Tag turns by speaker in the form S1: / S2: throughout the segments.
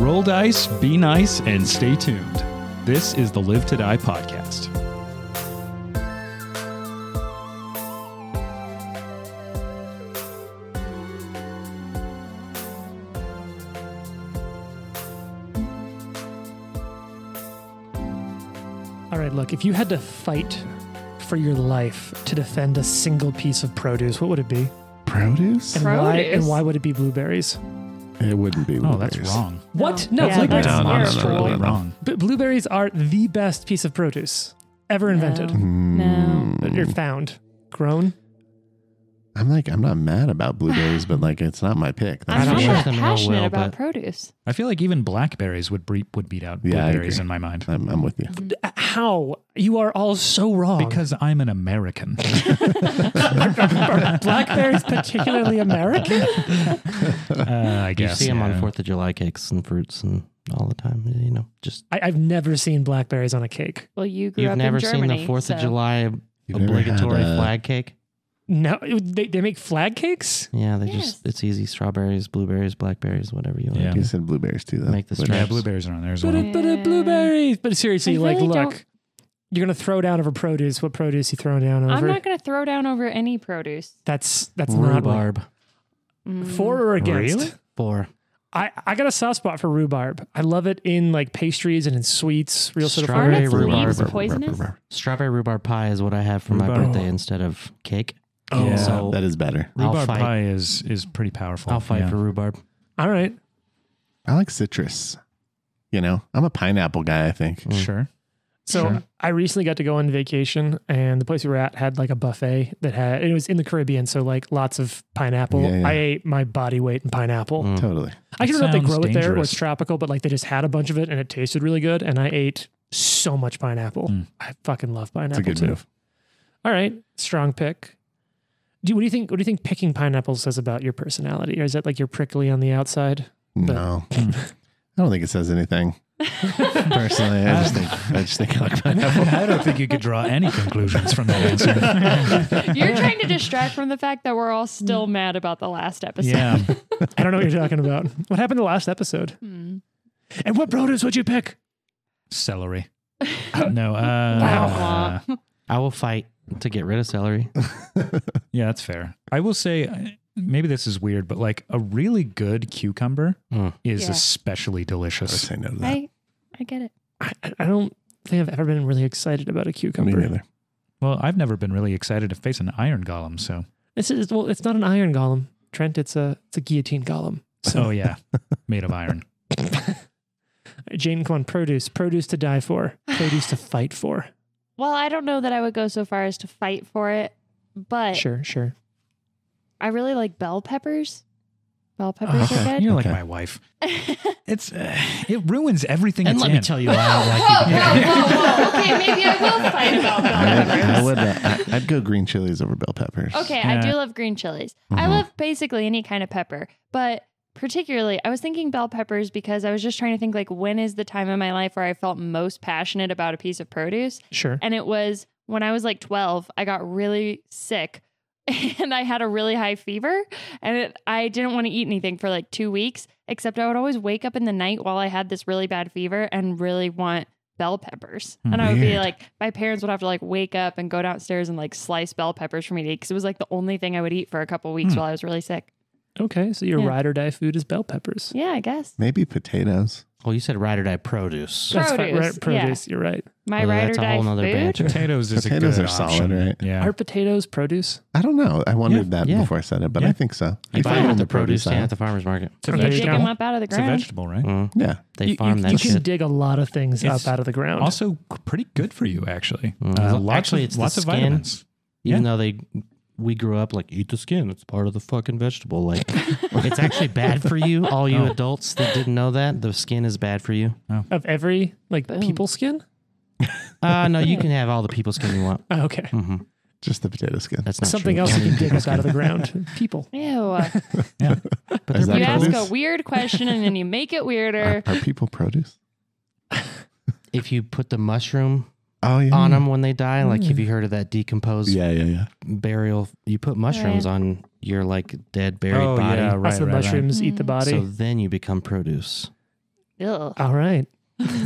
S1: Roll dice, be nice, and stay tuned. This is the Live to Die podcast.
S2: All right, look, if you had to fight for your life to defend a single piece of produce, what would it be?
S3: Produce?
S2: And why and
S4: Produce?
S2: why would it be blueberries?
S3: It wouldn't be.
S1: Oh, that's
S3: blueberries.
S1: wrong.
S2: What?
S4: No,
S2: No,
S4: Yeah,
S2: blueberries.
S4: that's
S2: are
S4: No, no, no, no,
S2: horrible.
S1: Totally
S3: no, no.
S1: wrong.
S2: But blueberries are the best piece of produce ever invented.
S3: Mm.
S2: That you're found, grown.
S3: I'm like, I'm not mad about blueberries, but like, it's not my pick.
S4: I'm
S1: don't
S3: That's
S4: not
S3: for
S1: wish
S3: sure.
S4: that
S1: them real
S4: passionate
S1: well,
S4: about
S1: but-
S4: produce.
S1: I feel like even blackberries would bre- would beat out
S3: Yeah, I
S1: blueberries
S3: agree.
S1: in my mind
S3: I'm, I'm with you.
S2: How? You are all so wrong.
S1: because I'm an American.
S2: are blackberries particularly American?
S1: uh, I
S5: You
S1: guess
S5: see them
S1: yeah.
S5: on Fourth of July cakes and fruits and all the time. You know, just
S2: I, I've never seen blackberries on a cake.
S4: Well, you grew
S5: you've
S4: up
S5: never
S4: in Germany.
S5: seen the Fourth of
S4: so-
S5: July
S3: You've never had,
S5: obligatory
S3: uh,
S5: flag cake.
S2: No, they, they make flag cakes?
S5: Yeah, they
S4: Yes.
S5: just it's easy. Strawberries, blueberries, blackberries, whatever you
S1: Yeah.
S5: want.
S3: You said blueberries too, though.
S5: Make the
S3: Which-
S1: Yeah,
S5: strap.
S1: blueberries are on there as
S2: But
S1: well.
S4: it-
S2: but a
S4: Yeah.
S2: blueberries. But seriously,
S4: I
S2: like,
S4: really
S2: look,
S4: don't-
S2: you're gonna throw down over produce. What produce you throwing down over?
S4: I'm not going to throw down over any produce.
S2: that's that's not what-
S5: Rhubarb.
S4: Mm.
S2: for or against.
S1: Really?
S5: Four.
S2: I I got a soft spot for rhubarb. I love it in like pastries and in sweets. Real sort of flavor.
S4: Aren't
S5: Strawberry
S4: its
S5: rhubarb.
S4: leaves
S5: Rhubarb,
S4: poisonous?
S5: Strawberry rhubarb pie is what I have for my
S1: Rhubarb.
S5: birthday instead of cake.
S1: Oh. Yeah.
S5: so
S3: That is better.
S5: I'll
S1: Rhubarb
S5: fight.
S1: pie is is pretty powerful.
S5: I'll fight
S1: Oh, Yeah.
S5: for rhubarb.
S2: All right,
S3: I like citrus. You know, I'm a pineapple guy, I think.
S5: Mm.
S1: sure.
S2: so
S1: Sure.
S2: I recently got to go on vacation, and the place we were at had like a buffet that had. It was in the Caribbean, so like lots of pineapple.
S3: Yeah, yeah.
S2: I ate my body weight in pineapple.
S5: Mm.
S3: Totally.
S2: I don't know if they
S1: Sounds
S2: grow it there or it's
S1: dangerous.
S2: tropical, but like they just had a bunch of it and it tasted really good. And I ate so much pineapple.
S1: Mm.
S2: I fucking love pineapple
S3: It's Hmm. a good
S2: too.
S3: move.
S2: All right, strong pick. Do what do you think? What do you think picking pineapples says about your personality? Or is that like you're prickly on the outside?
S3: No,
S1: Mm.
S3: I don't think it says anything. Personally, I just think I just think I like pineapple.
S1: I don't think you could draw any conclusions from that answer.
S4: You're trying to distract from the fact that we're all still mad about the last episode.
S1: yeah.
S2: I don't know what you're talking about. What happened to last episode?
S4: Hmm.
S2: And what produce would you pick?
S1: Celery. No. Uh,
S4: Wow.
S1: uh,
S5: I will fight to get rid of celery.
S1: yeah, that's fair. I will say uh, maybe this is weird, but like a really good cucumber
S3: Hmm.
S5: Mm.
S1: is
S4: Yeah.
S1: especially
S3: I would
S1: delicious.
S3: say no to that.
S4: I, I get it.
S2: I, I- I don't think I've ever been really excited about a
S3: Me
S2: cucumber.
S3: neither.
S1: Well, I've never been really excited to face an iron golem, so
S2: This is well, it's not an iron golem, Trent. It's a it's a guillotine golem.
S1: so yeah, made of iron.
S2: Jane, come on, produce, produce to die for, produce to fight for.
S4: Well, I don't know that I would go so far as to fight for it, but
S2: Sure, sure.
S4: I really like bell peppers. Bell peppers
S3: Okay.
S4: are good.
S1: You're like
S3: Okay.
S1: my wife. It's uh, it ruins everything.
S5: And
S1: it's
S5: let
S1: in.
S5: me tell you why I don't like
S4: Whoa, whoa, whoa. Okay, maybe I will fight about bell
S3: I would,
S4: peppers.
S3: I would uh, I, I'd go green chilies over bell peppers.
S4: Okay, I do love green chilies. I
S3: Mhm.
S4: love basically any kind of pepper, but particularly I was thinking bell peppers because I was just trying to think like when is the time in my life where I felt most passionate about a piece of produce?
S2: Sure.
S4: And it was when I was like 12, I got really sick and I had a really high fever and it, I didn't want to eat anything for like 2 weeks, except I would always wake up in the night while I had this really bad fever and really want bell peppers.
S5: Oh,
S4: And I would be
S3: Weird.
S4: like my parents would have to like wake up and go downstairs and like slice bell peppers for me to eat cuz it was like the only thing I would eat for a couple
S5: Hmm.
S4: weeks while I was really sick.
S2: Okay, so your
S4: Yeah.
S2: ride or die food is bell peppers.
S4: Yeah, I guess.
S3: Maybe potatoes.
S5: Well, you said ride or die produce.
S2: That's fine,
S4: Produce,
S2: right, produce. You're right.
S4: My
S5: Well,
S4: ride
S5: that's
S4: or
S5: a
S4: die
S5: whole nother
S4: food.
S5: banter.
S1: Potatoes is
S3: Potatoes
S1: a good
S3: are solid,
S1: option.
S3: right?
S1: Yeah.
S2: Are potatoes produce?
S3: I don't know. I wondered that
S5: yeah.
S3: before I said it, but
S1: Yeah.
S3: I think so.
S5: You
S3: find
S5: buy it
S3: it
S5: at
S3: in
S5: the produce stand
S3: aisle.
S5: at the farmer's market.
S1: It's a
S4: You dig
S1: vegetable.
S4: them up out of the
S1: It's a
S4: ground.
S1: vegetable, right?
S5: Mm.
S3: Yeah.
S5: They
S2: you,
S5: farm
S2: you-
S5: that
S2: you
S5: shit.
S2: can dig a lot of things
S1: It's
S2: up out of the ground.
S1: Also, pretty good for you, actually. Uh,
S5: Mm.
S1: lots
S5: Actually,
S1: of,
S5: it's the
S1: lots of
S5: skin.
S1: vitamins.
S5: Even though they, we grew up like eat the skin. It's part of the fucking vegetable. Like it's actually bad for you. All you
S1: Oh.
S5: adults that didn't know that the skin is bad for you.
S2: of every like
S4: Boom.
S2: people skin.
S5: Uh no, you can have all the people skin you want.
S2: Oh, okay,
S1: Mm-hmm.
S5: hmm
S3: Just the potato skin.
S5: That's not
S2: something
S5: true.
S2: else
S5: Only
S2: you can dig
S5: people
S2: up out of the ground. People.
S4: Ew.
S5: But
S3: Is
S5: they're
S4: You
S3: that
S4: ask a
S3: produce?
S4: weird question and then you make it
S3: Are,
S5: Uh,
S4: weirder.
S3: are people produce?
S5: if you put the mushroom
S3: Oh yeah.
S5: on them when they die, like
S2: Mm.
S5: have you heard of that decomposed
S3: Yeah, yeah, yeah.
S5: burial? You put mushrooms on your like dead buried
S1: oh,
S5: body,
S1: yeah, right,
S2: That's the
S1: right, right.
S2: mushrooms eat the
S4: Mm.
S2: body.
S5: so then you become produce.
S4: Ugh.
S2: All right.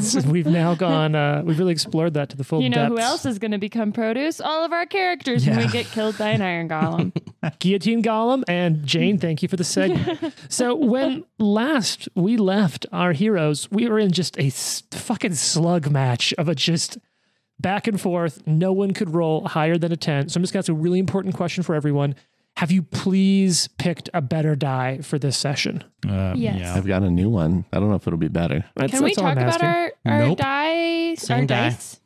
S2: So we've now gone, uh, we've really explored that to the full
S4: You know who
S2: depths.
S4: else is going to become produce? All of our characters when
S1: Yeah.
S4: we get killed by an iron golem.
S2: Guillotine Golem and Jane, thank you for the segment. so, when last we left our heroes, we were in just a s- fucking slug match of a just back and forth. No one could roll higher than a 10. So, I'm just going to ask a really important question for everyone. Have you please picked a better die for this session?
S1: Um,
S4: Yes.
S1: Yeah.
S3: I've got a new one. I don't know if it'll be better.
S2: That's,
S4: Can we
S2: that's all I'm
S4: talk about
S2: asking.
S4: our, our
S5: Nope.
S4: dice?
S5: Same
S4: our
S5: die.
S4: dice?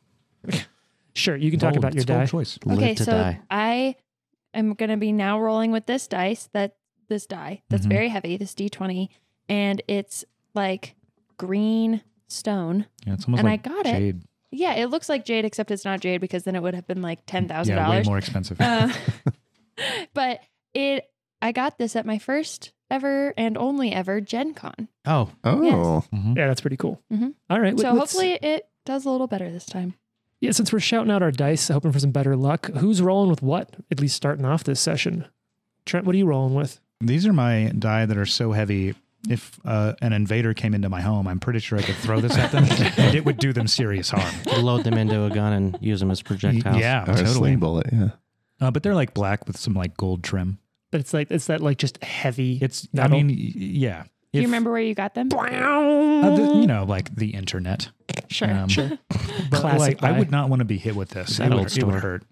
S2: Sure, you can talk
S5: Bold.
S2: about your
S1: It's a bold
S2: die.
S1: choice.
S4: Okay,
S5: Live to
S4: so
S5: die.
S4: I am going to be now rolling with this dice that this die that's
S1: Mhm.
S4: very heavy, this D20, and it's like green stone.
S1: Yeah, it's almost
S4: And I
S1: like
S4: got it.
S1: jade.
S4: Yeah, it looks like jade, except it's not jade because then it would have been like ten thousand
S1: Yeah, way
S4: dollars.
S1: more expensive.
S4: Uh, but it, I got this at my first ever and only ever Gen Con.
S5: Oh,
S3: Oh,
S1: Mhm.
S2: Yeah, that's pretty cool.
S4: Mhm.
S2: All right.
S4: So
S2: let's-
S4: hopefully it does a little better this time.
S2: Yeah, since we're shouting out our dice, hoping for some better luck, who's rolling with what? At least starting off this session. Trent, what are you rolling with?
S1: These are my die that are so heavy. If uh, an invader came into my home, I'm pretty sure I could throw this at them and it would do them serious harm.
S5: load them into a gun and use them as projectiles.
S1: Yeah,
S3: or a
S1: totally.
S3: sling bullet. Yeah.
S1: Uh, but they're like black with some like gold trim.
S2: But it's like it's that like just heavy.
S1: It's,
S2: Metal.
S1: I mean, y- yeah.
S4: Do you
S1: If-
S4: remember where you got them?
S1: Uh, the- you know, like the internet.
S4: Sure.
S1: Um,
S2: Sure.
S1: But
S2: Classic
S1: like, I
S2: die.
S1: would not want to be hit with this.
S5: That
S1: It
S5: old
S1: would, it would
S5: store.
S1: hurt.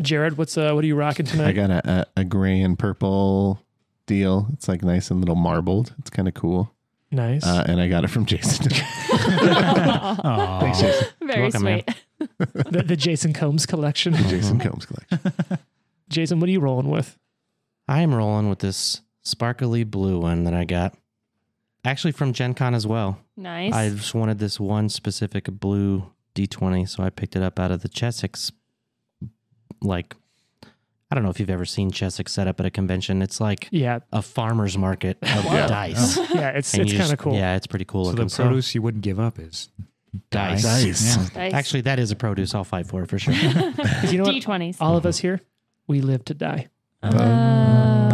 S2: Jared, what's uh, what are you rocking
S3: I
S2: tonight?
S3: got a, a, a gray and purple deal. It's like nice and little marbled. It's kind of cool.
S2: nice.
S3: Uh, and I got it from Jason.
S1: Aw.
S3: Thanks, Jason.
S5: Oh.
S4: Very
S5: welcome, man.
S4: sweet.
S2: the, the Jason Combs collection.
S5: Mm-hmm.
S3: Jason Combs collection.
S2: Jason, what are you rolling with?
S5: I'm rolling with this sparkly blue one that I got. Actually, from Gen Con as well.
S4: Nice.
S5: I just wanted this one specific blue D20, so I picked it up out of the Chessex. Like, I don't know if you've ever seen Chessex set up at a convention. It's like
S2: Yeah,
S5: a farmer's market of
S1: Wow.
S5: dice.
S2: yeah, it's
S5: And
S2: it's
S5: you
S2: kind of
S5: just-
S2: cool.
S5: Yeah, it's pretty cool
S1: So the
S5: looking. So
S1: produce you wouldn't give up is
S5: dice.
S3: Dice.
S1: Yeah.
S4: Dice.
S5: Actually, that is a produce. I'll fight for it for sure.
S2: You know what? Uh,
S4: D20s.
S2: All of us here, we live to die.
S4: Uh,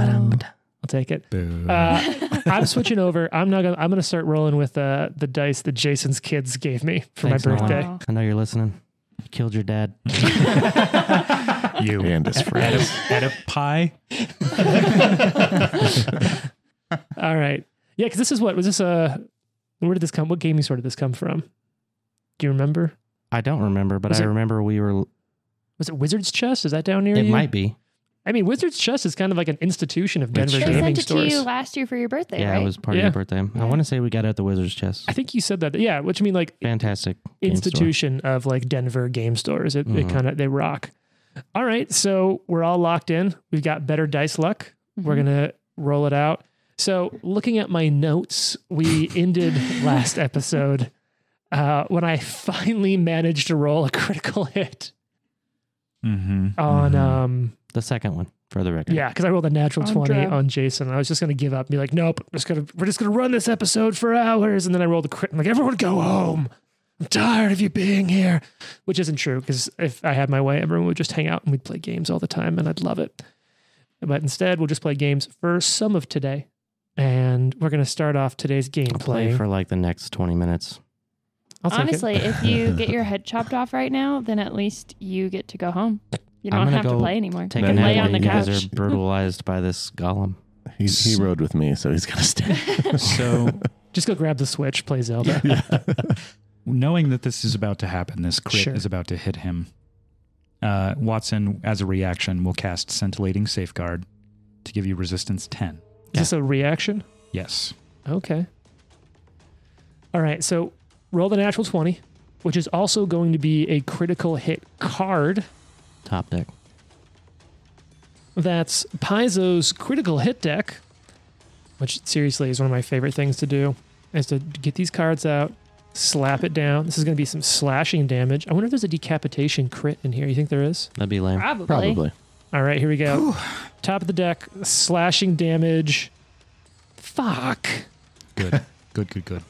S2: I'll take it.
S1: Boo.
S2: Uh, I'm switching over. I'm not gonna. I'm gonna start rolling with uh, the dice that Jason's kids gave me for
S5: Thanks,
S2: my
S5: Nolan.
S2: birthday.
S4: Wow.
S5: I know you're listening. You killed your dad.
S1: you
S3: And his
S1: at
S3: friends.
S1: a, at a pie.
S2: All right. Yeah, because this is what was this? Uh, where did this come? What gaming store did this come from? Do you remember?
S5: I don't remember, but
S2: Was
S5: I
S2: it-
S5: remember we were.
S2: Was it Wizard's Chest? Is that down near
S5: It
S2: you?
S5: might be.
S2: I mean, Wizard's Chest is kind of like an institution of
S5: That's
S2: Denver
S4: They
S5: true.
S2: gaming
S4: sent it
S2: stores.
S4: to you last year for your birthday,
S5: Yeah,
S4: right?
S5: it was part
S2: Yeah.
S5: of your birthday.
S4: Yeah.
S5: I want to say we got it at the Wizard's Chest.
S2: I think you said that. Yeah, which I mean, like
S5: Fantastic. game store.
S2: institution of like Denver game stores. It, it
S5: Mhm.
S2: kind of they rock. All right, so we're all locked in. We've got better dice luck. We're gonna roll it out. So, looking at my notes, we ended last episode uh, when I finally managed to roll a critical hit
S1: Mm-hmm.
S2: on um
S5: The second one, for the record.
S2: yeah because I rolled a natural
S4: On
S2: twenty
S4: Drew.
S2: on Jason. I was just gonna give up, and be like, nope, just gonna we're just gonna run this episode for hours, and then I rolled a crit. I'm like, everyone go home. I'm tired of you being here, which isn't true because if I had my way, everyone would just hang out and we'd play games all the time, and I'd love it. But instead, we'll just play games for some of today, and we're gonna start off today's game
S5: I'll play
S2: playing.
S5: for like the next 20 minutes.
S2: I'll take it.
S4: Honestly, if you get your head chopped off right now, then at least you get to go home. You
S5: I'm
S4: don't
S5: gonna
S4: have to
S5: go
S4: play anymore.
S5: Take
S3: No,
S5: a
S3: you
S5: nap
S4: lay
S3: don't
S5: while
S4: on the
S5: you
S4: couch.
S5: guys are brutalized by this golem.
S3: He, he rode with me, so he's going to stay.
S1: So
S2: just go grab the switch, play Zelda.
S1: knowing that this is about to happen, this crit
S2: Sure.
S1: is about to hit him. Uh, Watson, as a reaction, will cast scintillating safeguard to give you resistance ten.
S2: Is this a reaction?
S1: Yes.
S2: Okay. All right. So roll the natural 20, which is also going to be a critical hit card.
S5: Top deck.
S2: That's Paizo's critical hit deck, which seriously is one of my favorite things to do, is to get these cards out, slap it down. This is going to be some slashing damage. I wonder if there's a decapitation crit in here. You think there is?
S5: That'd be lame.
S4: Probably.
S3: Probably.
S2: All right. Here we go. Top of the deck, slashing damage. Fuck.
S1: Good. good. Good. Good.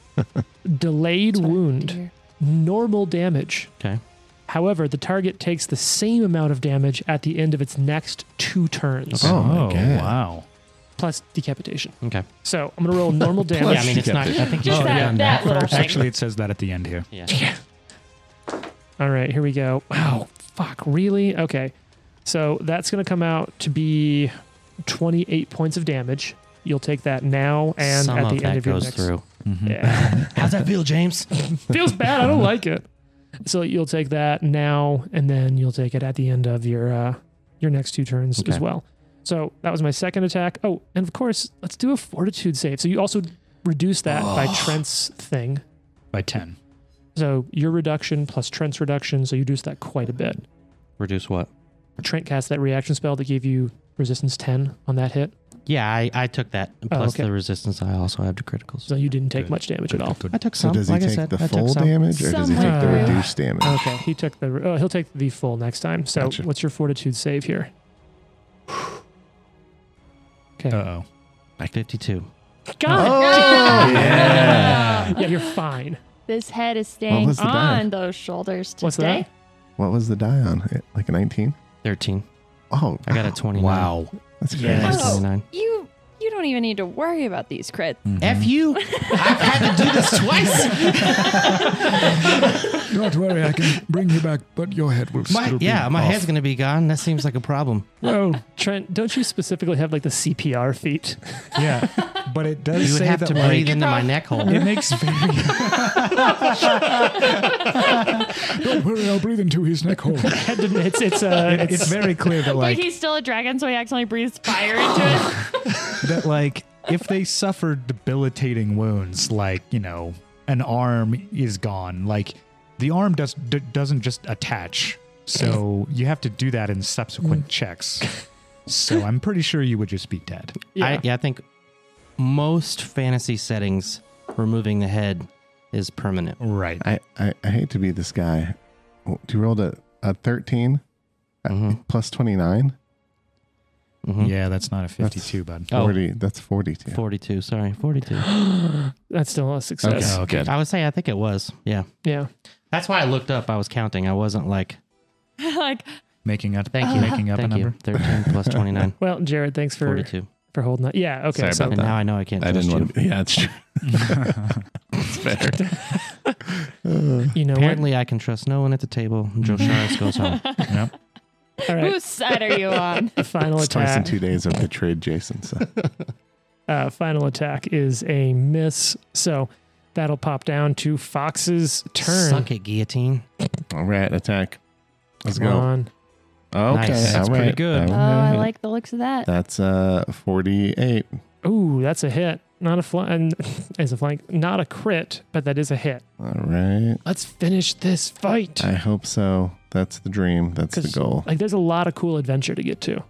S2: Delayed
S4: That's what I
S2: wound.
S4: hear.
S2: normal damage.
S5: Okay.
S2: However, the target takes the
S1: Oh.
S2: same amount of damage at the end of its next two turns.
S3: Oh, my God.
S1: wow.
S2: plus decapitation.
S5: Okay.
S2: So I'm gonna roll normal damage.
S5: yeah, I mean, it's not. I think you
S4: Just
S5: should have
S4: that-
S5: done
S4: that
S5: that,
S4: little
S5: first.
S4: thing.
S1: Actually, it says that at the end here.
S5: Yeah.
S2: All right, here we go. Wow, fuck, really? Okay. So that's going to come out to be 28 points of damage. You'll take that now and
S5: Some
S2: at
S5: of
S2: the
S5: that
S2: end of your
S5: goes
S2: next.
S5: through.
S1: Mhm.
S2: Yeah.
S5: How's that feel, James?
S2: Feels bad. I don't like it. So you'll take that now and then you'll take it at the end of your uh, your next two turns as
S5: Okay.
S2: well. So that was my second attack. Oh, and of course, let's do a fortitude save. So you also reduce that by Trent's thing.
S1: By 10.
S2: So your reduction plus Trent's reduction, so you reduce that quite a bit.
S5: Reduce what?
S2: Trent cast that reaction spell that gave you resistance 10 on that hit.
S5: Yeah, I, I took that. And
S2: Oh,
S5: Plus
S2: okay.
S5: the resistance I also have to criticals.
S2: So you didn't take
S1: Good.
S2: much damage at all.
S1: Good,
S5: I
S1: good.
S5: took
S3: So
S5: some.
S3: does he
S5: like I
S3: take
S5: said,
S3: the
S5: I took
S3: full
S5: some. Uh,
S3: damage or does he take the
S2: Somewhere.
S3: reduced damage?
S2: Okay, he took the oh, he'll take the full next time. So
S3: Gotcha.
S2: what's your fortitude save here? Okay.
S1: Uh oh.
S5: 52.
S2: God.
S4: yeah.
S2: Yeah, you're fine.
S4: This head is staying on
S3: was the die?
S4: those shoulders today.
S2: What's that?
S3: What was the die on? Like a 19?
S5: 13.
S3: Oh,
S5: I got a 29.
S1: Wow.
S3: that's
S5: I got
S3: crazy.
S5: a
S4: Oh.
S5: 29.
S4: You you don't even need to worry about these crits.
S5: F you. I've had to do this twice.
S6: Don't worry, I can bring you back, but your head will
S5: My,
S6: still
S5: yeah,
S6: be
S5: my
S6: off.
S5: head's going to be gone. That seems like a problem.
S2: Well, Oh, Trent, don't you specifically have like the CPR feat?
S1: Yeah. But it does
S5: You would
S1: say
S5: have
S1: that
S5: to
S1: like,
S5: breathe into my neck hole.
S1: it makes very
S6: Don't worry, I'll breathe into his neck hole.
S2: it's it's uh,
S1: it- it's very clear that
S4: Wait,
S1: like
S4: he's still a dragon, so he accidentally breathes fire into it.
S1: that like if they suffer debilitating wounds like you know an arm is gone like the arm does d- doesn't just attach so you have to do that in subsequent checks so i'm pretty sure you would just be dead
S2: yeah.
S5: I, yeah, I think most fantasy settings, removing the head is permanent.
S1: right
S3: I, I, I hate to be this guy. Oh, You rolled a, a 13 uh,
S5: Mhm.
S3: plus 29?
S5: Mhm.
S1: yeah that's not a 52 bud
S5: Oh.
S3: 40. That's 42.
S5: 42. Sorry, 42.
S2: That's still a success.
S1: Okay.
S3: Oh, good.
S5: I would say I think it was. Yeah.
S2: Yeah.
S5: That's why I looked up. I was counting. I wasn't like,
S4: like,
S1: making up
S5: thank you.
S1: making up
S5: thank
S1: a
S5: you.
S1: number
S5: 13 plus 29.
S2: Well, Jared, thanks for
S5: 42.
S2: for holding that. Yeah. Okay.
S3: Sorry
S2: so
S3: about
S5: And now I know I can't
S3: I
S5: trust
S3: didn't
S5: you.
S3: want to. Be, yeah, it's true. it's better.
S2: you know what?
S5: Apparently, I can trust no one at the table. and Joe Shires goes home.
S1: yep.
S2: All right.
S4: whose side are you on?
S2: The final
S3: It's twice in
S2: attack.
S3: two days I've betrayed Jason. So
S2: uh, final attack is a miss. So that'll pop down to Fox's turn.
S5: Suck it, guillotine.
S3: all right, attack. Let's
S2: Come
S3: go.
S2: on.
S3: Okay,
S5: Nice. That's
S3: all
S5: pretty
S3: right,
S5: good.
S4: Oh,
S3: all
S4: I
S3: right.
S4: like the looks of that.
S3: That's uh 48.
S2: Ooh, that's a hit. Not a flank. Is a flank. Not a crit, but that is a hit.
S3: All right.
S2: Let's finish this fight.
S3: I hope so. That's the dream. That's the
S2: 'Cause-
S3: goal.
S2: Like, there's a lot of cool adventure to get to,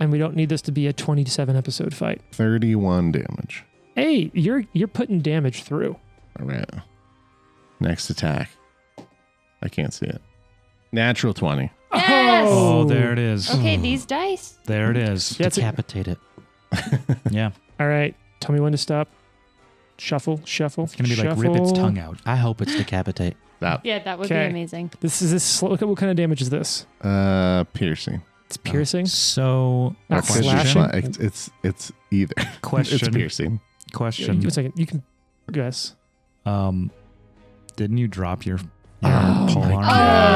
S2: and we don't need this to be a 27 episode fight.
S3: 31 damage.
S2: Hey, you're you're putting damage through.
S3: All right. Next attack. I can't see it. Natural 20.
S4: Yes!
S1: oh there it is
S4: Okay, these dice.
S1: there it is
S2: Yeah, it's a-
S5: Decapitate it.
S1: yeah
S2: All right, tell me when to stop. Shuffle, shuffle.
S1: it's gonna be like rip its tongue out
S5: I hope it's decapitate.
S3: Stop.
S4: Yeah, that would
S2: Okay.
S4: be amazing.
S2: This is this. Look at what kind of damage is this?
S3: Uh piercing.
S2: It's piercing.
S1: so
S2: Not
S3: Or 'cause you're
S2: slashing?
S3: fly- It's, it's it's either. It's
S1: question
S3: piercing.
S1: question
S2: Give me a second. You can guess.
S1: Um, didn't you drop your, your
S5: Oh
S1: pole
S5: my
S1: arm?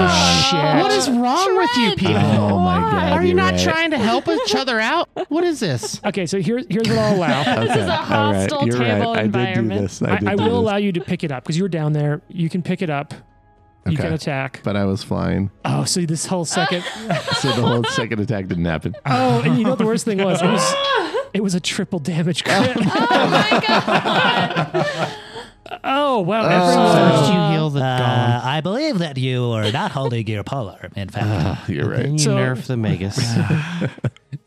S2: Oh, shit.
S5: What is wrong with you
S4: Trent,
S5: people?
S3: Oh my
S4: why?
S3: God.
S5: Are you
S3: you're
S5: not
S3: right.
S5: trying to help each other out? What is this?
S2: Okay, so here's here's what I'll allow.
S4: This is a
S3: all
S4: hostile table
S3: I did do
S4: environment.
S3: this.
S2: I,
S3: did
S2: I
S3: do
S2: will
S3: this.
S2: allow you to pick it up because you were down there. You can pick it up. You can
S3: Okay.
S2: attack.
S3: But I was flying,
S2: Oh, so this whole second.
S3: so the whole second attack didn't happen.
S2: oh, and you know what the worst thing was? It was, it was a triple damage crit.
S4: Oh my god!
S2: oh, wow.
S5: First
S2: everyone-
S5: you heal the golem.
S7: I believe that you are not holding your polar. In fact,
S6: Uh,
S3: Ah, You're
S5: Then
S3: right.
S5: you
S2: So-
S5: nerf the magus.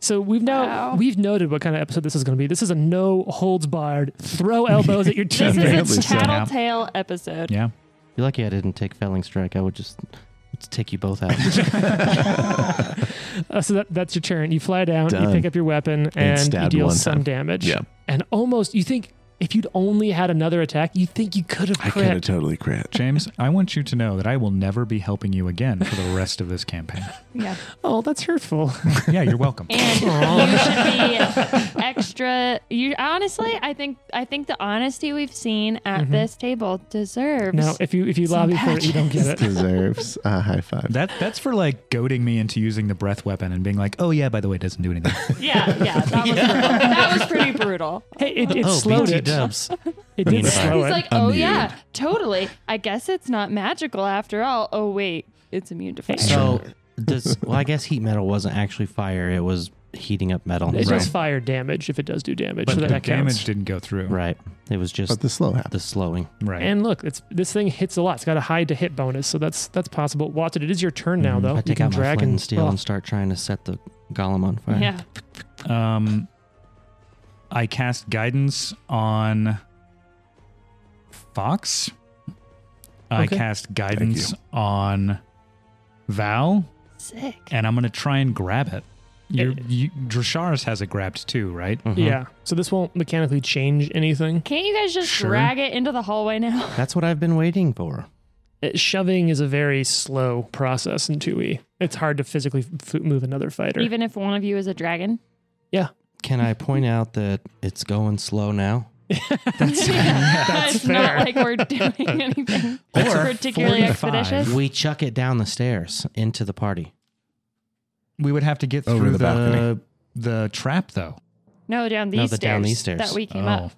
S2: So we've now
S4: Wow.
S2: we've noted what kind of episode this is going to be. This is a no holds barred, throw elbows at your
S4: This
S2: teammates.
S3: Apparently
S4: is
S3: so.
S4: a tattletale episode.
S1: Yeah.
S5: You're lucky I didn't take felling strike. I would just let's take you both out.
S2: Uh, so that, that's your turn. You fly down, you
S3: Done.
S2: pick up your weapon, and you
S3: stabbed
S2: deal
S3: one
S2: some
S3: time.
S2: damage.
S3: Yeah.
S2: And almost you think If you'd only had another attack, you'd think you could have
S3: I could have
S2: crit.
S3: totally crit.
S1: James, I want you to know that I will never be helping you again for the rest of this campaign.
S4: Yeah.
S2: Oh, that's hurtful.
S1: Yeah, you're welcome.
S4: And you should be extra. You honestly, I think, I think the honesty we've seen at this table deserves.
S2: Mm-hmm. no, if you if you lobby for it, you don't get it.
S3: Deserves a high five.
S1: That that's for like goading me into using the breath weapon and being like, oh yeah, by the way, it doesn't do anything.
S4: Yeah, yeah, that was brutal. that was pretty brutal.
S2: Hey, it, it
S5: oh,
S2: slowed
S5: BT
S2: it.
S5: dubs.
S2: It did
S5: Unified.
S2: slow
S4: He's
S2: it.
S4: like, oh yeah, totally. I guess it's not magical after all. Oh wait, it's immune to fire.
S5: So does well, I guess heat metal wasn't actually fire; it was heating up metal.
S2: it
S5: right.
S2: does fire damage if it does do damage,
S1: But
S2: so
S1: the
S2: that, that
S1: damage
S2: counts.
S1: didn't go through.
S5: Right. It was just
S3: But the slow happened.
S5: the slowing.
S1: Right.
S2: And look, it's this thing hits a lot. It's got a high to hit bonus, so that's that's possible. Watson, it is your turn now, though.
S5: Mm-hmm. I
S2: Oh, You
S5: take
S2: can
S5: out my
S2: drag
S5: flint and steel
S2: oh.
S5: and start trying to set the golem on fire.
S4: yeah,
S1: Um, I cast guidance on Fox. I
S2: Okay.
S1: cast guidance on Val,
S4: sick.
S1: and I'm gonna try and grab it. Your,
S2: Eh.
S1: you, Drasharis has it grabbed too, right?
S5: Mhm.
S2: Yeah. So this won't mechanically change anything.
S4: Can't you guys just
S1: Sure.
S4: drag it into the hallway now?
S5: That's what I've been waiting for.
S2: It, Uh, shoving is a very slow process in 2e. It's hard to physically f- move another fighter.
S4: Even if one of you is a dragon.
S5: Can I point out that it's going slow now?
S2: that's
S4: it's
S2: fair.
S4: not like we're doing anything
S5: That's a
S4: particularly
S1: 45.
S4: expeditious.
S5: We chuck it down the stairs into the party.
S1: We would have to get
S3: Over
S1: through
S3: the
S1: the
S3: balcony.
S1: the trap though.
S4: No, down these
S5: No, the
S4: stairs.
S5: down these stairs.
S4: That we came
S1: Oh.
S4: up.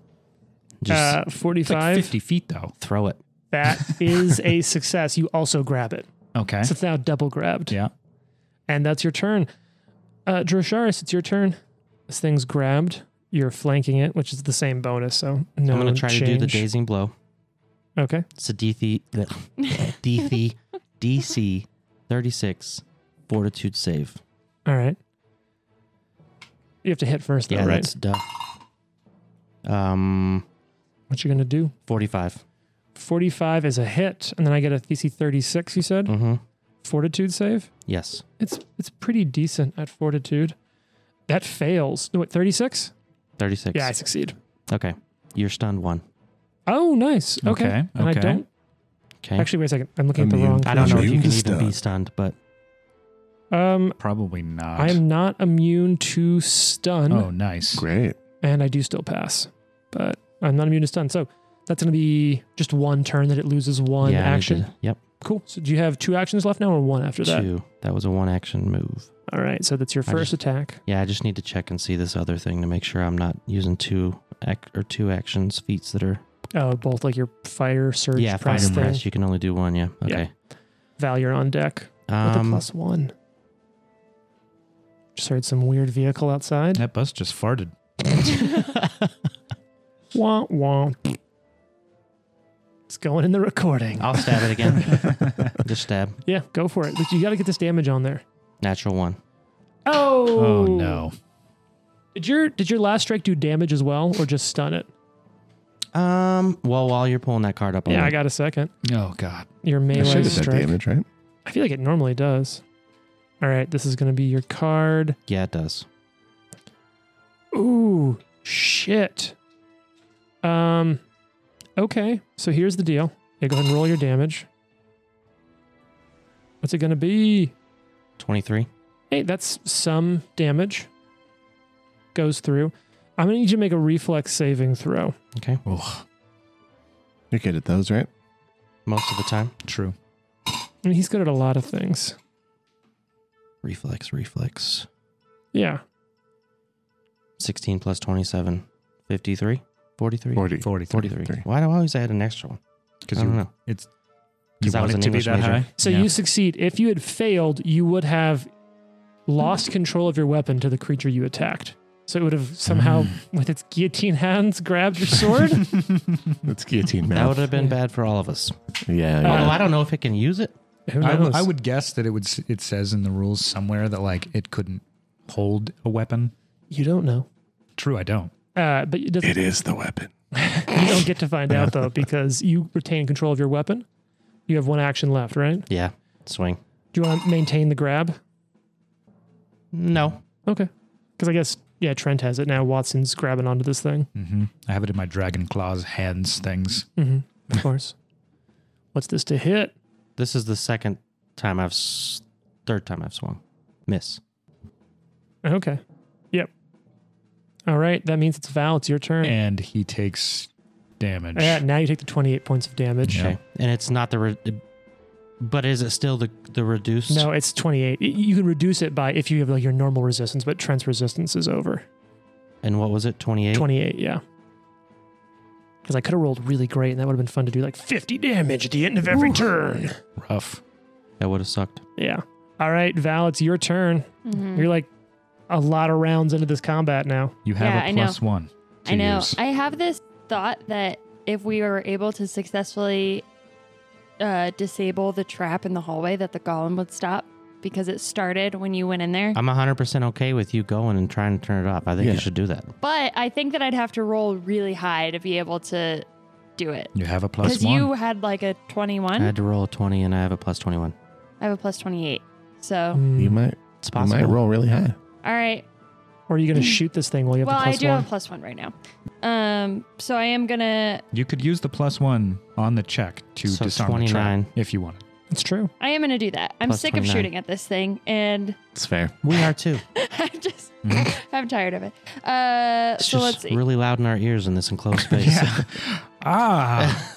S5: Just
S2: uh,
S1: It's like
S2: 45.
S1: 50 feet though.
S5: throw it.
S2: that is a success. You also grab it.
S1: Okay.
S2: So it's now double grabbed.
S1: Yeah.
S2: And that's your turn. Uh, Drosharis, it's your turn. This thing's grabbed. You're flanking it, which is the same bonus. So no
S5: I'm going to try to do the
S2: change.
S5: dazing blow.
S2: Okay.
S5: It's a DC, DC, DC 36 fortitude save.
S2: All right. You have to hit first, though,
S5: Yeah,
S2: right?
S5: that's duh. Um,
S2: What you gonna do?
S5: 45.
S2: 45 is a hit, and then I get a DC 36. You said
S5: Mm-hmm.
S2: fortitude save.
S5: Yes.
S2: It's it's pretty decent at fortitude. That fails. No, wait, 36?
S5: 36.
S2: Yeah, I succeed.
S5: Okay. You're stunned one.
S2: Oh, nice. Okay.
S1: Okay,
S2: And I
S1: okay.
S2: don't.
S5: Okay.
S2: Actually, wait a second. I'm looking at the
S3: Immune.
S2: wrong.
S5: I don't know if you
S3: Immune
S5: can
S3: to
S5: even be
S3: stun.
S5: stunned, but
S2: Um,
S1: Probably not.
S2: I am not immune to stun,
S1: Oh, nice.
S3: Great.
S2: and I do still pass, but I'm not immune to stun. So that's going to be just one turn that it loses one
S5: yeah, I need
S2: action.
S5: to- Yep.
S2: Cool. So do you have two actions left now, or one after that?
S5: Two. That was a one action move.
S2: All right. So that's your
S5: I
S2: first attack.
S5: Yeah, I just need to check and see this other thing to make sure I'm not using two ac- or two actions feats that are
S2: Oh, both like your fire surge
S5: yeah
S2: press
S5: press
S2: thing.
S5: press. You can only do one. Yeah.
S2: Yeah.
S5: Okay.
S2: Val, you're on deck with a
S5: Um,
S2: plus one. Just heard some weird vehicle outside.
S1: That bus just farted.
S2: Wah wah. It's going in the recording.
S5: I'll stab it again. just stab.
S2: Yeah, go for it. But you got to get this damage on there.
S5: Natural one.
S2: Oh.
S1: Oh no.
S2: Did your did your last strike do damage as well, or just stun it?
S5: Um. Well, while you're pulling that card up,
S2: Yeah,
S5: I'll-
S2: I got a second.
S1: Oh god.
S2: Your
S3: That
S2: melee
S3: should have said
S2: strike.
S3: damage, right?
S2: I feel like it normally does. All right, this is going to be your card.
S5: Yeah, it does.
S2: Ooh, shit. Um, okay. So here's the deal. Yeah, go ahead and roll your damage. What's it going to be?
S5: Twenty three.
S2: Hey, that's some damage. Goes through. I'm going to need you to make a reflex saving throw.
S5: Okay.
S3: You're good at those, right?
S5: Most of the time.
S1: True.
S2: I mean, he's good at a lot of things.
S5: Reflex. Reflex.
S2: Yeah.
S5: Sixteen plus twenty seven. Fifty three. Forty three.
S3: 40.
S1: 40.
S5: 43.
S3: 43.
S5: Why do I always add an extra one?
S1: Because
S5: I
S1: you
S5: don't know.
S1: It's
S5: 'Cause I was an English major.
S2: So you succeed. If you had failed, you would have lost control of your weapon to the creature you attacked. So it would have somehow,
S1: Mm.
S2: with its guillotine hands, grabbed your sword.
S3: That's guillotine
S5: That
S3: mouth.
S5: would have been bad for all of us.
S3: yeah.
S5: Although
S3: yeah.
S5: I don't know if it can use it.
S2: Who
S1: I, w-
S2: knows?
S1: I would guess that it would. s- It says in the rules somewhere that like it couldn't hold a weapon.
S2: You don't know.
S1: True, I don't.
S2: Uh, but it doesn't,
S3: It is the weapon.
S2: you don't get to find out though because you retain control of your weapon. You have one action left, right?
S5: Yeah. Swing.
S2: Do you want to maintain the grab?
S5: No.
S2: Okay. Because I guess yeah, Trent has it now. Watson's grabbing onto this thing.
S1: hmm I have it in my dragon claws hands things.
S2: hmm Of course. What's this to hit?
S5: This is the second time I've s- third time I've swung. Miss.
S2: Okay. Yep. All right. That means it's Val. It's your
S4: Mm.
S2: turn. Uh,
S1: And he takes damage.
S2: Yeah, now you take the 28 points of damage.
S1: Yeah.
S5: Okay. And it's not the re- but is it still the the reduced?
S2: No, it's 28. Y- You can reduce it by if you have like your normal resistance, but Trent's resistance is over.
S5: And what was it? 28?
S2: 28, yeah. Because I could have rolled really great and that would have been fun to do like 50 damage at the end of every turn.
S1: Rough.
S5: That would have sucked.
S2: Yeah. All right, Val, it's your turn.
S4: Mm-hmm.
S2: You're like a lot of rounds into this combat now.
S1: You have
S4: Yeah, I
S1: a
S4: know.
S1: plus one. to
S4: I know.
S1: yours.
S4: I have this thought that if we were able to successfully uh, disable the trap in the hallway, that the golem would stop because it started when you went in there.
S5: I'm 100% okay with you going and trying to turn it off. I think
S1: Yeah.
S5: you should do that.
S4: But I think that I'd have to roll really high to be able to do it.
S1: You have a plus
S4: Because
S1: one.
S4: you had like a
S5: I
S4: 21.
S5: had to roll a 20 and I have a plus 21.
S4: I have a plus 28. So,
S3: You
S2: Mm.
S3: might
S5: It's
S3: you
S5: possible.
S3: might roll really high.
S4: all right.
S2: Or are you going to shoot this thing while you have
S4: Mm. Well,
S2: the
S4: I
S2: plus
S4: do
S2: one?
S4: have a plus one right now. Um, so I am gonna.
S1: You could use the plus one on the check to
S5: So
S1: disarm the
S5: 29.
S1: trap if you wanted.
S2: It's true.
S4: I am gonna do that. I'm
S5: Plus
S4: sick of
S5: 29.
S4: shooting at this thing, and
S3: It's fair.
S5: We are too.
S4: I just,
S1: Mm-hmm.
S4: I'm tired of it. Uh,
S5: It's
S4: so let's
S5: just
S4: see.
S5: really loud in our ears in this enclosed space.
S1: Ah,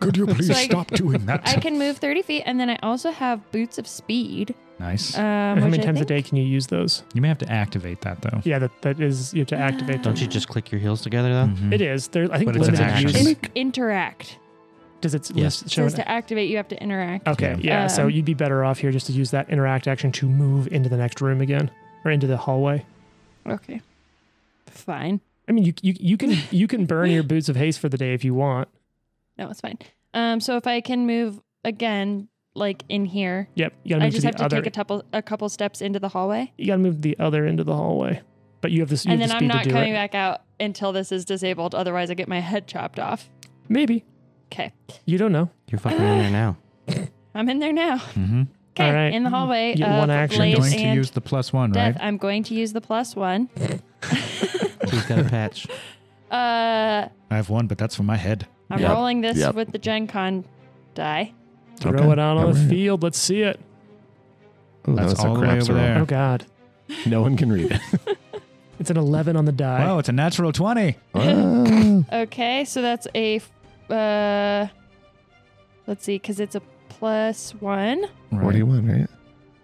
S6: Could you please
S4: I-
S6: stop doing that?
S4: I can move 30 feet, and then I also have boots of speed.
S1: nice.
S4: Um,
S2: How many
S4: which I
S2: times
S4: think-
S2: a day can you use those?
S1: you may have to activate that though.
S2: Yeah, that, that is, you
S4: Uh,
S2: have to activate them.
S5: Don't you just click your heels together, though?
S3: Mm.
S1: Mhm.
S2: It is. There, I think
S1: But it's an
S2: limited
S1: action.
S2: use.
S4: In- interact.
S2: Does it
S5: Yes.
S2: list
S4: It
S2: show
S4: says
S2: an
S4: to activate, you have to interact.
S2: Okay, yeah. so
S4: Um,
S2: you'd be better off here just to use that interact action to move into the next room again or into the hallway.
S4: Okay. Fine.
S2: I mean, you you, you can you can burn your boots of haste for the day if you want.
S4: No, it's fine. Um, so if I can move again, like in here,
S2: Yep, you gotta
S4: I
S2: move to
S4: just
S2: the
S4: have to
S2: other.
S4: take a couple a couple steps into the hallway,
S2: you gotta move to the other end of the hallway, but you have this. You
S4: and
S2: have
S4: then
S2: the
S4: I'm
S2: speed
S4: not
S2: to do
S4: coming
S2: it.
S4: back out until this is disabled. Otherwise, I get my head chopped off.
S2: Maybe
S4: Okay,
S2: you don't know.
S5: You're fucking in there now.
S4: I'm in there now.
S1: Mhm.
S4: Okay,
S2: All right.
S4: in the hallway.
S2: Get
S4: of
S2: one action.
S1: You're
S4: Blaze
S1: going to
S4: and
S1: use the plus one,
S4: death.
S1: right?
S4: I'm going to use the plus one.
S5: He's got a patch.
S4: Uh,
S1: I have one, but that's for my head.
S4: I'm
S3: Yep.
S4: rolling this
S3: Yep.
S4: with the Gen Con die.
S2: Throw
S3: Okay.
S2: it out on
S3: All
S2: the
S3: right.
S2: field. Let's see it.
S3: Ooh, that
S1: That's
S3: was a
S1: all the way
S3: craps
S1: over
S3: roll.
S1: there.
S2: Oh God,
S3: No one can read it.
S2: it's an eleven on the die.
S1: Wow, it's a natural twenty.
S3: Ah.
S4: Okay, so that's a. f- Uh, let's see, because it's a plus one.
S1: Right.
S3: Forty-one, right?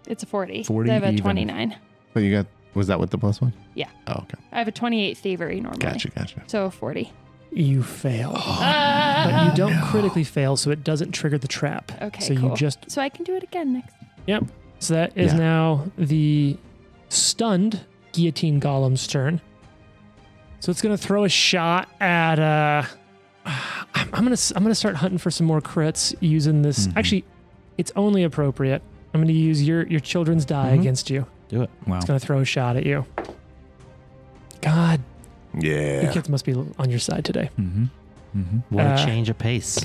S4: It's a 40.
S1: 40
S4: I have a
S1: even.
S4: 29.
S3: But you got was that with the plus one?
S4: Yeah.
S3: Oh, okay.
S4: I have a 28 thievery normally.
S3: Gotcha, gotcha.
S4: So a 40.
S2: You
S4: Oh,
S2: fail, but
S4: Ah!
S2: you don't critically fail, so it doesn't trigger the trap.
S4: Okay,
S2: so
S4: cool.
S2: you just
S4: so I can do it again next.
S2: Yep. So that is
S3: Yeah.
S2: now the stunned guillotine golem's turn. So it's gonna throw a shot at. Uh, I'm, I'm gonna s- I'm gonna start hunting for some more crits using this.
S3: Mm-hmm.
S1: Mhm.
S2: Actually, it's only appropriate. I'm gonna use your your children's die
S3: Mm-hmm.
S5: Mhm.
S2: against you.
S5: Do it.
S1: Wow.
S2: It's gonna throw a shot at you. God, the
S3: Yeah.
S2: kids must be on your side today.
S1: Mm-hmm. Mm-hmm.
S5: What
S2: Uh,
S5: a change of pace.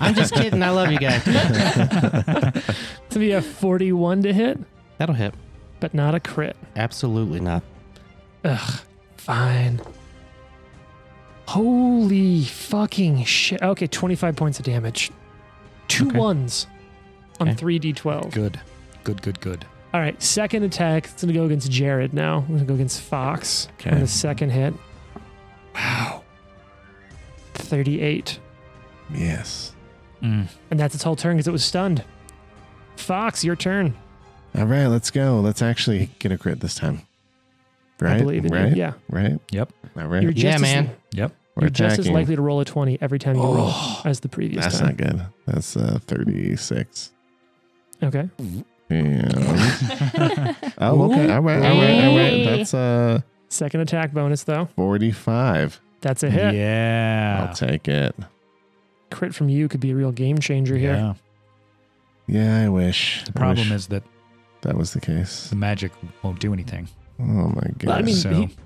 S5: I'm just kidding. I love you guys.
S2: It's gonna be a 41 to hit,
S5: That'll hit.
S2: but not a crit.
S5: Absolutely not.
S2: Ugh, fine. Holy fucking shit. Okay, 25 points of damage. Two
S5: Okay.
S2: ones on
S5: Okay.
S2: 3d12.
S1: Good. Good. Good. Good.
S2: All right, second attack. It's going to go against Jared now. We're going to go against Fox on
S3: Okay.
S2: the second hit. Wow. 38.
S3: Yes.
S1: Mm.
S2: And that's its whole turn because it was stunned. Fox, your turn.
S3: All right, let's go. Let's actually get a crit this time. Right?
S2: I believe in you.
S3: right?
S2: Yeah.
S3: Right?
S1: Yep.
S3: All right.
S2: You're
S5: Yeah,
S2: just As,
S5: man.
S1: Yep.
S3: We're
S2: you're just as
S3: attacking.
S2: likely to roll a 20 every time you roll
S3: Oh,
S2: as the previous
S3: that's
S2: time.
S3: not good. That's uh, 36.
S2: okay.
S3: Damn. oh, okay. All right. All right. All right.
S4: Hey.
S3: That's uh,
S2: Second attack bonus, though.
S3: 45.
S2: That's a hit.
S1: Yeah.
S3: I'll take it.
S2: crit from you could be a real game changer here.
S1: Yeah.
S3: Yeah, I wish.
S1: The
S3: I
S1: problem
S3: wish
S1: is that
S3: that was the case.
S1: the magic won't do anything.
S3: Oh my
S2: But I
S3: god.
S2: mean,
S1: So-
S2: he-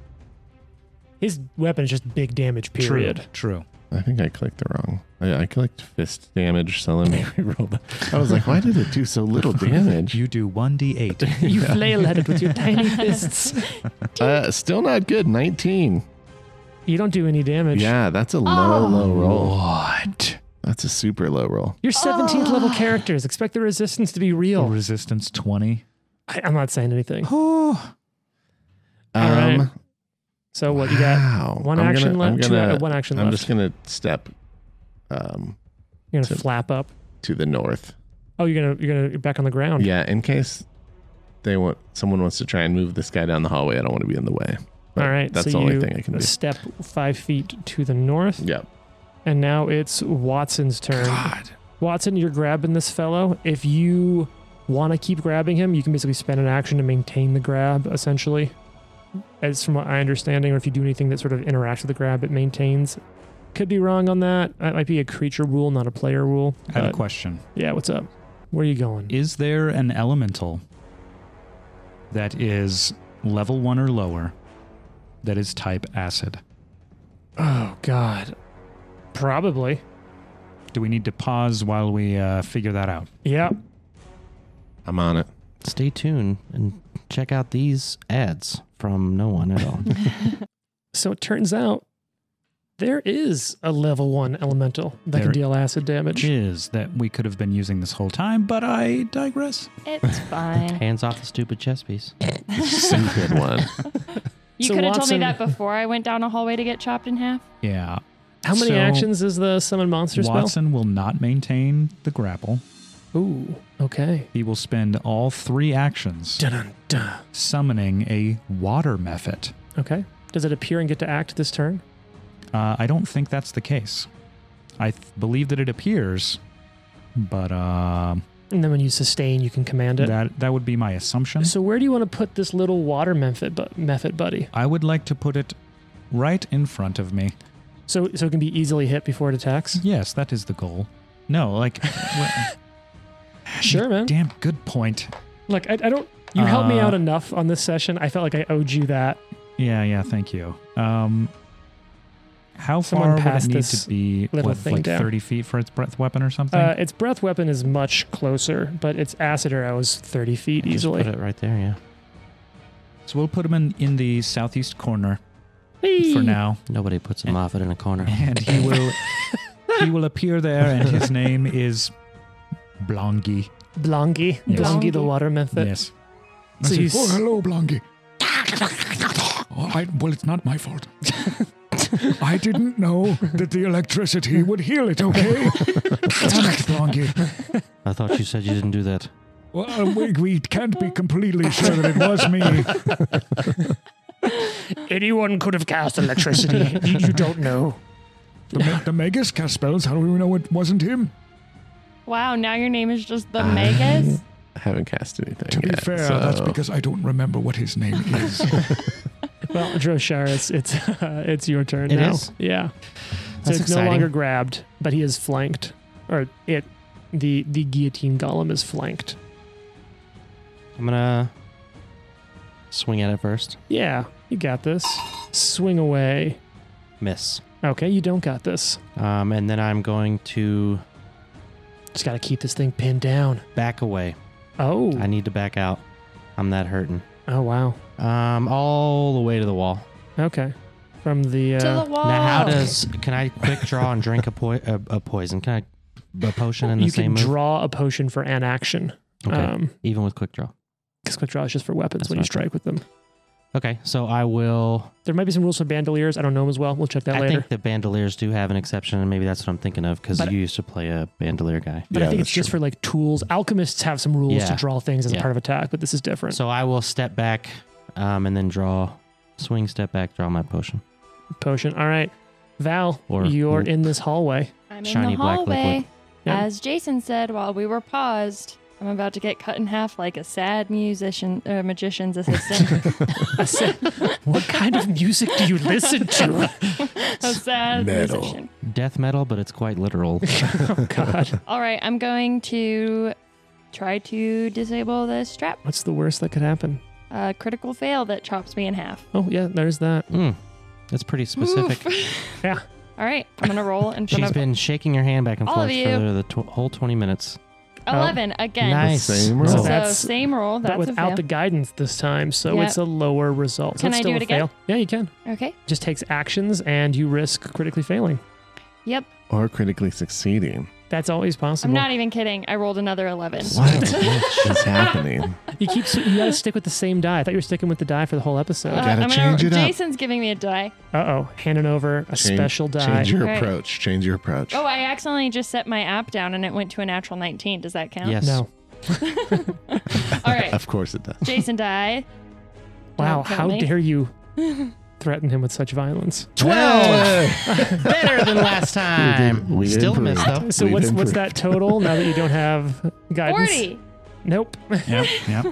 S2: his weapon is just big damage. Period.
S1: True. True.
S3: I think I clicked the wrong. I, I clicked fist damage, so let me reroll that. I was like, why did it do so little damage?
S1: You do 1d8.
S2: You flail at it with your tiny fists.
S3: Uh, still not good. 19.
S2: You don't do any damage.
S3: Yeah, that's a low,
S4: Oh.
S3: low roll.
S1: What?
S3: That's a super low roll.
S2: You're 17th level characters. Expect the resistance to be
S3: Oh.
S2: real.
S1: Resistance 20.
S2: I, I'm not saying anything.
S1: Oh,
S2: All right. So what you got?
S3: Um, Wow.
S2: One
S3: I'm
S2: action
S3: gonna- I'm
S2: left.
S3: gonna-
S2: two, uh, one action
S3: I'm
S2: left.
S3: just gonna step um,
S2: you're
S3: to-
S2: gonna flap up.
S3: to the north.
S2: Oh, you're gonna you're gonna you're back on the ground.
S3: Yeah, in case they want someone wants to try and move this guy down the hallway, I don't want to be in the way. But
S2: All right.
S3: That's
S2: so
S3: the only
S2: you
S3: thing I can do.
S2: Step five feet to the north,
S3: Yeah.
S2: and now it's Watson's turn.
S3: God.
S2: Watson, you're grabbing this fellow. If you want to keep grabbing him, you can basically spend an action to maintain the grab, essentially. As from what I understanding, or if you do anything that sort of interacts with the grab, it maintains. Could be wrong on that. That might be a creature rule, not a player rule.
S1: I have a
S2: but-
S1: question.
S2: yeah, what's up? Where are you going?
S1: Is there an elemental that is level 1 or lower that is type acid?
S2: Oh God. Probably.
S1: Do we need to pause while we uh, figure that out?
S2: Yeah.
S3: I'm on it.
S5: Stay tuned and check out these ads from no one at all.
S2: So it turns out there is a level one elemental that
S1: There-
S2: can deal acid damage.
S1: Jizz that we could have been using this whole time, but I digress.
S4: It's fine.
S5: Hands off the stupid chess piece.
S3: Stupid one.
S4: You
S2: So
S4: could have told me
S2: Watson-
S4: that before I went down a hallway to get chopped in half.
S1: Yeah.
S2: How many
S1: So-
S2: actions is the summon monster
S1: Watson will not maintain the grapple.
S2: spell? Ooh. Okay.
S1: He will spend all three actions
S2: Dun dun dun.
S1: summoning a water mephit.
S2: Okay. Does it appear and get to act this turn?
S1: Uh, I don't think that's the case. I th- believe that it appears, but uh,
S2: And then when you sustain, you can command it.
S1: that that would be my assumption.
S2: So where do you want to put this little water method, bu- method buddy?
S1: I would like to put it right in front of me.
S2: So so it can be easily hit before it attacks.
S1: Yes, that is the goal. No, like, wha-
S2: Sure, man.
S1: damn, good point.
S2: Look, I, I don't. You helped me
S1: Uh,
S2: out enough on this session. I felt like I owed you that.
S1: Yeah, yeah, thank you. Um, how
S2: Someone
S1: far would
S2: passed
S1: it need
S2: this
S1: to be?
S2: little
S1: What,
S2: thing
S1: like
S2: down.
S1: thirty feet for its breath weapon or something?
S2: Uh, its breath weapon is much closer, but its acid arrow is thirty feet
S5: Just
S2: easily.
S5: put it right there. Yeah.
S1: so we'll put him in in the southeast corner for
S2: Whee!
S1: now.
S5: Nobody puts a moffat in a corner.
S1: and he will he will appear there and his name is Blongi.
S2: Blongi,
S1: Yes.
S2: Blongi the
S4: Blongi.
S2: water method.
S1: yes.
S6: I
S2: So
S6: said,
S2: you
S6: oh,
S2: s-
S6: hello, Blonky. All right. Well, it's not my fault. I didn't know that the electricity would heal it. Okay. Damn it, Blonky.
S5: I thought you said you didn't do that.
S6: Well, uh, we, we can't be completely sure that it was me.
S2: anyone could have cast electricity. you, you don't know.
S6: The, ma- the Magus cast spells. How do we know it wasn't him?
S4: Wow, now your name is just
S2: Uh,
S4: the Magus?
S3: I haven't cast anything.
S6: To be
S3: yet,
S6: fair,
S3: so-
S6: that's because I don't remember what his name is.
S2: Well, Droshar, it's it's uh, it's your turn
S5: It
S2: now.
S5: is?
S2: Yeah. so
S5: That's
S2: it's
S5: exciting.
S2: no longer grabbed, but he is flanked, or it the the guillotine golem is flanked.
S5: I'm gonna swing at it first.
S2: Yeah, you got this. Swing away.
S5: Miss.
S2: Okay, you don't got this.
S5: Um, and then I'm going to
S2: Just got to keep this thing pinned down.
S5: back away.
S2: Oh.
S5: I need to back out. I'm that hurting.
S2: oh wow.
S5: Um, all the way to the wall.
S2: Okay. From the uh,
S4: To the wall.
S5: Now, how does can I quick draw and drink a, poi- a, a poison? Can I a potion in the
S2: you
S5: same
S2: can
S5: move?
S2: draw a potion for an action.
S5: Okay.
S2: Um,
S5: Even with quick draw.
S2: because quick draw is just for weapons
S5: That's
S2: when you
S5: what I thought.
S2: strike with them.
S5: Okay, so I will.
S2: There might be some rules for bandoliers. I don't know them as well. We'll check that
S5: I
S2: later.
S5: think the bandoliers do have an exception, and maybe that's what I'm thinking of because
S2: But-
S5: you used to play a bandolier guy.
S2: But I
S3: Yeah,
S2: think it's
S3: that's
S2: just for like tools. Alchemists have some rules to
S5: Yeah.
S2: draw things as a
S5: Yeah.
S2: part of attack, but this is different.
S5: So I will step back, um, and then draw, swing, step back, draw my potion.
S2: Potion. All right. Val,
S5: Or-
S2: you're in this hallway.
S4: I'm
S5: Shiny
S4: in the
S5: black liquid.
S4: hallway.
S2: Yep.
S4: As Jason said while we were paused, I'm about to get cut in half like a sad musician, uh, magician's assistant.
S2: what kind of music do you listen to?
S4: a sad
S3: Metal.
S4: musician.
S5: Death metal, but it's quite literal.
S2: oh, God.
S4: All right, I'm going to try to disable this trap.
S2: What's the worst that could happen?
S4: A critical fail that chops me in half.
S2: Oh, yeah, there's that.
S5: mm, that's pretty Hmm. specific.
S4: Oof.
S2: Yeah.
S4: All right, I'm gonna roll in front
S5: She's
S4: of
S5: been shaking her hand back and
S4: All
S5: forth
S4: of you.
S5: for the tw- whole 20 minutes.
S4: eleven again.
S5: Nice.
S3: same
S5: So
S3: roll.
S4: So
S2: oh, That's-
S4: same roll.
S2: but
S4: That's a
S2: without
S4: fail.
S2: the guidance this time, so
S4: Yep.
S2: it's a lower result. So
S4: Can
S2: it's
S4: I
S2: still
S4: do it
S2: a fail.
S4: again?
S2: Yeah, you can.
S4: okay.
S2: Just takes actions and you risk critically failing.
S4: Yep.
S3: Or critically succeeding.
S2: That's always
S4: I'm
S2: possible.
S4: not even kidding. I rolled another eleven.
S3: What is happening?
S2: you keep s- you gotta stick with the same die. I thought you were sticking with the die for the whole episode.
S4: Uh,
S2: Uh
S3: Gotta
S4: I'm gonna,
S3: change it up.
S4: Jason's giving me a die.
S2: oh, handing over a
S3: Change-
S2: special die.
S3: Change your
S4: Right.
S3: approach. Change your approach.
S4: Oh, I accidentally just set my app down and it went to a natural 19. Does that count?
S5: Yes.
S2: No.
S4: All right.
S3: Of course it does.
S4: Jason die.
S2: Wow,
S4: Don't kill
S2: how
S4: me.
S2: dare you threaten him with such violence?
S5: 12! Better than last time.
S3: We did- we
S5: Still
S3: improved.
S5: missed though.
S2: So
S3: We've
S2: what's what's
S3: improved.
S2: that total now that you don't have guidance?
S4: 40.
S2: Nope.
S1: Yep, yep.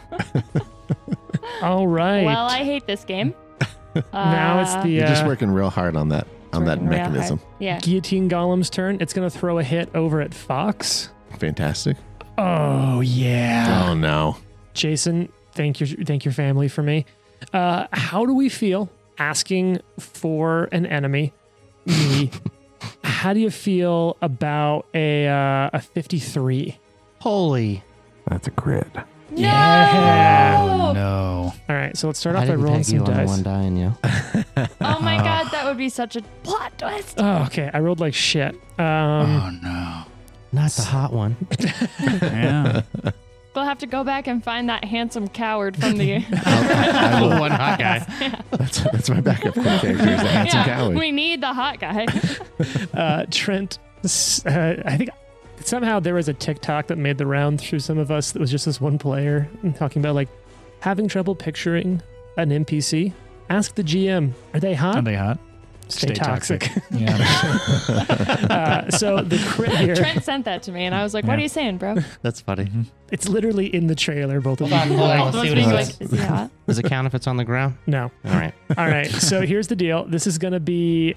S2: All right.
S4: Well, I hate this game.
S2: now it's
S4: Uh,
S2: the
S3: You're just
S2: uh,
S3: working real hard on that on that
S4: working real
S3: mechanism.
S4: hard. Yeah.
S2: guillotine golem's turn. It's gonna throw a hit over at Fox.
S3: Fantastic.
S2: Oh yeah.
S3: Oh no.
S2: Jason, thank your thank your family for me. Uh, how do we feel asking for an enemy? Me. how do you feel about a uh, a fifty three?
S5: Holy.
S8: That's a crit.
S4: No!
S1: Oh, no.
S2: All right, so let's start
S5: I
S2: off by
S5: didn't
S2: rolling
S5: peg you
S2: some
S5: on the
S2: dice.
S5: one die and you.
S4: Oh my god, that would be such a plot twist.
S2: Oh, okay. I rolled like shit. Um,
S1: oh no.
S5: Not the hot one.
S1: Yeah.
S4: We'll have to go back and find that handsome coward from the.
S3: I will-
S1: one hot guy.
S3: that's, that's my backup character. Is the handsome
S4: yeah,
S3: coward.
S4: we need the hot guy.
S2: uh, Trent, s- uh, I think somehow there was a TikTok that made the round through some of us that was just this one player talking about like having trouble picturing an NPC. Ask the GM, are they hot?
S1: Are they hot?
S2: Stay, toxic.
S1: yeah.
S2: uh, so the crit here,
S4: Trent sent that to me, and I was like, "What are
S1: Yeah.
S4: you saying, bro?"
S5: That's funny.
S1: Mm-hmm.
S2: it's literally in the trailer, both of you.
S4: All
S5: Let's
S4: those
S5: see what he
S4: being
S5: says.
S4: like, "Is he hot?"
S5: Does it count if it's on the ground?
S2: No.
S5: All right.
S2: All right. So here's the deal. This is going to be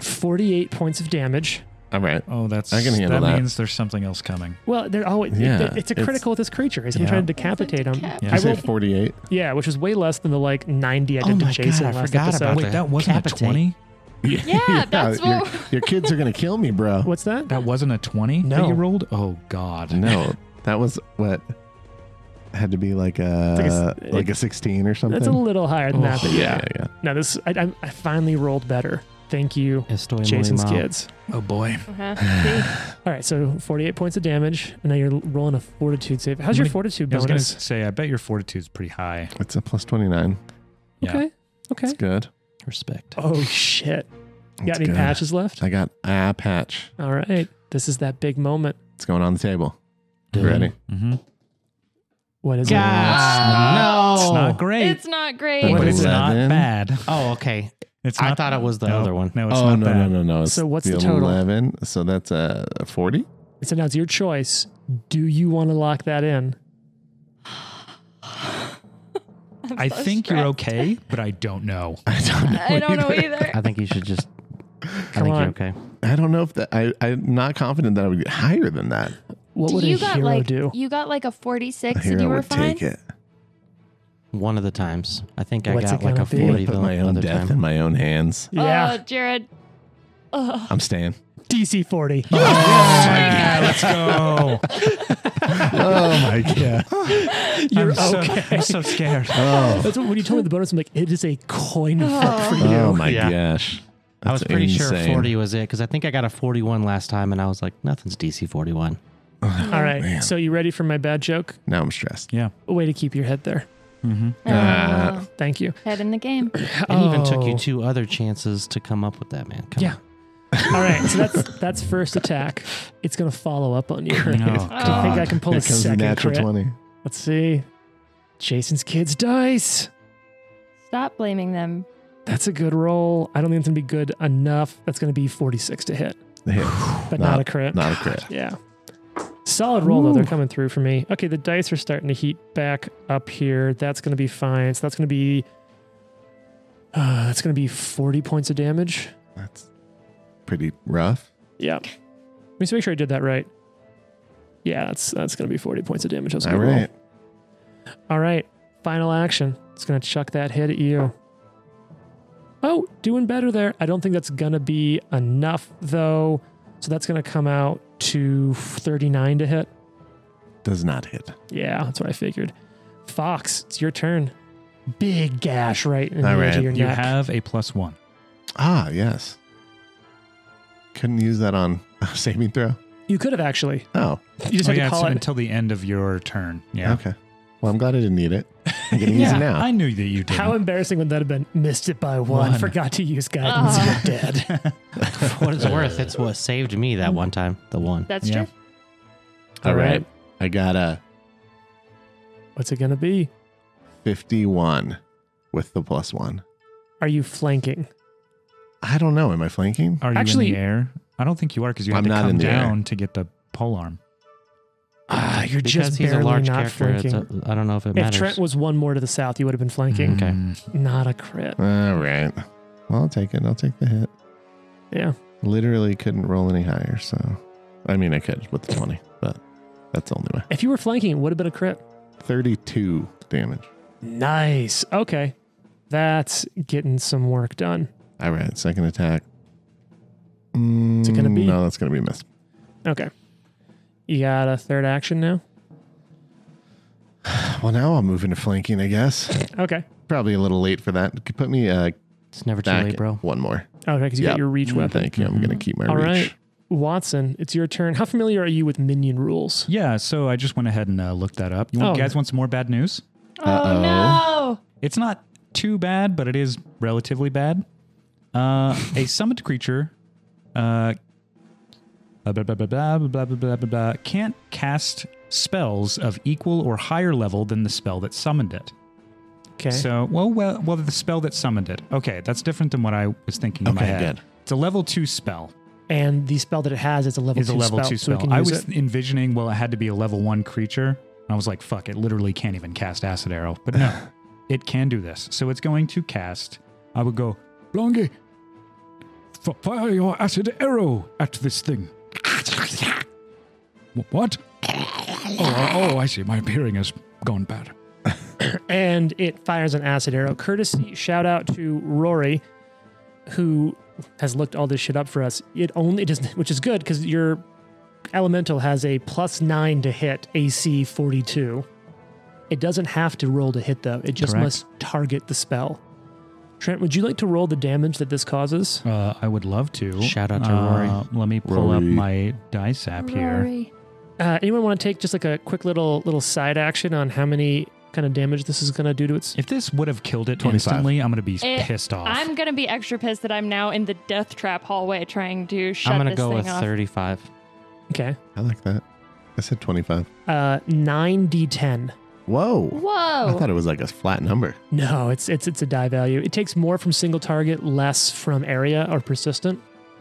S2: 48 points of damage.
S3: All right.
S1: Oh, that's.
S3: I can handle that.
S1: means there's something else coming.
S2: Well, they're always, it-
S3: Yeah,
S2: it- it's a
S3: it's-
S2: critical with this creature. He's
S1: Yeah.
S2: trying to decapitate him.
S4: Decap-
S1: Yeah.
S3: I
S1: I
S3: said
S1: will-
S3: 48.
S2: Yeah, which was way less than the like 90 I
S5: Oh
S2: did
S5: my
S2: to
S5: God,
S2: Jason
S5: I
S2: last
S5: forgot
S2: episode.
S5: about
S1: Wait,
S5: that.
S1: that wasn't a
S5: Capitate.
S1: 20?
S4: Yeah, that's
S3: your,
S4: what.
S3: your kids are gonna kill me, bro.
S2: What's that?
S1: That wasn't a 20
S2: No.
S1: that you rolled? Oh, God.
S3: No, that was what had to be like a
S2: like
S3: like
S2: a
S3: a,
S2: s- it-
S3: 16 or something.
S2: That's a little higher than that. But yeah.
S3: yeah, yeah.
S2: No, this I, I, I finally rolled better. Thank you,
S5: Estoy muy
S2: Jason's
S5: mal.
S2: kids.
S1: Oh, boy.
S4: Uh-huh.
S2: All right, so 48 points of damage, and now you're rolling a fortitude save. How's
S1: I'm
S2: your
S1: gonna-
S3: Mm-hmm.
S2: fortitude
S1: I was going to
S2: bonus?
S1: say, I bet your fortitude's pretty high.
S3: It's a plus 29.
S1: Yeah.
S2: Okay. Okay.
S3: It's good.
S5: Respect.
S2: Oh shit! You
S3: It's
S2: got any
S3: good.
S2: patches left?
S3: I got a patch.
S2: All right. This is that big moment.
S3: It's going on the table.
S5: Dude.
S3: Ready?
S1: Mm-hmm.
S2: What is
S5: God,
S1: It's
S5: no.
S1: not great,
S4: it's not great.
S2: What
S1: but it's
S2: is
S1: not
S3: Eleven.
S1: bad.
S5: Oh, okay.
S1: It's
S5: I
S1: not-
S5: thought it was the
S1: no,
S5: other one.
S1: No, it's
S3: oh
S1: not
S3: no,
S1: bad.
S3: no no no It's
S2: So what's the total?
S3: Eleven. So that's a a forty.
S2: it? So now it's your choice. Do you want to lock that in?
S1: I think you're okay, but I don't know.
S3: I don't know.
S4: I don't know either.
S5: I think you should just. I
S2: Come
S5: think you're
S2: on.
S5: okay.
S3: I don't know if that. I I'm not confident that I would get higher than that.
S2: What would
S4: you
S2: a
S4: got
S2: hero
S4: like uh,
S2: do?
S4: you got like a
S3: A
S4: 46 and
S3: hero
S4: you were
S3: would
S4: fine.
S3: take it.
S5: One of the times. I think I
S2: What's
S5: got
S2: it
S5: like
S2: gonna
S5: a
S2: be?
S5: 40
S3: Put
S5: the
S3: my own
S5: other
S3: death
S5: time.
S3: in my own hands.
S4: Oh, Jared. Ugh.
S3: I'm staying.
S2: DC 40.
S1: Yeah, let's go.
S3: oh my god.
S2: You're
S1: I'm so,
S2: okay.
S1: I'm so scared.
S3: Oh.
S2: That's what, when you told me the bonus, I'm like, it is a coin flip for you.
S3: Oh my
S5: Yeah.
S3: gosh.
S5: I was
S3: That's
S5: pretty sure
S3: insane.
S5: 40 was it because I think I got a 41 last time and I was like, nothing's DC 41.
S2: All right.
S3: Man.
S2: So you ready for my bad joke?
S3: Now I'm stressed.
S1: Yeah.
S2: Way to keep your head there.
S1: Mm-hmm.
S3: Uh,
S2: Thank you.
S4: Oh, head in the game.
S5: It even
S2: Oh.
S5: took you two other chances to come up with that, man. Come
S2: Yeah. All right. So that's that's first attack. It's gonna follow up on you. Do you think
S1: Oh, God.
S2: I can pull
S3: Here
S2: a
S3: comes the
S2: second
S3: natural
S2: crit?
S3: twenty.
S2: Let's see. Jason's kids dice.
S4: Stop blaming them.
S2: That's a good roll. I don't think it's gonna be good enough. That's gonna be 46 to hit,
S3: The hit.
S2: but not,
S3: Not-
S2: a crit.
S3: Not a crit.
S2: Yeah. Solid roll though. They're
S1: Ooh.
S2: coming through for me. Okay, the dice are starting to heat back up here. That's going to be fine. So that's going to be uh, that's going to be 40 points of damage.
S3: That's pretty rough.
S2: Yeah. Let me just make sure I did that right. Yeah, that's that's going to be 40 points of damage. That's a
S3: All
S2: good
S3: right.
S2: roll. All right. Final action. It's going to chuck that hit at you. Oh, doing better there. I don't think that's going to be enough, though. So that's going to come out to 39 to hit.
S3: Does not hit.
S2: Yeah, that's what I figured. Fox, it's your turn. Big gash right in
S3: All
S2: the edge of
S3: right.
S2: your
S1: You
S2: neck.
S1: have a plus one.
S3: Ah, yes. Couldn't use that on saving throw.
S2: you could have actually.
S3: Oh,
S2: You just
S1: Oh,
S2: had
S1: yeah,
S2: to
S1: it's
S2: call it.
S1: until the end of your turn. Yeah.
S3: okay. Well, I'm glad I didn't need it. I'm gonna use
S2: Yeah,
S3: it now.
S1: I knew that you did.
S2: How embarrassing would that have been? Missed it by one.
S1: One.
S2: Forgot to use guidance.
S4: Uh-huh.
S2: You're dead.
S5: For what it's worth, it's what saved me that one time. The one.
S4: That's
S1: Yeah.
S4: true.
S3: All right. I got a
S2: What's it going to be?
S3: 51 with the plus one.
S2: Are you flanking?
S3: I don't know. Am I flanking?
S1: Are you
S2: Actually-
S1: in the air? I don't think you are because you
S3: I'm
S1: had to
S3: not in
S1: come
S3: the air.
S1: down to get the pole arm.
S2: Ah, you're
S5: Because
S2: just
S5: he's a
S2: barely
S5: large
S2: not
S5: character, it's
S2: flanking.
S5: a, I don't know if it
S2: if
S5: matters.
S2: Trent was one more to the south, you would have been flanking.
S5: Okay.
S1: Mm,
S2: Not a crit.
S3: All right. Well, I'll take it. I'll take the hit.
S2: Yeah.
S3: Literally couldn't roll any higher. So, I mean, I could with the 20, but that's the only way.
S2: If you were flanking, it would have been a crit.
S3: 32 damage.
S2: Nice. Okay. That's getting some work done.
S3: All right. Second attack. Mm,
S2: it gonna be?
S3: No, that's going to be missed.
S2: Okay. You got a third action now?
S3: Well, now I'll move into flanking, I guess.
S2: Okay.
S3: Probably a little late for that. Could put me uh,
S5: It's never too
S3: back
S5: late, bro.
S3: one more.
S2: Okay, because you
S3: Yep.
S2: got your reach weapon.
S3: Thank you. I'm going to keep my
S2: All
S3: reach.
S2: right. Watson, it's your turn. How familiar are you with minion rules?
S1: Yeah, so I just went ahead and uh, looked that up. You want,
S2: Oh.
S1: guys want some more bad news?
S4: Oh no.
S1: It's not too bad, but it is relatively bad. Uh, a summoned creature uh, blah, blah, blah, blah, blah, blah, blah, blah, blah, blah, can't cast spells of equal or higher level than the spell that summoned it.
S2: Okay.
S1: So, well, well, well, the spell that summoned it. Okay, that's different than what I was thinking in my
S3: Okay,
S1: head.
S3: good.
S1: It's a level two spell.
S2: and the spell that it has is a level
S1: is a
S2: two
S1: level
S2: spell.
S1: two
S2: so
S1: spell.
S2: we can
S1: I
S2: use
S1: was
S2: it.
S1: envisioning, well, it had to be a level one creature. And I was like, fuck, it literally can't even cast Acid Arrow. But no, it can do this. So it's going to cast. I would go,
S6: Blongi, f- fire your acid arrow at this thing. Wh- What? Oh, I- oh, I see. My hearing has gone bad.
S2: and it fires an acid arrow. Courtesy shout out to Rory, who has looked all this shit up for us. It only it does, which is good because your elemental has a plus nine to hit AC forty two. It doesn't have to roll to hit though. It just
S1: Correct.
S2: must target the spell. Trent, would you like to roll the damage that this causes?
S1: uh, I would love to.
S5: Shout out to
S1: Uh,
S5: Rory.
S1: Let me pull up
S3: Rory.
S1: my dice app here.
S4: Rory.
S2: Uh, anyone want to take just like a quick little little side action on how many kind of damage this is going to do to its?
S1: If this would have killed it
S3: 25.
S1: instantly, I'm going to be
S4: Eh,
S1: pissed off.
S4: I'm gonna be extra pissed that I'm now in the death trap hallway trying to shut
S5: I'm gonna
S4: this
S5: go
S4: thing
S5: with
S4: off.
S5: 35.
S2: Okay,
S3: I like that. I said 25.
S2: uh, nine d ten.
S3: Whoa. I
S4: Whoa.
S3: thought it was like a flat number.
S2: No, it's it's it's a die value. It takes more from single target, less from area or persistent.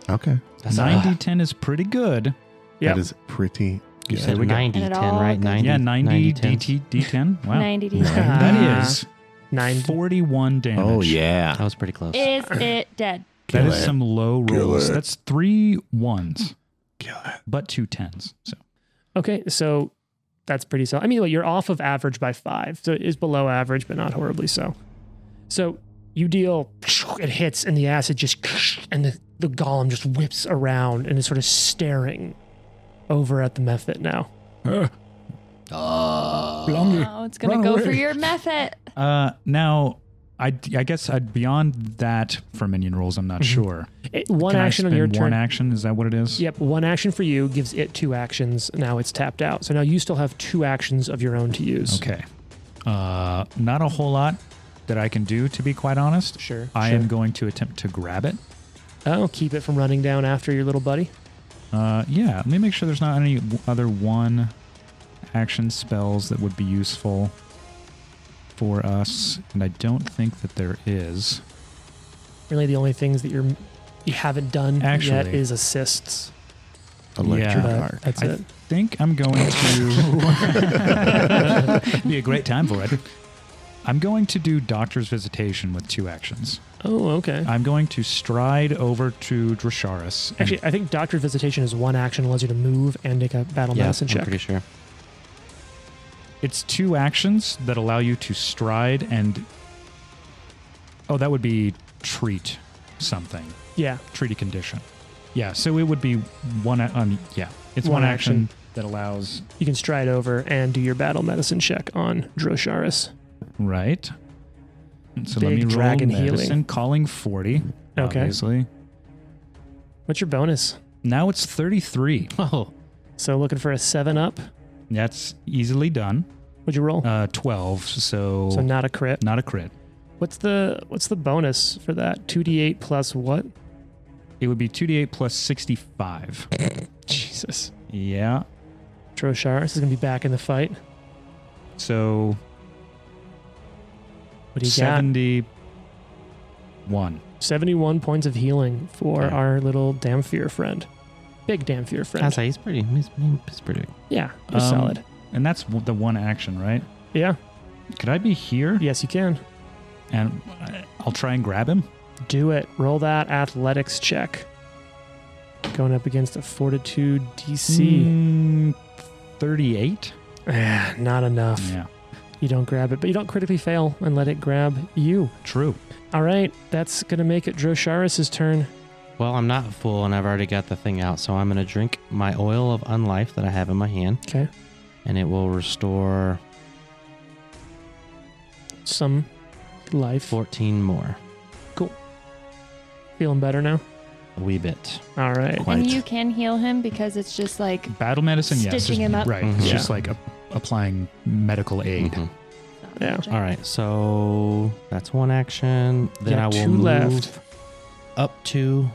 S3: Okay.
S5: That's
S1: 9d10 is pretty good.
S2: Yeah.
S3: That is pretty
S5: You
S3: good.
S5: said
S1: we go.
S5: 90,
S4: And it
S5: 10,
S4: all
S5: right?
S4: goes-
S5: 90,
S1: yeah, 90
S5: 10.
S1: DT, D10. Wow.
S4: 90
S1: That is
S2: Nine.
S1: 41 damage.
S3: Oh, yeah.
S5: That was pretty close.
S4: Is it dead?
S1: That
S3: Kill
S1: is
S3: it.
S1: some low
S3: Kill
S1: rolls.
S3: it.
S1: That's three ones,
S3: Kill it.
S1: but two tens. So
S2: Okay, so that's pretty solid. I mean, well, you're off of average by five, so it is below average, but not horribly so. So you deal, it hits, and the acid just, and the, the golem just whips around and is sort of staring over at the method now.
S6: Uh, Blongi,
S4: Oh, it's gonna
S6: Run
S4: go
S6: away.
S4: for your method.
S1: uh, now, I, I guess I'd beyond that for minion rolls. I'm not sure.
S2: It- Mm-hmm. one
S1: Can I
S2: action on
S1: spend
S2: your
S1: one
S2: turn.
S1: action is that what it is?
S2: Yep, one action for you gives it two actions. Now it's tapped out. So now you still have two actions of your own to use.
S1: Okay. Uh, not a whole lot that I can do, to be quite honest.
S2: Sure.
S1: I
S2: sure.
S1: am going to attempt to grab it.
S2: Oh, keep it from running down after your little buddy.
S1: Uh, yeah. Let me make sure there's not any w- other one action spells that would be useful for us, and I don't think that there is.
S2: Really, the only things that you're you haven't done yet
S1: Actually-
S2: is assists.
S3: Electric
S1: Yeah.
S3: arc.
S2: But that's
S1: I
S2: it.
S1: think I'm going to be a great time for it. I'm going to do doctor's visitation with two actions.
S2: Oh, okay.
S1: I'm going to stride over to Drasharis. and-
S2: Actually, I think Doctor Visitation is one action allows you to move and make a battle
S5: yeah,
S2: medicine
S5: I'm
S2: check.
S5: pretty sure.
S1: it's two actions that allow you to stride and. Oh, that would be treat something,
S2: Yeah.
S1: treat a condition. Yeah, so it would be one. a- Um, yeah, it's one,
S2: One
S1: action,
S2: action.
S1: that allows.
S2: You can stride over and do your battle medicine check on Drosharis.
S1: Right. And So let
S2: Big
S1: me roll
S2: dragon healing.
S1: medicine, calling forty.
S2: Okay.
S1: Obviously.
S2: What's your bonus?
S1: Now it's thirty-three.
S5: Oh,
S2: So looking for a seven up.
S1: That's easily done.
S2: Would you roll?
S1: Uh, twelve. So,
S2: so not a crit.
S1: not a crit.
S2: What's the what's the bonus for that? Two d eight plus what?
S1: It would be two d eight plus sixty-five.
S2: Jesus.
S1: yeah.
S2: Drosharis is gonna be back in the fight.
S1: So
S2: What do you got?
S1: seventy-one.
S2: Seventy one points of healing for
S1: Yeah.
S2: our little Damphir friend. Big Damphir friend.
S5: I say he's pretty. He's, he's pretty. Big.
S2: yeah, you're
S1: Um,
S2: solid.
S1: And that's w- the one action, right?
S2: Yeah.
S1: Could I be here?
S2: Yes, you can.
S1: And I- I'll try and grab him.
S2: Do it. Roll that athletics check. Going up against a fortitude DC.
S1: Mm, 38.
S2: Eh, not enough.
S1: Hmm. Yeah.
S2: You don't grab it, but you don't critically fail and let it grab you.
S1: True.
S2: All right, that's going to make it Drosharis' turn.
S5: Well, I'm not full, and I've already got the thing out, so I'm gonna drink my oil of unlife that I have in my hand,
S2: Okay.
S5: and it will restore
S2: Some life.
S5: 14 more,
S2: Feeling better now?
S5: a wee bit.
S2: All right.
S5: Quite.
S4: And you can heal him because it's just like
S1: Battle medicine, yes. just-
S4: Stitching him up.
S1: Right.
S5: Mhm.
S1: It's
S5: Yeah.
S1: just like a, applying medical aid.
S5: Mhm.
S4: not
S2: Yeah.
S4: magic.
S5: All right, so that's one action. Then
S2: Yeah,
S5: I will
S2: two
S5: move
S2: left.
S5: up to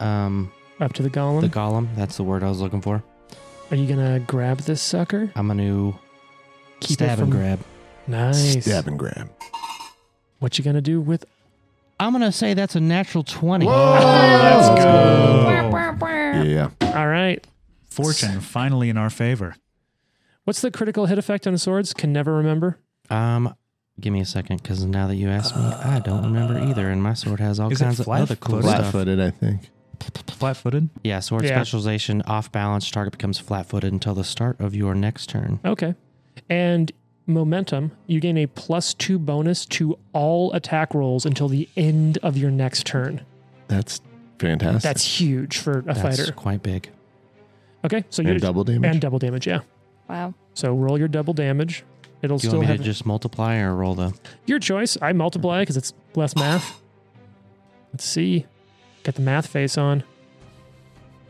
S5: um
S2: Up to the golem.
S5: the golem. That's the word I was looking for.
S2: Are you going to grab this sucker?
S5: I'm gonna
S2: Keep it
S5: stab and
S2: from-
S5: grab.
S2: Nice.
S3: Stab and grab.
S2: What you going to do with
S5: I'm gonna say that's a natural 20.
S2: let's
S1: go.
S4: Wah, wah, wah.
S3: Yeah.
S2: All right.
S1: Fortune finally in our favor.
S2: What's the critical hit effect on swords? Can never remember.
S5: Um, give me a second, because now that you asked me, I don't remember either, and my sword has all
S1: Is it
S5: kinds of
S1: flat
S5: other cool
S1: footed?
S5: stuff.
S3: Flat footed, I think.
S1: Flat footed.
S5: Yeah, sword
S2: Yeah.
S5: specialization, off balance, target becomes flat footed until the start of your next turn.
S2: Okay. And momentum, you gain a plus two bonus to all attack rolls until the end of your next turn.
S3: That's fantastic.
S2: That's huge for a
S5: That's
S2: fighter.
S5: quite big.
S2: Okay, so you're
S3: and double damage.
S2: and double damage. Yeah.
S4: Wow.
S2: So roll your double damage. It'll
S5: Do you
S2: still
S5: want me
S2: have
S5: to just multiply or roll the?
S2: your choice. I multiply because it's less math. Let's see. Got the math face on.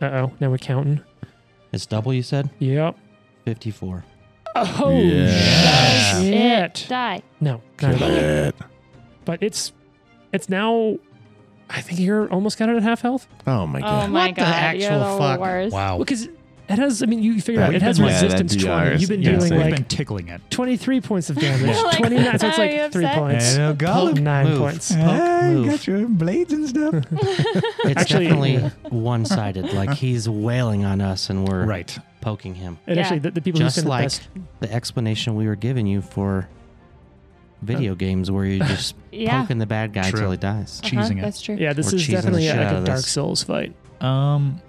S2: Uh oh. Now we're counting.
S5: It's double. You said
S2: Yep.
S5: fifty-four.
S2: Oh
S3: Yeah.
S2: shit!
S4: Die.
S2: No, not at
S3: Kill
S2: all.
S3: it.
S2: But it's it's now. I think you're almost got it at half health.
S3: Oh my
S4: Oh
S3: god.
S4: my
S5: What the
S4: god.
S5: actual
S4: You're the
S5: fuck?
S4: worst.
S1: Wow.
S2: Because it has, I mean, you figure
S3: That-
S2: out it has
S3: yeah, that
S2: resistance
S3: DR
S2: 20.
S3: is
S2: You've been
S3: Yeah,
S2: dealing
S3: insane.
S1: I've
S2: like
S1: been tickling it.
S2: 23 points of damage,
S4: Like,
S2: 29, so it's
S4: are you
S2: like three
S4: upset?
S2: points.
S1: Hello, golem.
S2: 9
S5: Move.
S2: points.
S5: Ah, you got
S1: your blades and stuff.
S5: It's
S2: Actually-
S5: definitely one-sided. Like he's wailing on us, and we're
S1: right.
S5: poking him.
S2: And
S4: Yeah.
S2: actually, the, the people
S5: Just
S2: who send
S5: like-
S2: the best,
S5: The explanation we were giving you for
S2: Uh,
S5: video games, where you just
S4: Yeah.
S5: poking the bad guy
S1: True.
S5: till he dies.
S4: Uh-huh,
S1: Cheesing it.
S4: That's true.
S2: yeah, this
S5: We're
S2: is
S5: cheesing the
S2: definitely
S5: shit
S2: like
S5: out
S2: a
S5: of
S2: Dark
S5: this.
S2: Souls fight.
S1: Um,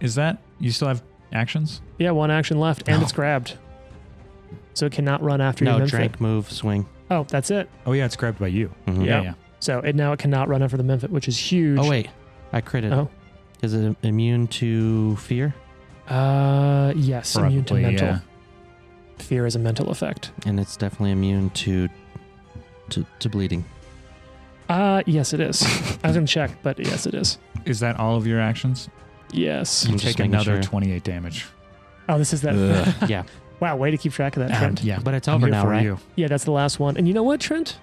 S1: is that you still have actions?
S2: Yeah, one action left, and
S1: No.
S2: it's grabbed. So it cannot run after your
S5: No,
S2: Memphit.
S5: drink, move, swing.
S2: Oh, that's it.
S1: Oh yeah, it's grabbed by you.
S5: Mhm.
S2: Yeah. So it now it cannot run after the Memphit, which is huge.
S5: Oh wait, I critted.
S2: Oh.
S5: Is it immune to fear?
S2: Uh, yes, immune to
S1: Probably,
S2: mental.
S1: yeah.
S2: Fear is a mental effect.
S5: And it's definitely immune to to, to bleeding.
S2: Uh, yes, it is. I was going to check, but yes, it is.
S1: Is that all of your actions?
S2: Yes.
S5: I'm
S1: You
S5: just
S1: take
S5: making
S1: another
S5: sure.
S1: 28 damage.
S2: Oh, this is that.
S3: Ugh.
S5: Yeah.
S2: Wow, way to keep track of that,
S1: Um,
S2: Trent.
S1: yeah,
S5: But it's
S1: I'm
S5: over
S1: here
S5: now,
S1: for
S5: right?
S1: you.
S2: Yeah, that's the last one. And you know what, Trent?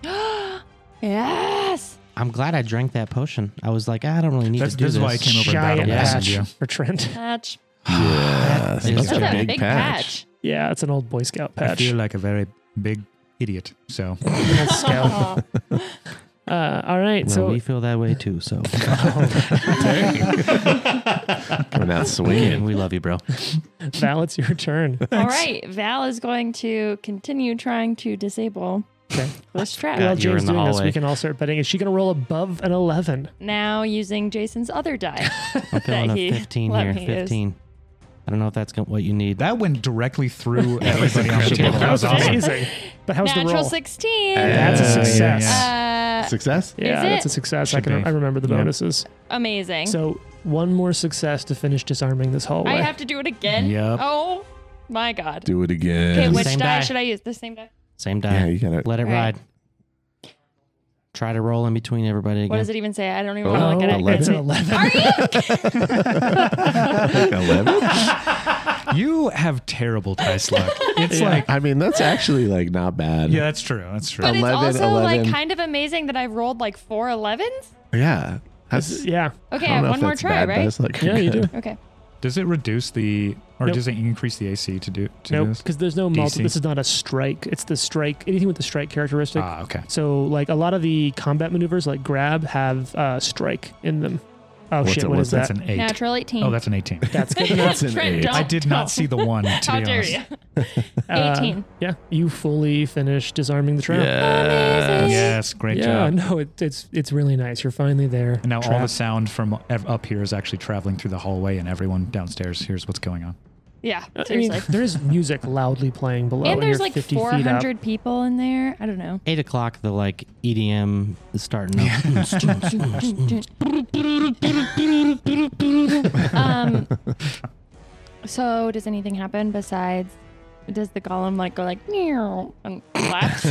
S4: yes.
S5: I'm glad I drank that potion. I was like, "Ah, I don't really need
S1: That's-
S5: to do
S1: this is
S5: this.
S1: why I came over and
S2: Giant
S1: battled
S5: Yeah.
S2: patch
S1: Yeah.
S2: for Trent.
S4: Patch.
S3: Yes.
S5: Is
S3: That's
S5: that
S3: a
S4: That's
S3: big, patch.
S2: Yeah, it's an old Boy Scout
S1: I
S2: patch.
S1: feel like a very big idiot. So
S2: Little scout. Uh, all right,
S5: Well,
S2: so
S5: we feel that way too. So
S3: Coming out swinging.
S5: we love you, bro.
S2: Val, it's your turn.
S4: All right. Val is going to continue trying to disable
S2: Okay.
S4: this trap.
S5: Got
S2: While
S5: you were
S2: Jane's
S5: in the
S2: doing this, we
S5: hallway.
S2: can all start betting. Is she going to roll above an 11?
S4: Now using Jason's other die.
S5: I'm feeling a
S4: he
S5: 15
S4: let
S5: here.
S4: me use.
S5: 15. I don't know if that's gonna, what you need.
S1: that went directly through everybody on the table. That was awesome.
S2: amazing. But how's the
S4: Natural Uh,
S2: roll?
S4: 16.
S2: That's a
S1: Yeah, yeah,
S2: success.
S1: yeah.
S4: Uh,
S3: Success?
S2: Yeah,
S4: Is
S2: that's
S4: it?
S2: a success. I
S1: Should
S2: can
S1: be.
S2: I remember the
S1: Yeah.
S2: bonuses.
S4: amazing.
S2: So one more success to finish disarming this hallway.
S4: I have to do it again.
S1: Yep.
S4: Oh my god.
S3: Do it
S4: Okay,
S3: again.
S4: which
S5: Same
S4: die
S5: die.
S4: should I use? The same die.
S5: Same
S3: yeah,
S5: die.
S3: you gotta.
S5: Let it
S4: All right.
S5: ride. Try to roll in between everybody again.
S4: What does it even say? I don't even
S3: Oh,
S4: want to look at it.
S3: eleven.
S2: it's
S4: It's-
S2: an 11.
S4: Are you?
S3: Like 11?
S1: You have terrible dice luck. It's like,
S3: I mean, that's actually like not bad.
S1: yeah, that's true. That's true.
S4: But
S3: Eleven,
S4: it's also like
S3: 11.
S4: kind of amazing that I've rolled like four 11s.
S3: Yeah. That's,
S2: Yeah.
S4: Okay,
S3: I
S4: I
S3: don't
S4: have
S3: know
S4: one
S3: if
S4: more
S3: that's
S4: try,
S3: bad,
S4: right?
S3: That's like
S2: Yeah, you do.
S4: Okay.
S1: Does it reduce the, or
S2: Nope.
S1: does it increase the AC to do to
S2: Nope.
S1: this?
S2: Because there's no multi.
S1: DC.
S2: This is not a strike. It's the strike. Anything with the strike characteristic.
S1: Ah, okay.
S2: So like a lot of the combat maneuvers, like grab, have uh, strike in them. Oh
S3: What's
S2: shit!
S3: it-
S2: What
S3: what's
S2: is
S1: That's
S2: that?
S1: an eight.
S4: Natural 18.
S1: Oh, that's an 18.
S2: That's good.
S3: That's an
S4: Trent,
S3: eight.
S4: don't-
S1: I did
S4: don't.
S1: not see the one, to
S4: How
S1: be
S4: dare
S1: honest.
S4: you?
S2: Uh,
S4: 18.
S2: yeah, you fully finish disarming the
S3: uh,
S2: trap.
S3: Yes.
S1: Yes, great
S2: yeah,
S1: job.
S2: no, it, it's it's really nice. You're finally there.
S1: And now all
S2: Trap.
S1: the sound from ev- up here is actually traveling through the hallway, and everyone downstairs hears what's going on.
S4: Yeah,
S2: I mean,
S4: Oh, seriously.
S2: there is music loudly playing below.
S4: and there's
S2: you're
S4: like
S2: 50 feet up.
S4: 400 people in there. I don't know.
S5: Eight o'clock, the like EDM is starting up.
S4: um, so does anything happen besides? Does the golem like go like meow and collapse?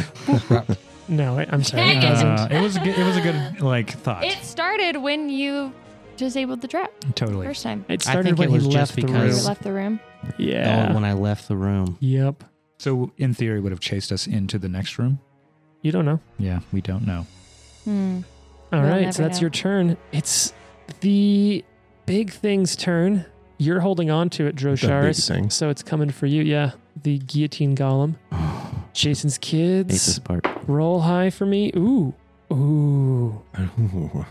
S2: No, I, I'm sorry.
S4: Dang
S2: it doesn't.
S1: Uh, it was a good, it was a good like thought.
S4: it started when you disabled the trap
S1: totally.
S4: first time.
S2: It
S5: I
S2: started
S5: think
S2: when
S5: it was
S2: he left
S5: just
S2: the
S4: You
S5: because-
S2: room.
S4: left the room.
S5: Oh,
S2: Yeah.
S5: when I left the room.
S2: Yep.
S1: So in theory, would have chased us into the next room.
S2: You don't know.
S1: Yeah, we don't know.
S4: Hmm.
S2: All
S4: We'll
S2: right,
S4: never
S2: so that's
S4: know.
S2: your turn. It's the big thing's turn. You're holding on to it,
S3: thing.
S2: Drosharis. So it's coming for you. Yeah, the guillotine golem. Jason's
S5: Hate this
S2: kids.
S5: part.
S2: Roll high for me. Ooh, ooh.
S3: Ooh.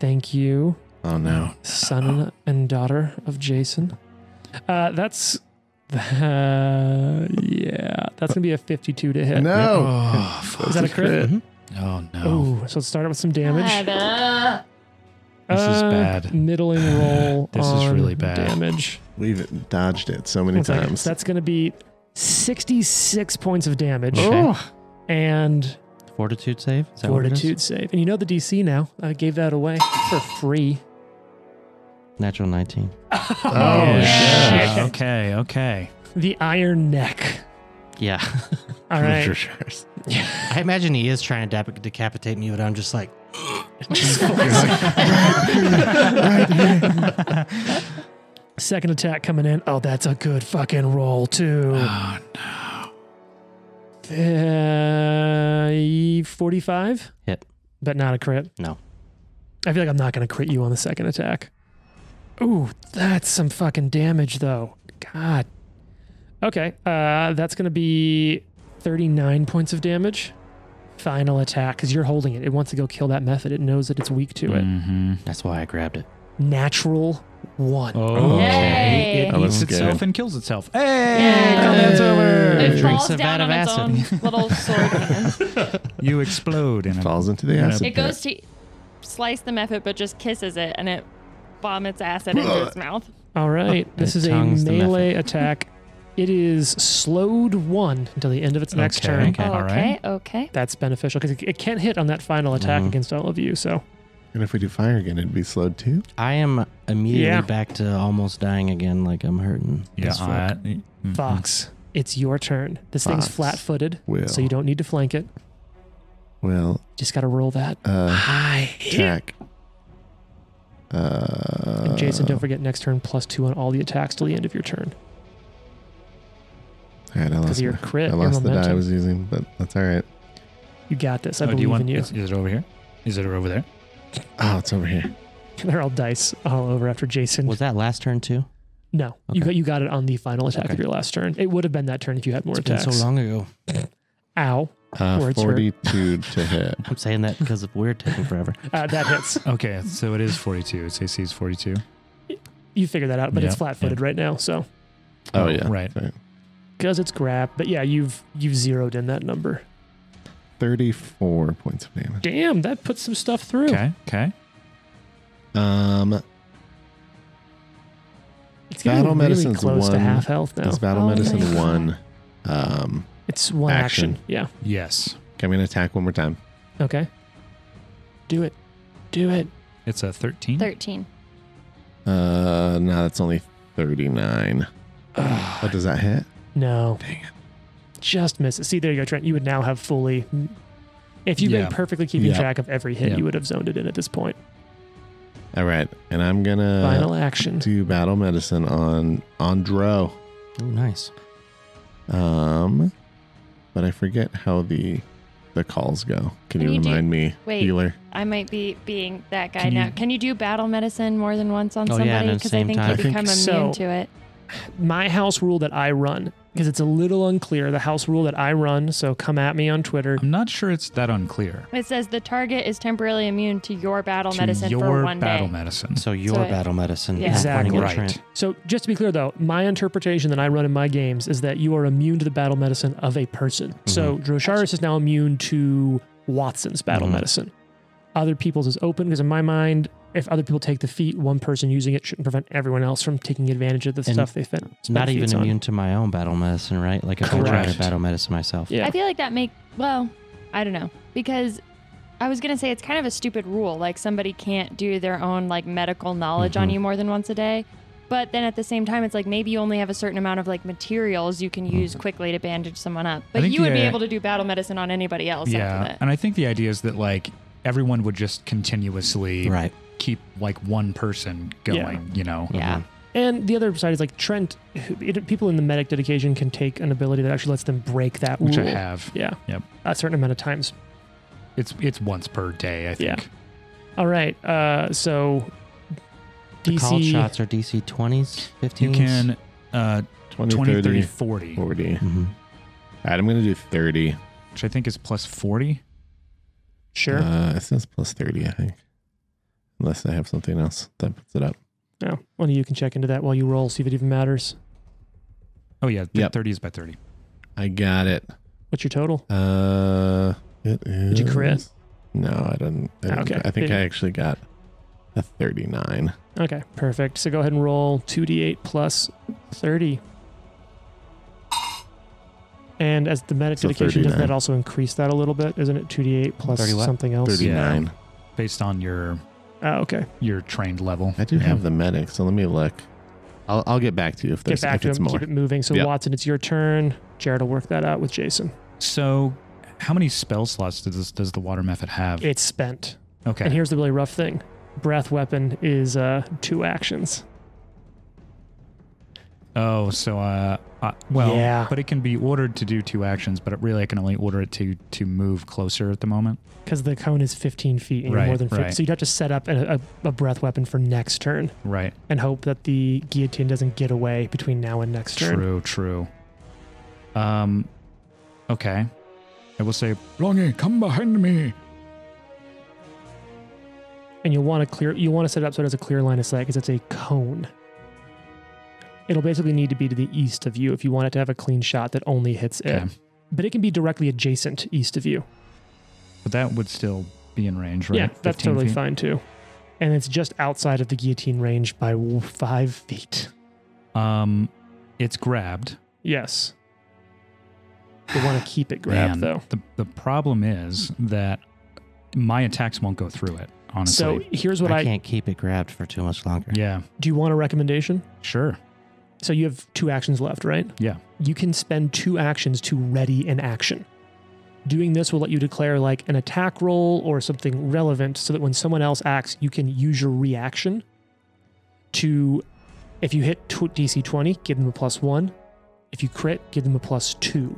S2: Thank you,
S3: Oh no.
S2: son and daughter of Jason. Uh, that's uh, yeah. That's gonna be a 52 to hit.
S1: Oh, fuck.
S2: Is that a crit?
S5: Mm-hmm.
S1: Oh no.
S2: Ooh, so let's start out with some damage.
S4: Ada.
S1: This is
S2: Uh,
S1: bad.
S2: Middling roll.
S1: This is
S2: on
S1: really bad.
S2: Damage.
S3: We've dodged it so many
S2: One second.
S3: times.
S2: That's going to be 66 points of damage
S3: Oh,
S2: and
S5: Fortitude save? Is that what it is?
S2: fortitude save. And you know the DC now. I gave that away for free.
S5: Natural 19.
S1: Oh
S4: yeah.
S1: shit. Okay, okay.
S2: The Iron Neck.
S5: Yeah.
S2: All right.
S5: I imagine he is trying to dap- decapitate me, but I'm just like,
S2: Second attack coming in. Oh, that's a good fucking roll, too.
S1: Ah,
S2: Oh, no. 45,
S5: hit.
S2: E but not a crit.
S5: No.
S2: I feel like I'm not going to crit you on the second attack. Ooh, that's some fucking damage, though. God. Okay, uh, that's going to be 39 points of damage. Final attack, because you're holding it. It wants to go kill that method. It knows that it's weak to
S5: Mm.
S2: it.
S1: mm-hmm.
S5: That's why I grabbed it.
S2: Natural one.
S1: Oh.
S4: Yay.
S1: It
S3: That
S1: eats
S3: was
S1: itself
S3: good.
S1: and kills itself. Hey,
S4: Yay.
S1: combat's over.
S4: It
S5: It drinks
S4: falls
S5: a
S4: down
S5: vat
S4: on
S5: of
S4: its own little sword. hand.
S1: You explode in a
S3: Falls into the
S1: Yeah.
S3: acid.
S4: It goes to slice the method, but just kisses it, and it vomits acid into its mouth.
S2: All right, this
S5: Oh, It
S2: is a
S5: tongues the
S2: melee attack. It is slowed one until the end of its next
S1: Okay.
S2: turn.
S1: Okay, all right.
S4: Okay. Okay.
S2: That's beneficial because it, it can't hit on that final attack
S3: Mm-hmm.
S5: Mhm.
S2: against all of you. So
S3: pit. And if we do fire again, it'd be slowed too.
S5: I am immediately
S2: Yeah.
S5: back to almost dying again. Like I'm hurting.
S1: Yeah,
S5: as fuck.
S1: I- mhm.
S2: Fox, it's your turn. This thing's
S3: Mm-hmm. Fox
S2: flat-footed,
S3: Will.
S2: so you don't need to flank it.
S3: Will
S2: Just gotta roll that.
S3: uh,
S2: Hi.
S3: attack. Uh,
S2: And Jason, don't forget next turn plus two on all the attacks till the end of your turn
S3: all right, I
S2: because
S3: lost,
S2: of your
S3: my-
S2: crit,
S3: I
S2: your
S3: lost the die I
S2: momentum.
S3: was using, but that's all right.
S2: You got this. I
S1: Oh,
S2: believe
S1: do you want?
S2: in you.
S1: Is, is it over here? Is it over there?
S3: Oh, it's over here.
S2: They're all dice all over after Jason.
S5: Was that last turn too?
S2: no, you
S5: Okay.
S2: got you got it on the final attack of
S5: Okay.
S2: your last turn. It would have been that turn if you had more
S5: It's been
S2: attacks.
S5: so long ago.
S2: Ow,
S3: Uh,
S2: Words hurt.
S3: 42 to hit.
S5: I'm saying that because we're taking forever.
S2: uh, that hits.
S1: Okay, so it is 42. Its AC is 42.
S2: You figure that out, but it's
S1: Yeah,
S2: flat-footed right now, so
S3: Oh, yeah.
S1: right.
S3: Right.
S2: because it's grab. But yeah, you've you've zeroed in that number.
S3: 34 points of damage.
S2: Damn, that puts some stuff through.
S1: Okay, okay.
S3: Um,
S2: It's getting
S3: Battle
S2: really
S3: medicine's
S2: close to
S3: one.
S2: half health now.
S3: is battle
S4: Oh my
S3: medicine
S4: God.
S3: one? Um,
S2: It's one action.
S3: Action.
S2: Yeah.
S1: Yes.
S3: okay, I'm going to attack one more time.
S2: Okay. Do it. Do it.
S1: It's a 13.
S4: 13.
S3: Uh, no, that's only 39. Oh, does that hit?
S2: No.
S3: Dang it.
S2: Just miss it. See, there you go, Trent. You would now have fully. If you've
S1: Yeah.
S2: been perfectly keeping
S1: Yeah.
S2: track of every hit,
S1: Yeah.
S2: you would have zoned it in at this point.
S3: All right. And I'm going to
S2: Final action.
S3: do battle medicine on Andro.
S5: Oh, nice.
S3: Um, but I forget how the the calls go. Can
S4: Can
S3: you
S4: you do-
S3: remind me,
S4: wait.
S3: healer?
S4: I might be being that guy
S1: Can
S4: now.
S1: you-
S4: Can you do battle medicine more than once on
S5: Oh, yeah,
S4: somebody?
S5: and at the
S4: I
S5: same
S4: think
S5: time.
S4: you
S5: I
S3: think-
S4: become
S2: So-
S4: immune to it.
S2: My house rule that I run, because it's a little unclear, the house rule that I run, so come at me on Twitter.
S1: I'm not sure it's that unclear.
S4: It says the target is temporarily immune to your battle
S1: To
S4: medicine
S1: your
S4: for one
S1: battle
S4: day.
S1: medicine.
S5: So your
S4: So I-
S5: battle medicine.
S4: Yeah.
S5: is
S2: Exactly.
S5: pointing at
S1: Right.
S5: Trent.
S2: So, just to be clear though, my interpretation that I run in my games is that you are immune to the battle medicine of a person.
S5: Mm-hmm.
S2: So, Drosharis is now immune to Watson's battle
S5: Mhm.
S2: medicine. Other people's is open because, in my mind, if other people take the feat, one person using it shouldn't prevent everyone else from taking advantage of the
S5: And
S2: stuff they spent. spent
S5: Not even
S2: feats on.
S5: immune to my own battle medicine, right? Like if I try
S2: Correct.
S5: to battle medicine myself.
S2: Yeah.
S4: I feel like that make well, I don't know because I was gonna say it's kind of a stupid rule. Like somebody can't do their own like medical knowledge on
S5: Mhm.
S4: you more than once a day. But then at the same time, it's like maybe you only have a certain amount of like materials you can use quickly to bandage someone up. But
S1: think
S4: you would be
S1: the-
S4: able to do battle medicine on anybody else
S1: yeah.
S4: after that.
S1: And I think the idea is that, like, everyone would just continuously
S5: Right.
S1: keep, like, one person
S2: Yeah.
S1: going, you know?
S5: Uh-huh.
S4: Yeah.
S2: And the other side is like Trent. who- It, people in the medic dedication can take an ability that actually lets them break that
S1: Which
S2: rule.
S1: I have.
S2: Yeah,
S1: Yep.
S2: a certain amount of times.
S1: It's it's once per day, I
S2: Yeah.
S1: think.
S2: All right. Uh, so
S5: The called
S2: DC
S5: shots are DC 20s, 15s.
S1: You can uh,
S3: 20,
S1: 20, 30,
S3: 30,
S1: 40,
S3: 40. All
S5: Mhm.
S3: right, I'm going to do 30.
S1: which I think is plus 40.
S2: Sure.
S3: Uh, it says plus 30, I think. Unless I have something else that puts it up.
S2: no. One of you can check into that while you roll, see if it even matters.
S1: Oh, yeah. th-
S3: Yep.
S1: 30 is by 30.
S3: I got it.
S2: What's your total?
S3: Uh, it is.
S2: you crit?
S3: No, I didn't. I, didn't-
S2: Okay.
S3: I think
S2: Did-
S3: I actually got a 39.
S2: Okay, perfect. So go ahead and roll 2d8 plus 30. And as the medic
S3: So
S2: dedication, doesn't
S3: 39.
S2: that also increase that a little bit? Isn't it 2d8 plus
S5: 30 what?
S2: something else?
S3: 39.
S1: Based on your
S2: Oh, okay.
S1: your trained level.
S3: I do have the medic, so let me look. I'll, I'll get back to you if
S2: Get
S3: there's
S2: back
S3: if
S2: to
S3: it's
S2: him.
S3: more.
S2: Keep it moving. So
S3: Yeah.
S2: Watson, it's your turn. Jared will work that out with Jason.
S1: So, how many spell slots does this, does the water method have?
S2: It's spent.
S1: okay.
S2: And here's the really rough thing. Breath weapon is uh, two actions.
S1: oh, so uh, uh well,
S2: Yeah.
S1: but it can be ordered to do two actions, but it really I can only order it to to move closer at the moment.
S2: because the cone is 15 feet and you're
S1: Right,
S2: more than 50
S1: right.
S2: so you'd have to set up a, a, a breath weapon for next turn
S1: Right.
S2: and hope that the guillotine doesn't get away between now and next turn
S1: True, true. Um okay. I will say
S6: Longy, come behind me.
S2: and you'll want to clear you want to set it up so it has a clear line of sight because it's a cone it'll basically need to be to the east of you if you want it to have a clean shot that only hits
S1: okay.
S2: it but it can be directly adjacent east of you
S1: But that would still be in range, right?
S2: yeah that's
S1: 15
S2: totally
S1: feet?
S2: fine too and it's just outside of the guillotine range by w- five feet
S1: Um it's grabbed.
S2: yes you want to keep it
S1: Man,
S2: grabbed though
S1: The the problem is that my attacks won't go through it, honestly.
S2: So here's what
S5: I,
S2: I,
S5: can't keep it grabbed for too much longer.
S1: yeah,
S2: do. You want a recommendation?
S1: sure.
S2: So you have two actions left, right?
S1: Yeah.
S2: You can spend two actions to ready an action. Doing this will let you declare like an attack roll or something relevant so that when someone else acts, you can use your reaction to, if you hit tw- DC 20, give them a plus one. If you crit, give them a plus two.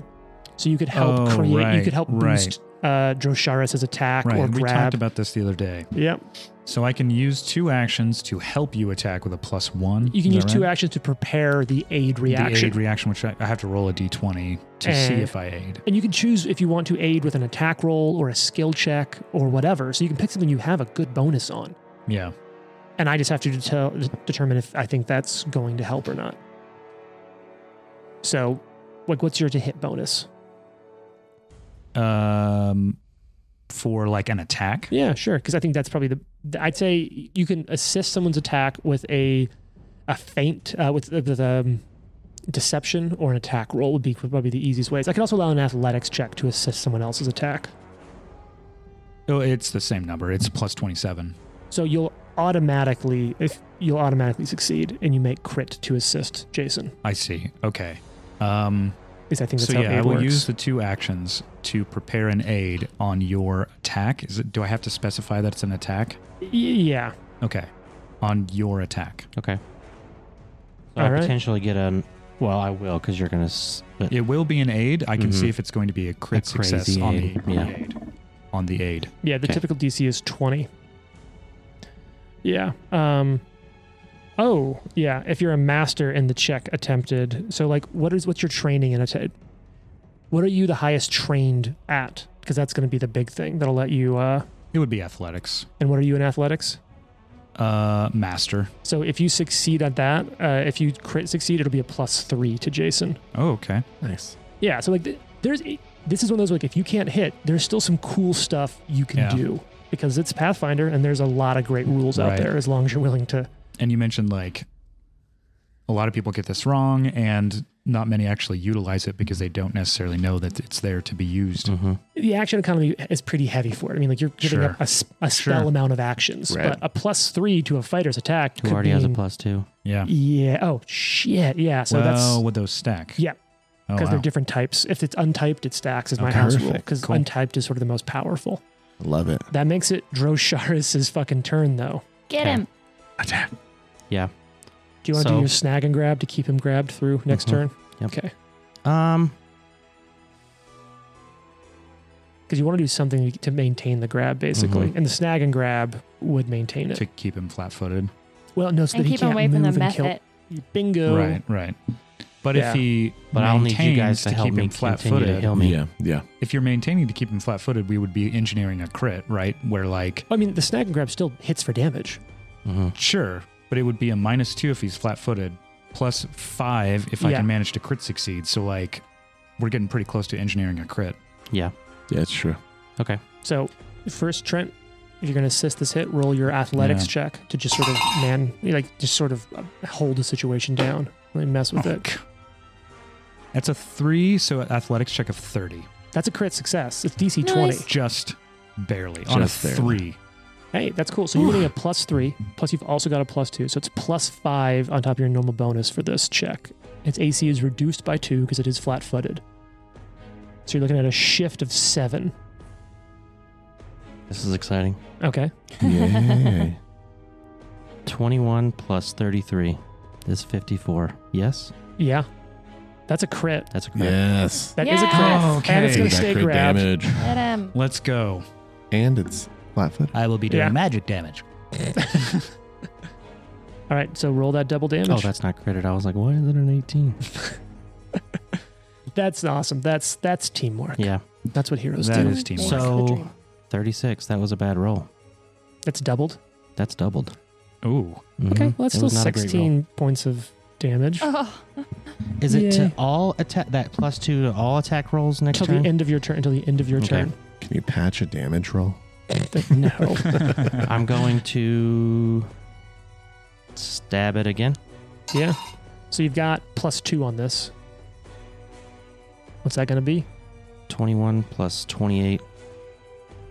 S2: So you could help
S1: Oh,
S2: create, you
S1: right,
S2: could help
S1: right.
S2: boost uh, Drosharis' attack
S1: Right.
S2: or
S1: We talked
S2: grab.
S1: about this the other day.
S2: yep.
S1: So I can use two actions to help you attack with a plus one.
S2: You can
S1: Is
S2: use
S1: that
S2: two
S1: right?
S2: actions to prepare the aid
S1: The
S2: reaction. Eh.
S1: aid reaction, which I, I have to roll a d20 to see
S2: And-
S1: if I aid.
S2: And you can choose if you want to aid with an attack roll or a skill check or whatever. So you can pick something you have a good bonus on.
S1: Yeah.
S2: And I just have to detel- determine if I think that's going to help or not. So, like, what's your to hit bonus?
S1: Um, for like an attack.
S2: Yeah, sure. Because I think that's probably the. the- I'd say you can assist someone's attack with a a feint uh, with the, the um, deception or an attack roll would be probably the easiest ways. I could also allow an athletics check to assist someone else's attack.
S1: Oh, it's the same number. It's plus 27.
S2: So you'll automatically if you'll automatically succeed and you make crit to assist Jason.
S1: I see. Okay. Um,
S2: At least I think that's
S1: so
S2: how
S1: yeah,
S2: aid
S1: I will
S2: works.
S1: use the two actions to prepare an aid on your attack. Is it? Do I have to specify that it's an attack?
S2: Y- yeah.
S1: Okay. On your attack.
S5: Okay. So I
S2: All right.
S5: potentially get an. Well, I will because you're gonna. s- But
S1: It will be an aid. I can
S5: Mhm.
S1: see if it's going to be a crit
S5: A
S1: success
S5: crazy
S1: on
S5: aid.
S1: the
S5: Yeah.
S1: aid. On the aid.
S2: Yeah, the
S5: Okay.
S2: typical DC is 20. Yeah. Um Oh, yeah, if you're a master in the check attempted. So like what is what's your training in a t- What are you the highest trained at? Cuz that's going to be the big thing that'll let you uh
S1: It would be athletics.
S2: and what are you in athletics?
S1: Uh, master.
S2: So if you succeed at that, uh, if you crit succeed, it'll be a plus 3 to Jason.
S1: Oh, okay.
S3: Nice.
S2: Yeah, so like th- there's this is one of those like if you can't hit, there's still some cool stuff you can
S1: Yeah.
S2: do because it's Pathfinder and there's a lot of great rules out
S1: Right.
S2: there as long as you're willing to.
S1: And you mentioned like a lot of people get this wrong, and not many actually utilize it because they don't necessarily know that it's there to be used.
S5: Mhm.
S2: The action economy is pretty heavy for it. I mean, like you're giving
S1: Sure.
S2: up a, s- a spell
S1: Sure.
S2: amount of actions,
S3: Right.
S2: but a plus three to a fighter's attack
S5: who
S2: could
S5: already has a
S2: mean-
S5: plus two?
S1: Yeah.
S2: Yeah. Oh shit. Yeah. So
S1: well,
S2: that's
S1: would those stack?
S2: Yeah.
S1: Oh,
S2: because
S1: wow.
S2: they're different types. If it's untyped, it stacks. Is my
S1: Okay.
S2: house rule
S3: Perfect.
S2: because
S1: Cool.
S2: untyped is sort of the most powerful.
S3: Love it.
S2: That makes it Drosharis's fucking turn though.
S4: Get him.
S2: Do you want to
S5: So-
S2: do your snag and grab to keep him grabbed through next
S5: Mhm.
S2: turn?
S5: Yep.
S2: Okay.
S5: Um.
S2: because you want to do something to maintain the grab basically
S1: Mm-hmm.
S5: Mhm.
S2: and the snag and grab would maintain it
S1: to keep him flat-footed.
S2: well no so
S4: And
S2: that he
S4: keep him
S2: can't
S4: away
S2: move
S4: from the
S2: and
S4: method.
S2: kill bingo
S1: Right, right. But
S2: Yeah.
S1: if he
S5: But I'll need you
S1: maintains
S5: guys to, help
S1: keep
S5: me
S1: him
S5: continue to
S1: flat-footed,
S5: heal me.
S3: Yeah. Yeah.
S1: if you're maintaining to keep him flat-footed, we would be engineering a crit, right? Where like,
S2: i mean the snag and grab still hits for damage
S5: Mhm.
S1: sure, but it would be a minus two if he's flat-footed, plus five if I
S2: Yeah.
S1: can manage to crit succeed. So like, we're getting pretty close to engineering a crit.
S5: Yeah.
S3: Yeah. It's true.
S2: so first trent if you're going to assist this hit roll your athletics
S1: Yeah.
S2: check to just sort of man like just sort of uh, hold the situation down really mess
S1: Oh,
S2: with it
S1: That's a three, so an athletics check of thirty,
S2: that's a crit success it's dc
S4: Nice.
S2: 20
S1: just barely on a
S3: Just barely.
S1: three.
S2: hey that's cool so you're getting a plus three plus you've also got a plus two so it's plus five on top of your normal bonus for this check its AC is reduced by two because it is flat footed. So you're looking at a shift of seven.
S5: This is exciting.
S2: Okay.
S3: Yay.
S5: 21 plus 33 is 54. Yes?
S2: Yeah. That's a crit.
S5: That's a crit.
S3: yes.
S2: That is a crit.
S4: Yes.
S1: Oh,
S2: And it's
S1: okay.
S2: going to
S3: That
S2: stay
S3: crit
S2: grabbed.
S3: damage.
S4: Get him.
S1: Let's go.
S3: And it's flat footed.
S7: I will be doing
S2: Yeah.
S7: magic damage.
S2: All right. So roll that double damage.
S5: Oh, that's not critted. I was like, why is it an 18?
S2: that's awesome. That's that's teamwork.
S5: yeah.
S2: That's what heroes
S1: That
S2: do.
S1: is teamwork.
S5: So 36. That was a bad roll.
S2: It's doubled.
S5: That's doubled.
S1: Ooh,
S2: Okay.
S5: Mhm.
S2: Well, that's
S5: It
S2: still
S5: was not a great roll.
S2: 16 points of damage
S4: Oh,
S5: Is it
S2: Yay.
S5: to all attack that plus two to all attack rolls next
S2: until
S5: turn?
S2: the end of your turn. Until the end of your
S5: Okay.
S2: turn.
S3: Can you patch a damage roll?
S2: no.
S5: I'm going to stab it again.
S2: Yeah. So you've got plus two on this. What's that going to be?
S5: 21 plus 28,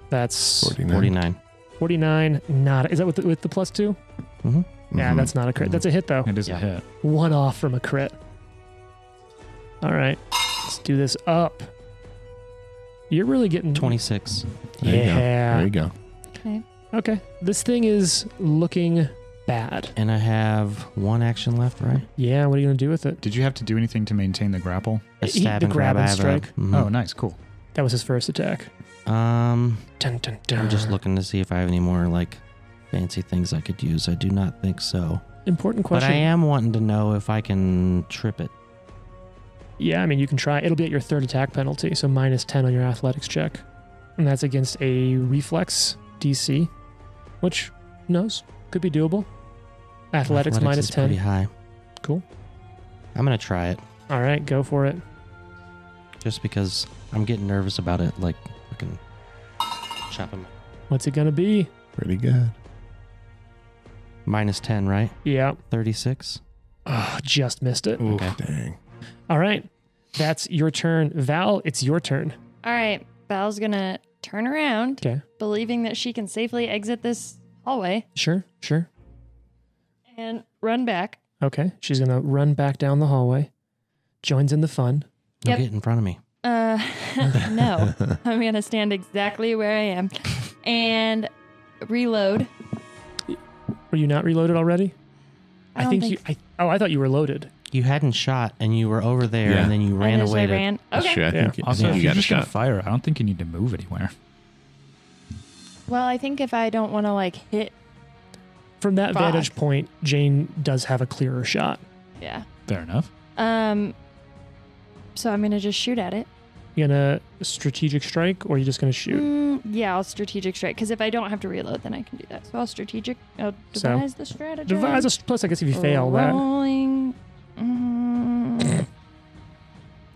S2: That's
S3: 49.
S5: 49.
S2: 49. Not is that with the, with the plus two?
S5: hmm
S2: Yeah,
S3: Mhm.
S2: that's not a crit. That's a hit though.
S1: it is
S5: Yeah.
S1: a hit.
S3: Mm-hmm.
S2: One off from a crit. All right, let's do this up. You're really getting
S5: 26.
S3: There you go. There
S2: Yeah.
S3: you go.
S2: Okay. This thing is looking bad.
S5: And I have one action left, right?
S2: Yeah. What are you gonna do with it?
S1: Did you have to do anything to maintain the grapple?
S5: A
S2: He-
S5: stab
S2: the
S5: and grab,
S2: grab and
S5: I have a-
S2: strike.
S5: mhm.
S1: Oh, nice, cool.
S2: That was his first attack.
S5: Um,
S2: Dun, dun, dun.
S5: I'm just looking to see if I have any more like fancy things I could use. I do not think so.
S2: Important
S5: But
S2: question.
S5: I am wanting to know if I can trip it.
S2: Yeah, I mean you can try. It'll be at your third attack penalty, so minus ten on your athletics check, and that's against a reflex DC, which who knows could be doable. Athletics, minus
S5: is
S2: ten.
S5: Pretty high.
S2: Cool.
S5: I'm gonna try it
S2: All right, go for it.
S5: just because I'm getting nervous about it. Like fucking chop him.
S2: What's it gonna be?
S3: Pretty good.
S5: Minus ten, right?
S2: Yeah,
S5: Thirty-six.
S2: oh, just missed it.
S1: Ooh.
S5: Okay.
S3: Dang.
S2: All right, that's your turn, Val. It's your turn.
S4: all right. Val's gonna turn around,
S2: Okay.
S4: believing that she can safely exit this hallway
S2: Sure. Sure.
S4: and run back.
S2: Okay. She's going to run back down the hallway, joins in the fun.
S5: Don't
S4: Yep.
S5: get in front of me.
S4: Uh, no, I'm gonna stand exactly where I am and reload.
S2: Were you not reloaded already?
S4: I don't
S2: you. I, oh, I thought you were loaded.
S5: You hadn't shot and you were over there
S3: Yeah.
S5: and then you
S4: I
S5: ran
S4: just-
S5: away
S4: I
S5: to
S4: ran.
S3: That's
S4: Okay.
S3: true. I
S2: Yeah.
S3: think
S1: Also,
S3: you
S1: if you're
S3: got a
S1: just gonna
S3: shot.
S1: fire, I don't think you need to move anywhere.
S4: Well, I think if I don't want to like hit,
S2: From that
S4: Fuck.
S2: vantage point, Jane does have a clearer shot.
S4: yeah.
S1: Fair enough.
S4: Um. So I'm gonna just shoot at it.
S2: You gonna strategic strike, or you just gonna shoot?
S4: Mm, yeah, I'll strategic strike because if I don't have to reload, then I can do that. So I'll strategic. I'll
S2: So,
S4: devise the strategy.
S2: Devise a s- plus. I guess if you fail that,
S4: Rolling. Mm.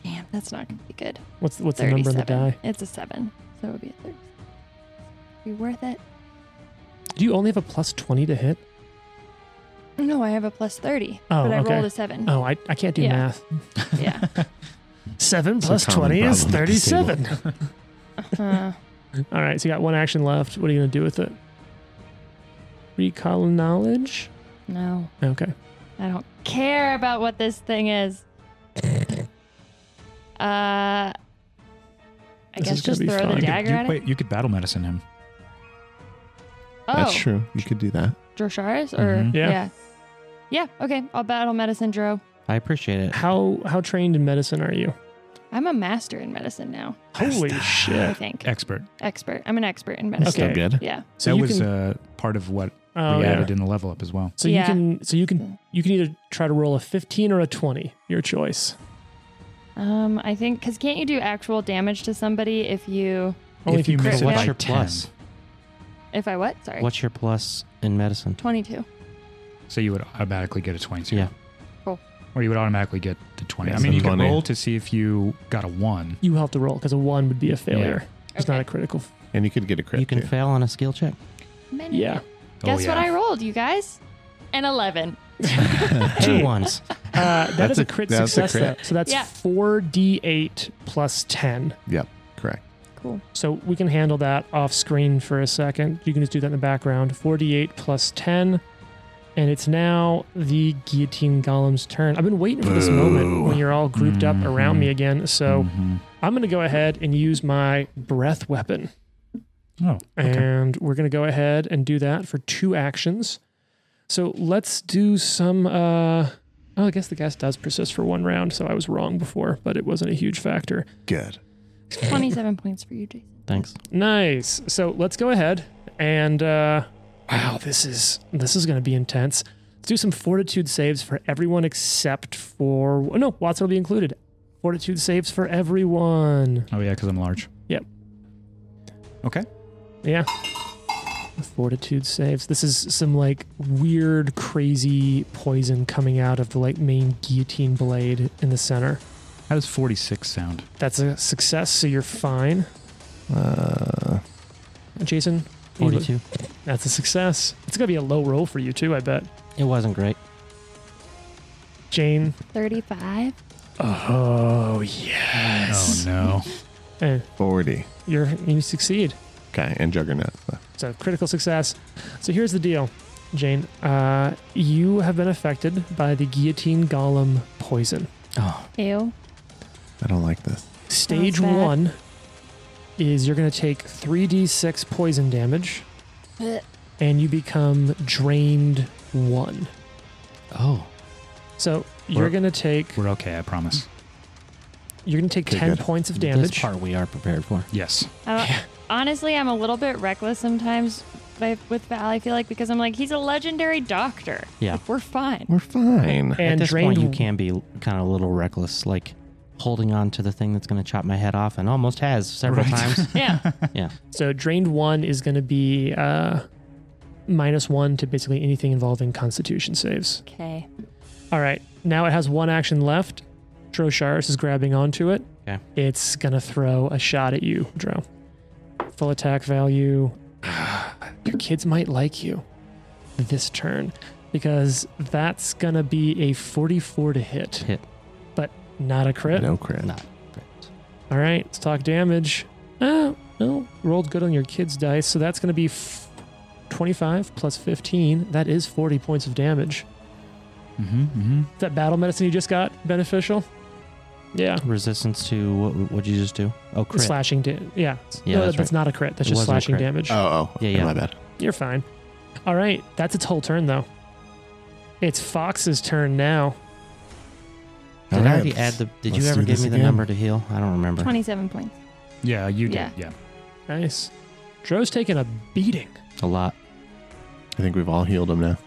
S4: Damn, that's not gonna be good.
S2: what's what's the number on the
S4: 37.
S2: die?
S4: It's a seven, so it would be a thirty. Be worth it.
S2: Do you only have a plus twenty to hit?
S4: No, I have a plus thirty,
S2: Oh,
S4: but I
S2: okay.
S4: rolled a seven.
S2: Oh, I, I can't do
S4: Yeah.
S2: math.
S4: Yeah.
S2: Seven
S3: It's a
S2: plus
S3: common
S2: twenty is
S3: problem at this table.
S2: thirty-seven.
S4: Uh,
S2: All right, so you got one action left. What are you gonna do with it? Recall knowledge.
S4: no,
S2: Okay.
S4: I don't care about what this thing is. Uh, I
S2: This
S4: guess
S2: is gonna
S4: just
S2: be
S4: throw
S2: fun. You
S4: the
S2: could-
S1: You
S4: dagger
S1: could, you,
S4: at it.
S1: wait, you could battle medicine him.
S4: Oh,
S3: That's true. You could do that.
S4: Drosharis or
S1: Mhm.
S2: Mm-hmm. Yeah.
S4: yeah. Yeah, okay. I'll battle medicine, Dro.
S5: I appreciate it.
S2: How how trained in medicine are you?
S4: I'm a master in medicine now,
S2: Holy
S4: I
S2: shit!
S4: think.
S1: Expert.
S4: Expert. I'm an expert in
S3: That's
S4: medicine.
S2: Okay.
S3: still good.
S4: Yeah.
S2: So
S1: that
S2: you
S1: was
S2: can.
S1: uh, part of what
S2: oh,
S1: we
S2: yeah.
S1: added in the level up as well.
S2: So
S4: Yeah.
S2: you can so you can you can either try to roll a 15 or a 20, your choice.
S4: Um, I think because can't you do actual damage to somebody if you
S2: Only
S1: if you
S2: Oh, crit
S1: miss it
S4: fail.
S5: What's
S1: by
S5: your
S1: 10.
S5: plus?
S4: if I what? Sorry,
S5: What's your plus in medicine?
S4: twenty-two.
S1: So you would automatically get a 22.
S5: Yeah.
S4: Cool.
S1: Or you would automatically get the 20.
S3: Yeah,
S1: I mean,
S3: so
S1: you could
S3: 20.
S1: roll to see if you got a 1.
S2: you have to roll because a one would be a failure. It's not
S4: Okay.
S2: a critical. f-
S3: And you could get a crit.
S5: You can
S3: too.
S5: fail on a skill check.
S4: Minute.
S2: Yeah.
S4: Guess
S1: oh, yeah.
S4: what I rolled, you guys? An eleven.
S5: Two ones.
S2: Uh,
S3: That's
S2: that's a
S3: a-
S2: crit
S3: that's a
S2: success.
S3: crit.
S2: though. So that's
S4: Yeah.
S2: 4d8 plus 10.
S3: Yep. Correct.
S4: Cool.
S2: So we can handle that off screen for a second. You can just do that in the background. 4d8 plus 10. And it's now the guillotine golem's turn. I've been waiting for this moment when you're all grouped up around me again. So
S3: Mm-hmm.
S2: I'm going to go ahead and use my breath weapon.
S1: Oh, okay.
S2: And we're going to go ahead and do that for two actions. So let's do some. Uh, oh, I guess the gas does persist for one round. So I was wrong before, but it wasn't a huge factor.
S3: Good.
S4: Twenty-seven points for you, Jason.
S5: Thanks.
S2: Nice. So let's go ahead and. Uh, wow, this is this is going to be intense. Let's do some fortitude saves for everyone except for no Watson will be included. Fortitude saves for everyone.
S1: Oh, yeah, because I'm large.
S2: Yep.
S1: Okay.
S2: Yeah. Fortitude saves. This is some like weird, crazy poison coming out of the like main guillotine blade in the center.
S1: How does 46 sound?
S2: That's a success, so you're fine.
S3: Uh,
S2: Jason, you-
S5: 42.
S2: That's a success. It's gonna be a low roll for you too, I bet.
S5: It wasn't great.
S2: Jane.
S4: Thirty-five.
S2: Oh yes.
S1: Oh, no.
S2: Eh,
S3: 40.
S2: you're you succeed.
S3: Okay. And Juggernaut.
S2: It's a critical success. So here's the deal, Jane. Uh, you have been affected by the guillotine golem poison.
S5: Oh,
S4: Ew.
S3: I don't like this.
S2: Stage
S4: bad.
S2: one is you're going to take 3d6 poison damage
S4: Blech.
S2: and you become drained one.
S5: oh,
S2: So you're
S1: We're-
S2: going to take
S1: We're okay, I promise.
S2: you're going to take
S3: Okay,
S2: 10
S3: good.
S2: points of
S5: This
S2: damage.
S5: part we are prepared for.
S1: Yes.
S4: I don't- Uh, Honestly, I'm a little bit reckless sometimes by- with Val. I feel like because I'm like he's a legendary doctor.
S5: Yeah.
S4: Like, we're fine.
S3: We're fine.
S5: At
S2: and
S5: this
S2: drained
S5: point, you can be kind of a little reckless, like holding on to the thing that's going to chop my head off, and almost has several
S1: Right.
S5: times.
S4: yeah.
S5: yeah.
S2: So drained one is going to be uh, minus one to basically anything involving constitution saves.
S4: Okay.
S2: All right. Now it has one action left. Drosharis is grabbing onto it.
S5: Okay.
S2: It's going to throw a shot at you, Dro. Full attack value. Your kids might like you this turn because that's going to be a 44 to hit,
S5: Hit.
S2: but not a crit.
S3: No crit.
S5: Not great.
S2: All right. Let's talk damage. Uh, No, rolled good on your kid's dice, so that's going to be f- 25 plus 15. That is 40 points of damage.
S1: Mm-hmm, mm-hmm.
S2: Is that battle medicine you just got beneficial? Yeah.
S5: Resistance to what? What'd you just do? Oh, crit.
S2: Slashing damage. Yeah.
S5: Yeah,
S2: No,
S5: that's right.
S2: not a crit. That's
S5: It
S2: just
S5: wasn't a
S2: slashing
S5: crit.
S2: damage.
S3: Oh, oh,
S5: Yeah,
S3: okay,
S5: yeah.
S3: My bad.
S2: You're fine. All right, that's its whole turn though. It's Fox's turn now.
S3: All
S5: Did I
S3: right,
S5: already add
S3: let's-
S5: the? Did you
S3: let's
S5: ever
S3: do
S5: give
S3: this
S5: me the
S3: again.
S5: number to heal? I don't remember.
S4: 27 points.
S1: Yeah, you did.
S4: Yeah.
S1: Yeah.
S2: Nice. Dro's taking a beating.
S5: A lot.
S3: I think we've all healed him now.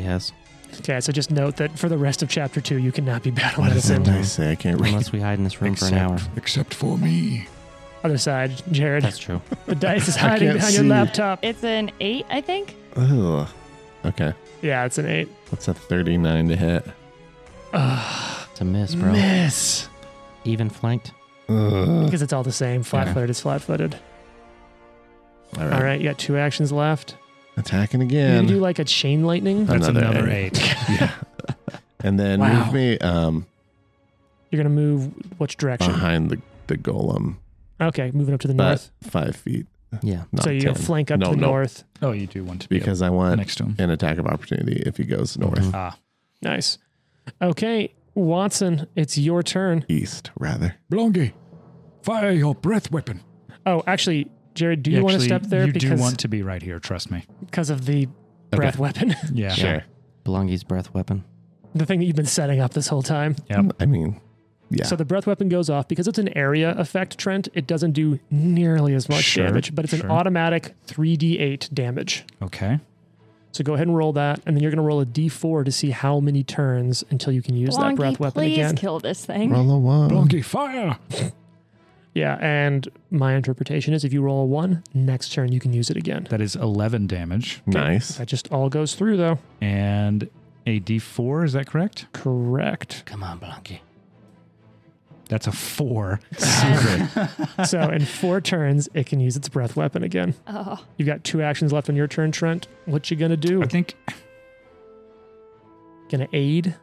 S5: has,
S2: Okay, so just note that for the rest of chapter two, you cannot be battle
S3: What does that
S2: medicine.
S3: dice say? I can't read.
S5: unless we hide in this room for an hour.
S6: Except for me.
S2: Other side, Jared.
S5: That's true.
S2: The dice is hiding
S3: can't
S2: behind your
S3: see.
S2: laptop.
S4: It's an eight, I think.
S3: Ugh. Okay.
S2: Yeah, it's an eight.
S3: That's a 39 to hit.
S5: It's a miss, bro.
S2: Miss.
S5: Even flanked.
S3: Ugh.
S2: Because it's all the same. Flat footed is flat footed.
S3: All right.
S2: All right, you got two actions left.
S3: Attacking
S2: You can
S3: again.
S2: do like a chain lightning.
S1: That's
S3: Another
S1: another,
S3: eight.
S1: eight.
S3: yeah. And then
S2: Wow.
S3: move me um,
S2: You're going to move which direction?
S3: behind the, the golem,
S2: Okay, moving up to the
S3: but
S2: north.
S3: five feet.
S5: Yeah.
S3: Uh, Not
S2: so you
S3: 10.
S2: flank up to
S3: No,
S2: the
S3: no,
S2: north.
S1: Oh, you do want to be up
S3: Because I want
S1: next to him.
S3: an attack of opportunity if he goes north,
S5: Mhm.
S1: Ah,
S2: Nice. Okay, Watson, it's your turn.
S3: east, rather.
S6: Blongi, fire your breath weapon.
S2: Oh, actually, Jared, do you
S1: Actually,
S2: want to step there
S1: You
S2: because
S1: do want to be right here. Trust me.
S2: because of the breath weapon,
S1: Yeah.
S3: Sure.
S5: Belongi's breath weapon.
S2: the thing that you've been setting up this whole time?
S1: Yep.
S3: I mean, yeah.
S2: So the breath weapon goes off because it's an area effect, Trent. It doesn't do nearly as much
S1: Sure,
S2: damage, but it's an
S1: sure.
S2: automatic 3d8 damage.
S1: Okay.
S2: So go ahead and roll that, and then you're going to roll a d4 to see how many turns until you can use that
S4: Blonky,
S2: breath weapon
S4: please
S2: again.
S4: kill this thing.
S3: Roll a one.
S6: Blongi, fire.
S2: Yeah, and my interpretation is if you roll a one, next turn you can use it again.
S1: That is 11 damage
S3: Nice.
S2: That just all goes through, though.
S1: and a d4. Is that correct?
S2: Correct.
S5: Come on, Belongi.
S1: That's a four.
S2: so in four turns, it can use its breath weapon again.
S4: Oh,
S2: You've got two actions left on your turn, Trent. What you gonna do?
S1: I think.
S2: Gonna aid?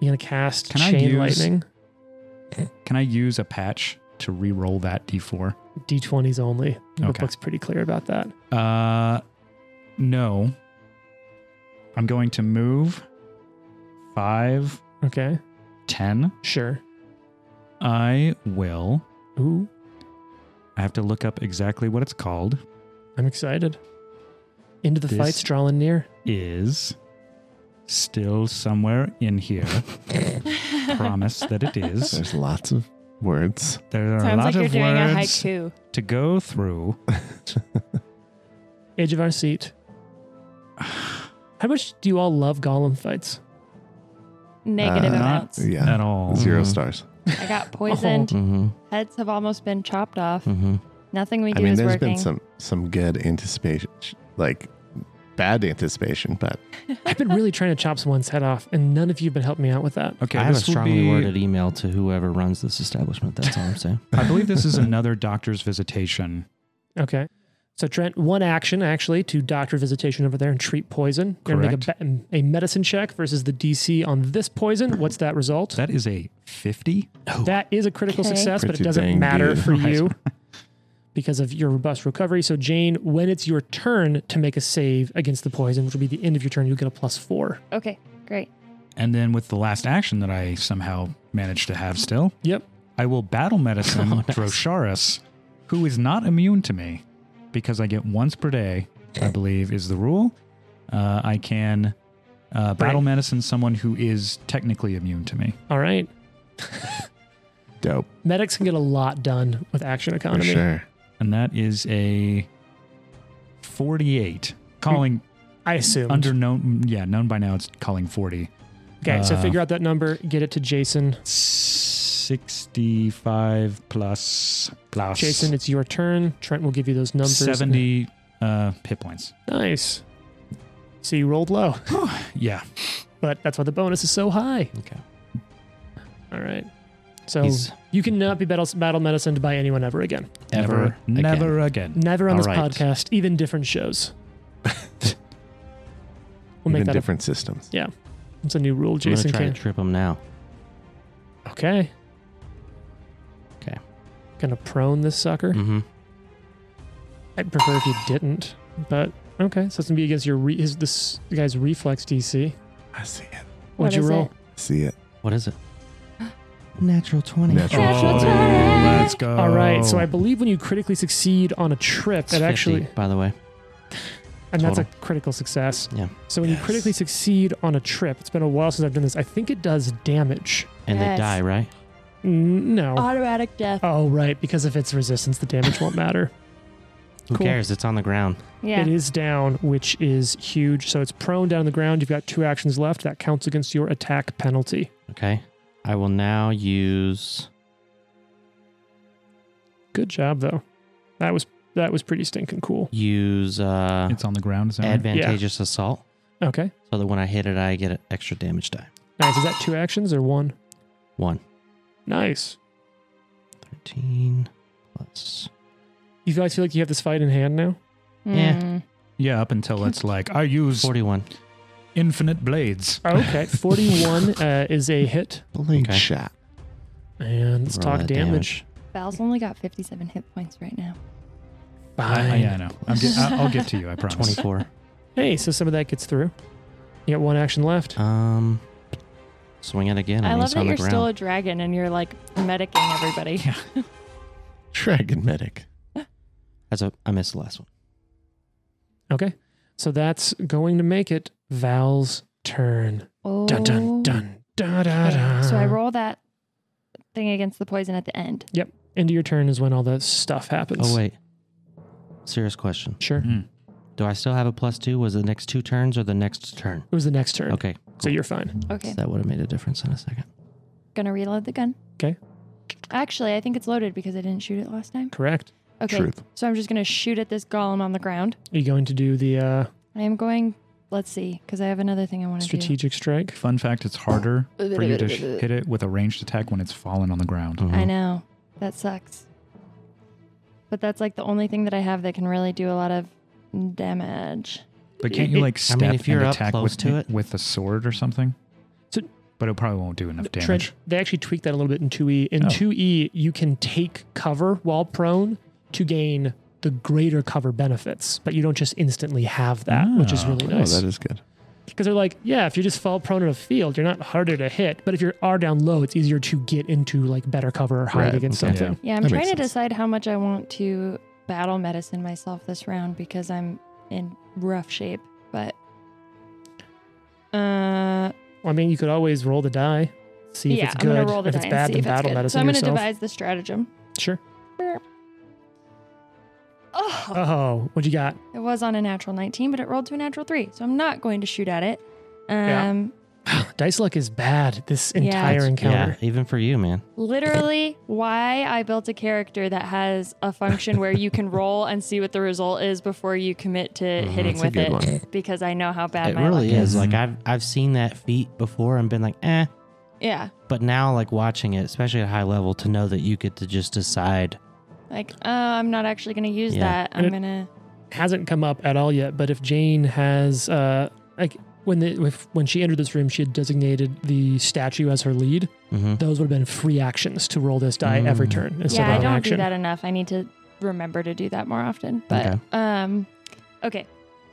S2: You gonna cast
S1: Can I
S2: chain
S1: use-
S2: lightning?
S1: Can I use a patch to re-roll that d4?
S2: D20s only. The
S1: Okay.
S2: book's pretty clear about that.
S1: Uh, no. I'm going to move five,
S2: Okay,
S1: ten.
S2: sure.
S1: I will.
S2: Ooh,
S1: I have to look up exactly what it's called.
S2: I'm excited. Into the
S1: This-
S2: fight's drawing near.
S1: Is still somewhere in here. Promise that it is.
S3: There's lots of words.
S1: There are a
S4: sounds
S1: lot
S4: like you're
S1: of
S4: doing a
S1: words
S4: haiku.
S1: to go through.
S2: Edge of our seat. How much do you all love golem fights?
S4: Negative
S3: Uh,
S4: amounts.
S3: Yeah.
S1: At all.
S3: 0
S5: Mhm.
S3: stars.
S4: I got poisoned.
S5: Mm-hmm.
S4: Heads have almost been chopped off.
S5: Mm-hmm.
S4: Nothing we
S3: I
S4: do
S3: mean,
S4: is
S3: there's
S4: working.
S3: been some some good anticipation, like bad anticipation, but
S2: I've been really trying to chop someone's head off, and none of you have been helping me out with that.
S1: Okay,
S5: I have a
S1: this will
S5: strongly
S1: be-
S5: worded email to whoever runs this establishment. That's all I'm saying.
S1: I believe this is another doctor's visitation.
S2: Okay. So Trent, one action actually to doctor visitation over there and treat poison. You're gonna Make a, be- a medicine check versus the DC on this poison. What's that result?
S1: That is a 50.
S2: that is a critical
S4: Okay.
S2: success, but it
S3: Pretty
S2: doesn't
S3: dang
S2: matter
S3: good.
S2: for you because of your robust recovery. So Jane, when it's your turn to make a save against the poison, which will be the end of your turn, you'll get a plus four.
S4: okay, great.
S1: And then with the last action that I somehow managed to have still,
S2: Yep.
S1: I will battle medicine Drosharis, who is not immune to me because I get once per day, I believe is the rule. Uh, I can uh, battle
S2: Right.
S1: medicine someone who is technically immune to me.
S2: All right.
S3: dope
S2: Medics can get a lot done with action
S3: for
S2: economy.
S3: sure.
S1: And that is a 48. Calling
S2: I assume.
S1: under known, yeah, known by now it's calling 40.
S2: okay, so
S1: uh,
S2: figure out that number, get it to Jason.
S1: 65 plus plus
S2: Jason, it's your turn. Trent will give you those numbers.
S1: 70 uh, hit points.
S2: Nice. So you rolled low,
S1: Yeah.
S2: but that's why the bonus is so high.
S5: Okay.
S2: All right. So
S5: He's
S2: you cannot be battle, battle medicined by anyone ever again.
S5: ever, again.
S1: Never again.
S2: Never on
S5: All
S2: this
S5: right.
S2: podcast, even different shows. we'll make
S3: Even
S2: that a,
S3: different systems.
S2: it's a new rule, Jason.
S5: I'm gonna try
S2: Can.
S5: to trip him now.
S2: Okay.
S5: Okay.
S2: Gonna prone this sucker.
S5: Mm-hmm.
S2: I'd prefer if you didn't, but okay. So it's gonna be against your re- his this guy's reflex DC.
S3: I see it.
S4: What
S2: What'd you
S4: is
S2: roll?
S4: it?
S3: See it.
S5: What is it? Natural 20.
S3: Natural.
S4: Natural
S3: Oh,
S4: 20.
S1: Let's go.
S2: All right. So I believe when you critically succeed on a trip,
S5: Oh. It's
S2: it
S5: 50,
S2: actually
S5: by the way.
S2: and that's a
S5: total.
S2: critical success.
S5: Yeah.
S2: So when you
S3: Yes.
S2: critically succeed on a trip, it's been a while since I've done this. I think it does damage.
S5: And
S4: Yes.
S5: they die, right?
S2: N- No.
S4: Automatic death.
S2: oh right, because of its resistance, the damage won't matter.
S5: Who
S2: Cool.
S5: cares? It's on the ground.
S4: Yeah.
S2: It is down, which is huge. So it's prone down on the ground. You've got two actions left. That counts against your attack penalty.
S5: Okay. I will now use.
S2: Good job though. That was that was pretty stinking cool.
S5: Use uh,
S1: It's on the ground. Is that right?
S5: advantageous assault
S2: Okay.
S5: so that when I hit it, I get an extra damage die.
S2: Nice. Is that two actions or one?
S5: One.
S2: Nice.
S5: 13 plus.
S2: You guys feel like you have this fight in hand now?
S5: Yeah.
S4: Mm.
S1: Yeah, up until it's like I use
S5: 41.
S1: infinite blades.
S2: Okay. 41 uh, is a hit.
S3: Blade
S5: Okay.
S3: shot.
S2: And let's
S5: Roll
S2: talk
S5: that
S2: damage.
S4: Val's only got 57 hit points right now.
S1: I, yeah, I know. I'm get, I- I'll get to you. I promise.
S5: 24.
S2: Hey, so some of that gets through. You got one action left.
S5: um, swing it again.
S4: I
S5: and
S4: love
S5: it's
S4: that
S5: on
S4: you're
S5: the
S4: still a
S5: ground.
S4: dragon and you're like medicing everybody.
S3: Dragon medic.
S5: That's a, I missed the last one.
S2: Okay. So that's going to make it Val's turn.
S4: Oh.
S2: Dun, dun, dun, da, da, da.
S4: Okay, So I roll that thing against the poison at the end.
S2: End of your turn is when all the stuff happens.
S5: Oh, wait. Mm. Serious question.
S2: Sure.
S1: Hmm.
S5: Do I still have a plus two? Was it the next two turns or the next turn?
S2: It was the next turn.
S5: Okay.
S2: So you're fine.
S4: Okay.
S5: That would have made a difference in a second.
S4: Gonna reload the gun.
S2: 'Kay.
S4: Actually, I think it's loaded because I didn't shoot it last time.
S2: Correct.
S4: Okay.
S3: Truth.
S4: So I'm just gonna shoot at this golem on the ground.
S2: Are you going to do the uh,
S4: I am going. Let's see, because I have another thing I want to do.
S2: strategic strike?
S1: Fun fact: It's harder for you to sh- hit it with a ranged attack when it's fallen on the ground.
S5: Mm-hmm.
S4: I
S2: Mm-hmm.
S4: know that sucks, but that's like the only thing that I have that can really do a lot of damage.
S1: But can't you like
S5: I
S1: step
S5: mean, if you're
S1: and
S5: up
S1: attack
S5: close
S1: with
S5: to it-
S1: with a sword or something?
S2: So-
S1: but it probably won't do enough damage.
S2: Trent, they actually tweaked that a little bit in 2E. In
S1: Oh.
S2: 2E, you can take cover while prone to gain the greater cover benefits, but you don't just instantly have that, which is
S1: Ah.
S2: really
S3: Oh,
S2: nice.
S3: that
S2: Because
S3: is good.
S2: they're like, yeah, if you just fall prone in a field, you're not harder to hit, but if you are down low, it's easier to get into like better cover or hide
S3: Right,
S2: against
S1: okay.
S2: something.
S4: Yeah, I'm
S3: That makes
S4: trying to
S3: sense.
S4: decide how much I want to battle medicine myself this round because I'm in rough shape. But uh,
S2: Well, I mean, you could always roll the die, see if
S4: yeah,
S2: it's
S4: I'm gonna
S2: good.
S4: roll the
S2: if
S4: die
S2: it's
S4: and
S2: bad,
S4: see
S2: then
S4: if it's
S2: battle
S4: good.
S2: medicine
S4: So I'm gonna
S2: yourself.
S4: devise the stratagem.
S2: Sure.
S4: Oh,
S2: Oh, what you got?
S4: It was on a natural 19, but it rolled to a natural 3. So I'm not going to shoot at it.
S2: Yeah.
S4: Um
S2: Dice luck is bad this
S4: Yeah.
S2: entire
S4: That's-
S2: encounter.
S5: Yeah, even for you, man.
S4: literally why I built a character that has a function where you can roll and see what the result is before you commit to hitting
S3: that's a
S4: with
S3: good
S4: it
S3: one.
S4: because I know how bad
S5: it
S4: my
S5: really
S4: luck is.
S5: is. Like I've
S2: Mm-hmm.
S5: I've seen that feat before and been like, eh.
S4: Yeah.
S5: But now, like watching it, especially at high level, to know that you get to just decide.
S4: Like, oh, I'm not actually going to use
S5: Yeah.
S4: that. I'm
S2: And
S4: going to
S2: hasn't come up at all yet. But if Jane has, uh, like when the if, when she entered this room, she had designated the statue as her lead.
S5: hmm
S2: Those would have been free actions to roll this die every
S5: Mm.
S2: turn instead
S4: Yeah, I
S2: of an
S4: don't
S2: action.
S4: do that enough. I need to remember to do that more often. But
S5: Okay.
S4: um okay.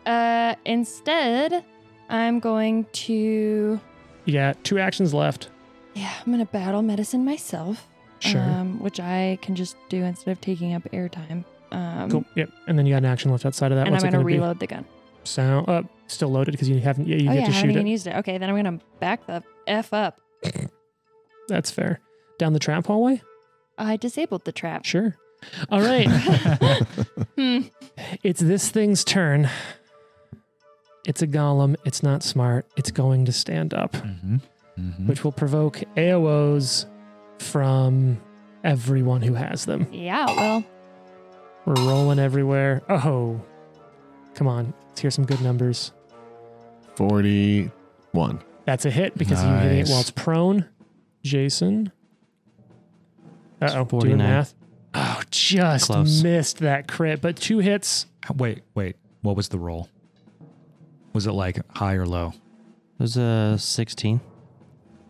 S4: Uh instead, I'm going to
S2: Yeah, two actions left.
S4: Yeah, I'm gonna battle medicine myself.
S2: Sure.
S4: Um, which I can just do instead of taking up airtime. Um,
S2: cool. Yep. And then you got an action left outside of that.
S4: And I'm
S2: What's it
S4: gonna
S2: gonna be?
S4: reload the gun.
S2: Sound uh, still loaded because you haven't. Yeah, you get
S4: oh yeah,
S2: to
S4: I haven't
S2: shoot it.
S4: even used it. Okay, then I'm gonna back the f up.
S2: That's fair. Down the trap hallway.
S4: I disabled the trap.
S2: Sure. All right.
S4: Hmm.
S2: It's this thing's turn. It's a golem. It's not smart. It's going to stand up.
S1: Mhm. Mhm.
S2: which will provoke AOs from everyone who has them.
S4: Yeah. Well,
S2: We're rolling everywhere. Oh, come on. Let's hear some good numbers.
S3: 41.
S2: That's a hit because you hit it
S1: Nice.
S2: while it's prone. Jason. Uh oh, doing
S5: 49.
S2: math. Oh, just
S5: Close.
S2: missed that crit, but two hits.
S1: Uh, Wait, wait. What was the roll? Was it like high or low?
S5: It was a 16.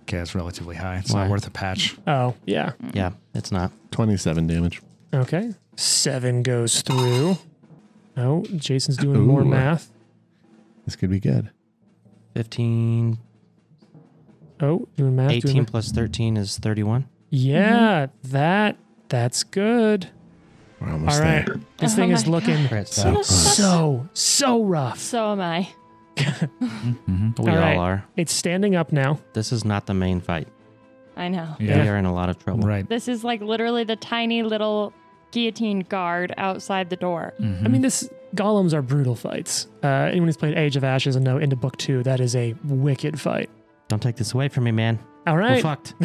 S1: Okay, that's relatively high. It's
S5: Why?
S1: not worth a patch.
S2: Oh, yeah.
S5: Yeah, it's not.
S3: 27 damage.
S2: Okay. Seven goes through. No, Jason's doing
S3: Ooh.
S2: more math.
S3: This could be good.
S5: 15,
S2: Oh, doing math. doing
S5: 18
S2: math.
S5: plus 13 is 31.
S2: Yeah, that that's good.
S3: We're almost
S2: All right,
S3: there.
S2: this
S4: Oh
S2: thing
S4: my
S2: is looking
S5: Right,
S3: So
S5: so
S3: close.
S2: so so rough.
S4: So am I.
S5: we
S2: All
S5: all,
S2: right.
S5: are.
S2: It's standing up now.
S5: This is not the main fight.
S4: I know.
S5: We
S1: Yeah.
S5: are in a lot of trouble.
S1: Right.
S4: This is like literally the tiny little guillotine guard outside the door.
S1: Mm-hmm.
S2: I mean, this golems are brutal fights. Uh, anyone who's played Age of Ashes and know into book two, that is a wicked fight.
S5: Don't take this away from me, man.
S2: All
S5: We're
S2: right,
S5: fucked.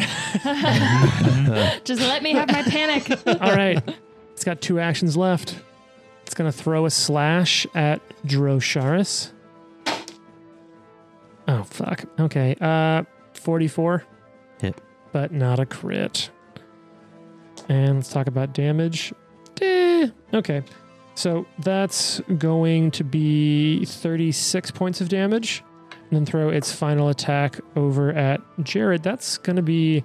S4: Just let me have my panic.
S2: all right. It's got two actions left. It's gonna throw a slash at Drosharis. Oh fuck. Okay. Uh, forty-four.
S5: Hit.
S2: but not a crit. And let's talk about damage. Eh, okay. So that's going to be 36 points of damage. And then throw its final attack over at Jared. That's going to be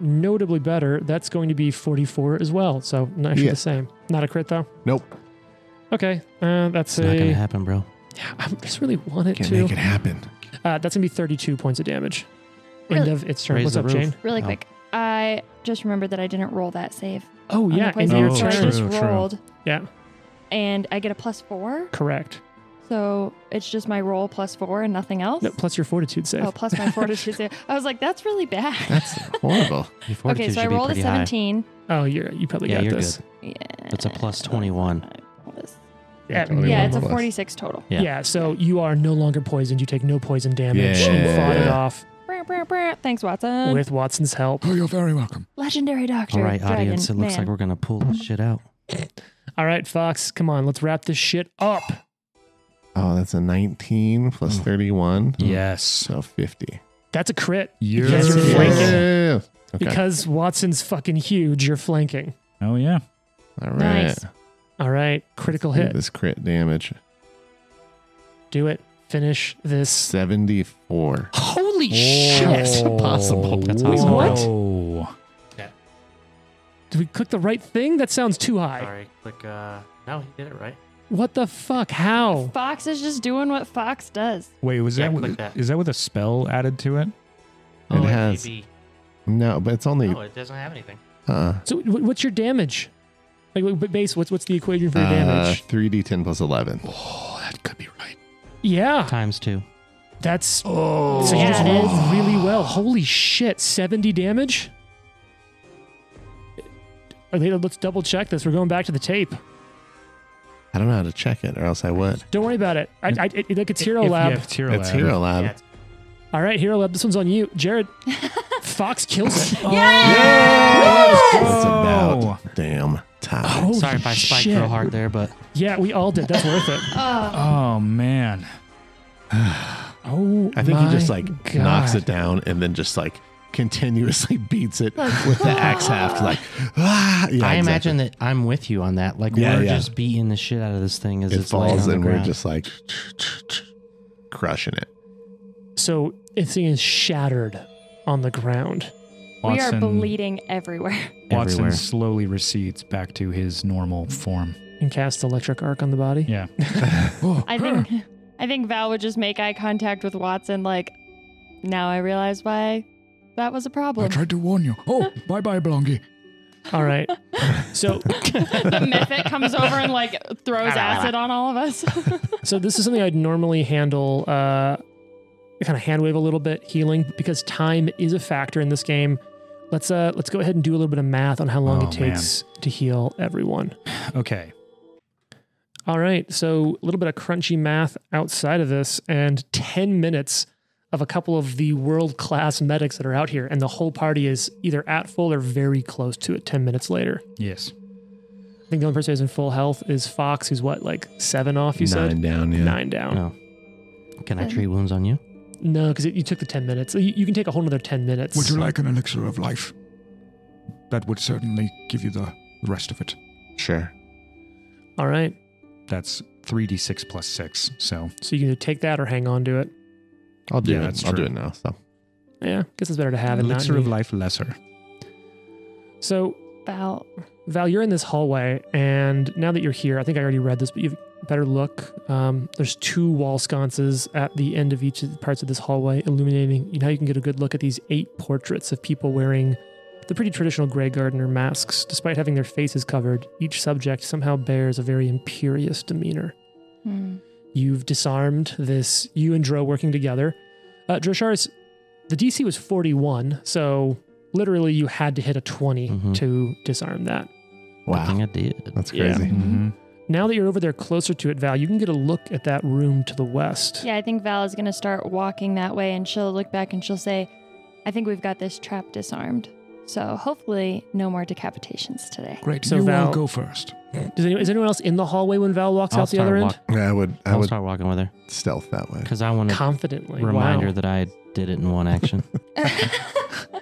S2: notably better. That's going to be 44 as well. So not actually
S3: Yeah.
S2: the same. Not a crit, though.
S3: Nope.
S2: Okay. Uh, that's
S5: It's not going to
S2: a.
S5: happen, bro.
S2: Yeah, I just really want it
S3: Can't
S2: to.
S3: make it happen.
S1: Mm-hmm.
S2: Uh, that's going to be 32 points of damage. End
S4: Really?
S2: of its turn.
S5: Raise
S2: What's
S5: the
S2: up,
S5: roof.
S2: Jane?
S4: really
S5: Oh.
S4: quick. I just remembered that I didn't roll that save.
S2: Oh,
S4: on the
S2: yeah. End
S4: poison,
S2: of your
S1: Oh,
S4: so I
S2: turn.
S1: true.
S4: just rolled
S2: Yeah,
S4: and I get a plus four.
S2: correct.
S4: So it's just my roll plus four and nothing else.
S2: No, plus your fortitude save.
S4: Oh, plus my fortitude save. I was like, that's really bad.
S3: That's horrible.
S5: Your fortitude
S4: Okay, so I
S5: should be
S4: rolled a
S5: pretty high.
S4: 17.
S2: Oh, you're you probably
S5: Yeah,
S2: got
S5: you're
S2: this.
S5: good. It's a plus 21.
S2: Yeah,
S3: Totally
S4: Yeah,
S3: one
S4: it's a
S3: plus.
S4: 46 total.
S5: Yeah.
S2: Yeah. so you are no longer poisoned. You take no poison damage. You
S3: Yeah.
S2: fought it off
S4: Brr, brr, brr. Thanks, Watson.
S2: with Watson's help.
S6: Oh, you're very welcome.
S4: Legendary Doctor.
S5: All right,
S4: Dragon,
S5: audience. It looks
S4: man.
S5: like we're going to pull this shit out.
S2: All right, Fox, come on, let's wrap this shit up.
S3: Oh, that's a 19 plus
S2: Oh.
S3: 31.
S1: Yes.
S3: So 50.
S2: That's a crit
S1: You're
S2: Yes, you're flanking.
S3: Yeah. Okay.
S2: because Watson's fucking huge. You're flanking.
S1: Oh yeah.
S3: All right.
S4: Nice.
S2: All right, critical
S3: Look at
S2: hit.
S3: This crit damage.
S2: Do it. Finish this.
S3: 74.
S2: Holy shit!
S1: possible.
S5: That's awesome.
S6: Oh.
S1: What?
S2: Did we click the right thing? That sounds too high.
S5: right, click. Uh, no, he did it right.
S2: What the fuck? How?
S4: Fox is just doing what Fox does.
S1: Wait, was
S5: Yeah,
S1: that,
S5: click
S1: with,
S5: that.
S1: is that with a spell added to it?
S5: Oh,
S3: It has. No, but it's only.
S5: it doesn't have anything.
S3: Uh,
S2: So, wh- what's your damage? Like, wh- base. What's what's the equation for your
S3: uh,
S2: damage?
S3: 3d10 plus 11.
S1: Oh, that could be right.
S2: Yeah.
S5: Times two.
S2: That's oh, so you
S4: Yeah,
S2: just
S4: it
S2: rolled
S4: is.
S2: really well. Holy shit, seventy damage. Uh, they- Let's double check this. We're going back to the tape.
S3: I don't know how to check it, or else I would.
S2: Don't worry about it. I, I, it look, it's Hero
S1: If-
S2: Lab.
S1: Yeah, if it's Hero
S3: It's
S1: Lab.
S3: Hero Lab.
S2: All right, Hero Lab. This one's on you, Jared. Fox kills it.
S3: It's
S1: Oh.
S3: about damn time.
S2: Holy
S5: Sorry if I spiked
S2: shit.
S5: real hard there, but
S2: Yeah, we all did. That's worth it.
S1: Oh man.
S2: Oh,
S3: I think he just
S2: my
S3: like knocks
S2: God.
S3: it down and then just like continuously beats it with the axe haft. Like, ah, yeah,
S5: I
S3: exactly.
S5: imagine that I'm with you on that. Like
S3: Yeah,
S5: we're
S3: yeah.
S5: just beating the shit out of this thing as
S3: it
S5: it's laying
S3: falls
S5: on the
S3: and we're
S5: ground.
S3: just like crushing it.
S2: So, this thing is shattered on the ground.
S4: We
S1: Watson-
S4: are bleeding everywhere.
S1: Watson
S5: everywhere.
S1: slowly recedes back to his normal form.
S2: and cast electric arc on the body.
S1: Yeah.
S4: I think I think Val would just make eye contact with Watson like now I realize why that was a
S6: I
S4: problem.
S6: tried to warn you. Oh, bye bye, Blongi.
S2: All right. So
S4: the mythic comes over and like throws acid on all of us.
S2: so this is something I'd normally handle uh kind of hand wave a little bit healing but because time is a factor in this game. Let's uh let's go ahead and do a little bit of math on how long
S1: Oh,
S2: it takes to heal everyone.
S1: Okay.
S2: All right. So a little bit of crunchy math outside of this and 10 minutes of a couple of the world-class medics that are out here and the whole party is either at full or very close to it 10 minutes later.
S1: Yes.
S2: I think the only person who's in full health is Fox, who's what, like seven off, you
S3: Nine
S2: said?
S3: down, yeah.
S2: Nine down.
S5: No. Can I treat wounds on you?
S2: No, because you took the 10 minutes. So You, you can take a whole nother 10 minutes.
S6: Would you like an elixir of life? That would certainly give you the rest of it.
S3: Sure.
S2: All right.
S1: That's 3d6 plus 6. So,
S2: So you can either take that or hang on to it.
S3: I'll do
S1: Yeah,
S3: it.
S1: that's
S3: I'll
S1: true.
S3: do it now. So
S2: Yeah, guess it's better to have it. not
S1: elixir of
S2: need.
S1: life lesser.
S2: So,
S4: Val
S2: Val, you're in this hallway, and now that you're here, I think I already read this, but you've better look. Um, there's two wall sconces at the end of each of the parts of this hallway, illuminating. You know, how you can get a good look at these eight portraits of people wearing the pretty traditional Grey Gardener masks. Despite having their faces covered, each subject somehow bears a very imperious demeanor.
S4: Hmm.
S2: You've disarmed this, you and Dro working together. Uh, Drosharis, the DC was 41, so literally you had to hit a 20
S5: Mhm.
S2: to disarm that.
S5: I think I did.
S3: That's
S2: Yeah.
S3: crazy.
S1: Mm-hmm.
S2: Now that you're over there closer to it, Val, you can get a look at that room to the west.
S4: Yeah, I think Val is going to start walking that way and she'll look back and she'll say, I think we've got this trap disarmed. So hopefully, no more decapitations today.
S6: Great.
S2: So
S6: you
S2: Val-
S6: all go first.
S2: Does anyone, is anyone else in the hallway when Val walks
S5: I'll
S2: out the other
S5: start,
S2: end?
S5: walk,
S3: Yeah, I would I
S5: I'll
S3: would
S5: start walking with her
S3: stealth that way.
S5: because I want to
S2: Confidently.
S5: remind
S2: wow.
S5: her that I did it in one action.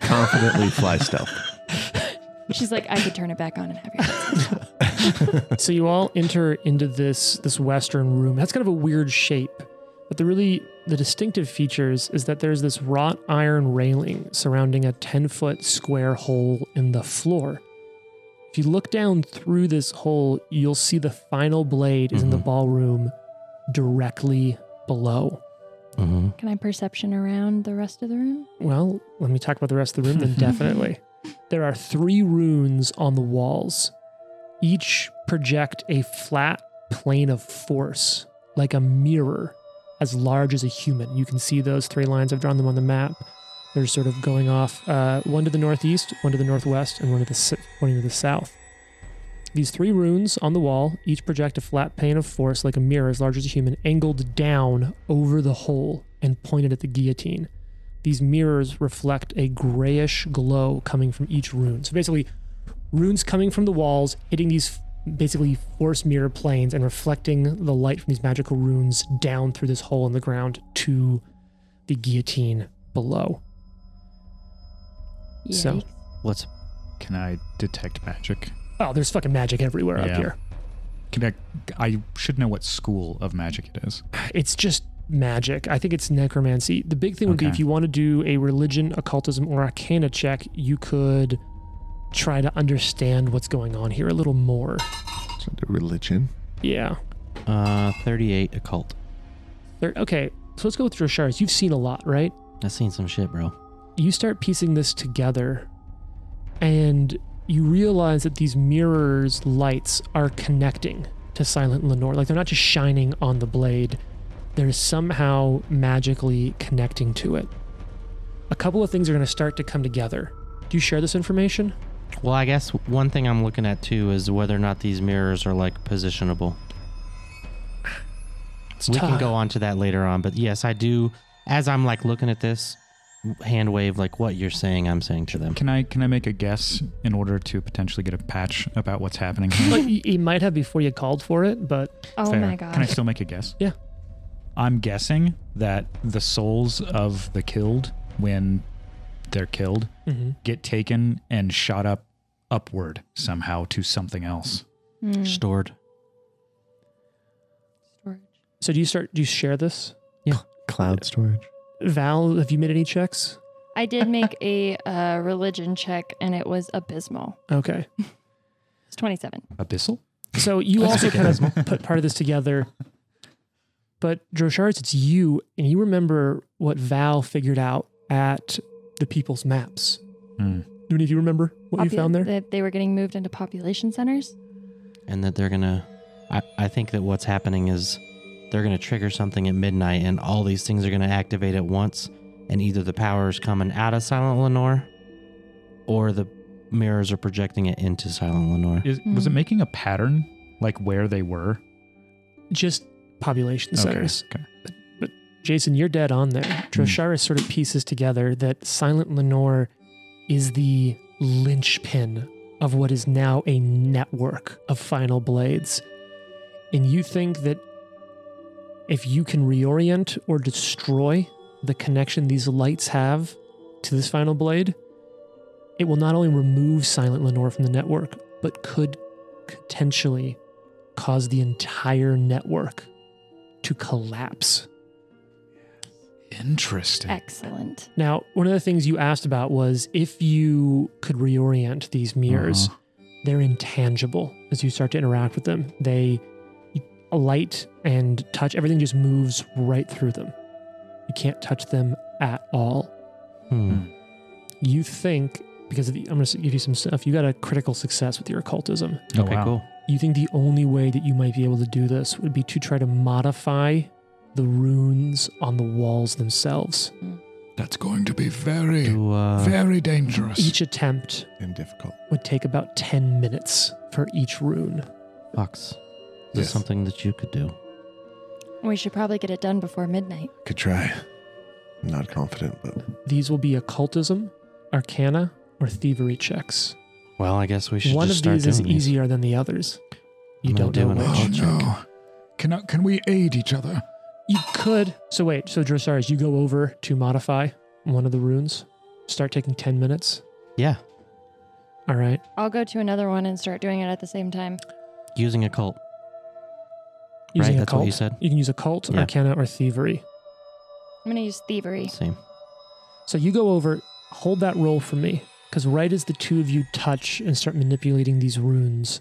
S3: Confidently fly stealth.
S4: She's like, I could turn it back on and have your
S2: so you all enter into this this western room. That's kind of a weird shape, but the really the distinctive features is that there's this wrought iron railing surrounding a 10 foot square hole in the floor. If you look down through this hole, you'll see the final blade is in the
S5: Mhm.
S2: ballroom directly below.
S5: hmm
S4: Can I perception around the rest of the room?
S2: Well, when we talk about the rest of the room, then definitely. There are three runes on the walls. Each project a flat plane of force, like a mirror, as large as a human. You can see those three lines. I've drawn them on the map. They're sort of going off uh, one to the northeast, one to the northwest, and one to the s- one to the south. These three runes on the wall each project a flat plane of force, like a mirror, as large as a human, angled down over the hole and pointed at the guillotine these mirrors reflect a grayish glow coming from each rune. So basically, runes coming from the walls, hitting these basically force mirror planes and reflecting the light from these magical runes down through this hole in the ground to the guillotine below. So-
S4: Yikes.
S5: What's
S1: Can I detect magic?
S2: Oh, there's fucking magic everywhere up
S1: Yeah.
S2: here.
S1: Can I? I should know what school of magic it is.
S2: It's just magic. I think it's necromancy. The big thing would be
S1: Okay.
S2: if you want to do a religion, occultism, or arcana check, you could try to understand what's going on here a little more.
S3: So the religion.
S2: Yeah.
S5: uh, 38 occult?
S2: They're- okay, so let's go with Drosharis. You've seen a lot, right?
S5: I've seen some shit, bro.
S2: You start piecing this together, and you realize that these mirrors' lights are connecting to Silent Lenore. Like they're not just shining on the blade; they're somehow magically connecting to it. A couple of things are going to start to come together. Do you share this information?
S5: Well, I guess one thing I'm looking at too is whether or not these mirrors are like positionable.
S2: It's
S5: we can
S2: tough.
S5: go on to that later on, but yes, I do. As I'm like looking at this, hand wave like what you're saying, I'm saying to
S2: Mm-hmm.
S5: them.
S1: Can I? Can I make a guess in order to potentially get a patch about what's happening? Here?
S2: Like, you- you might have before you called for it, but
S4: Oh
S1: Fair.
S4: my
S1: Can I
S4: gosh.
S1: still make a guess?
S2: Yeah.
S1: I'm guessing that the souls of the killed, when they're killed,
S5: Mm-hmm.
S2: Mhm.
S1: get taken and shot up upward somehow to something else.
S4: Hmm.
S5: Stored.
S4: Storage.
S2: so do you start? Do you share this?
S3: Cloud storage.
S2: Val, have you made any checks?
S4: I did make a uh, religion check and it was abysmal.
S2: Okay.
S4: It's 27.
S1: Abyssal?
S2: So you also kind of put part of this together. But Drosharis, it's you, and you remember what Val figured out at the people's maps.
S1: Hmm.
S2: Do any of you remember what you
S4: Popu-
S2: found there?
S4: That they were getting moved into population centers.
S5: and that they're gonna I, I think that what's happening is they're gonna trigger something at midnight and all these things are gonna activate at once and either the power is coming out of silent lenore or the mirrors are projecting it into silent lenore
S1: Is, Was it
S4: Hmm.
S1: making a pattern like where they were?
S2: Just population centers.
S1: Okay. okay.
S2: Jason, you're dead on there. Drosharis sort of pieces together that Silent Lenore is the linchpin of what is now a network of final blades. And you think that if you can reorient or destroy the connection these lights have to this final blade, it will not only remove Silent Lenore from the network, but could potentially cause the entire network to collapse.
S1: Interesting.
S4: Excellent.
S2: Now, one of the things you asked about was if you could reorient these mirrors,
S1: Uh-huh.
S2: they're intangible as you start to interact with them. They light and touch, everything just moves right through them. You can't touch them at all.
S5: Hmm.
S9: Mm.
S2: You think because of the, I'm going to give you some stuff. You got a critical success with your occultism.
S9: Oh,
S5: Okay,
S9: wow.
S5: cool.
S2: You think the only way that you might be able to do this would be to try to modify the runes on the walls themselves.
S6: That's going to be very,
S5: Do, uh,
S6: very dangerous.
S2: Each attempt
S3: and difficult.
S2: would take about 10 minutes for each rune.
S5: Fox, is this
S3: Yes.
S5: something that you could do?
S4: We should probably get it done before midnight.
S3: Could try. I'm not confident, but
S2: These will be occultism, arcana, or thievery checks.
S5: Well, I guess we should
S2: One
S5: just
S2: of
S5: start
S2: these is
S5: doing these.
S2: easier than the others. You
S5: I'm
S2: don't know
S5: gonna do an
S2: which.
S6: Oh
S5: Check.
S6: no! Can I, can we aid each other?
S2: You could. So wait. So Drosaris, you go over to modify one of the runes. Start taking ten minutes.
S5: Yeah,
S2: All right.
S4: I'll go to another one and start doing it at the same time.
S5: using a cult.
S2: Using
S5: right,
S2: a
S5: that's
S2: cult.
S5: what you said.
S2: You can use occult,
S5: Yeah.
S2: arcana, or thievery.
S4: I'm gonna use thievery.
S5: Same.
S2: So you go over. Hold that roll for me, because right as the two of you touch and start manipulating these runes,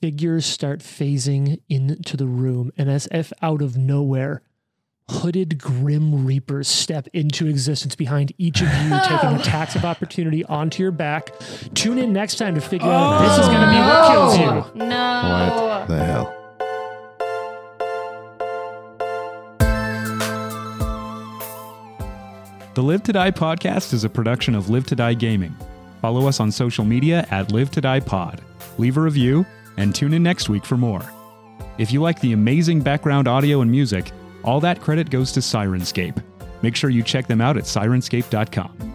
S2: figures start phasing into the room, and as if out of nowhere. Hooded Grim Reapers step into existence behind each of you, taking attacks of opportunity onto your back. Tune in next time to figure out if this is going to be what kills
S4: Oh.
S2: you.
S3: what
S4: No.
S3: the hell?
S1: The Live to Die podcast is a production of Live to Die Gaming. Follow us on social media at Live to Die Pod. Leave a review and tune in next week for more. If you like the amazing background audio and music, all that credit goes to Sirenscape. Make sure you check them out at sirenscape.com.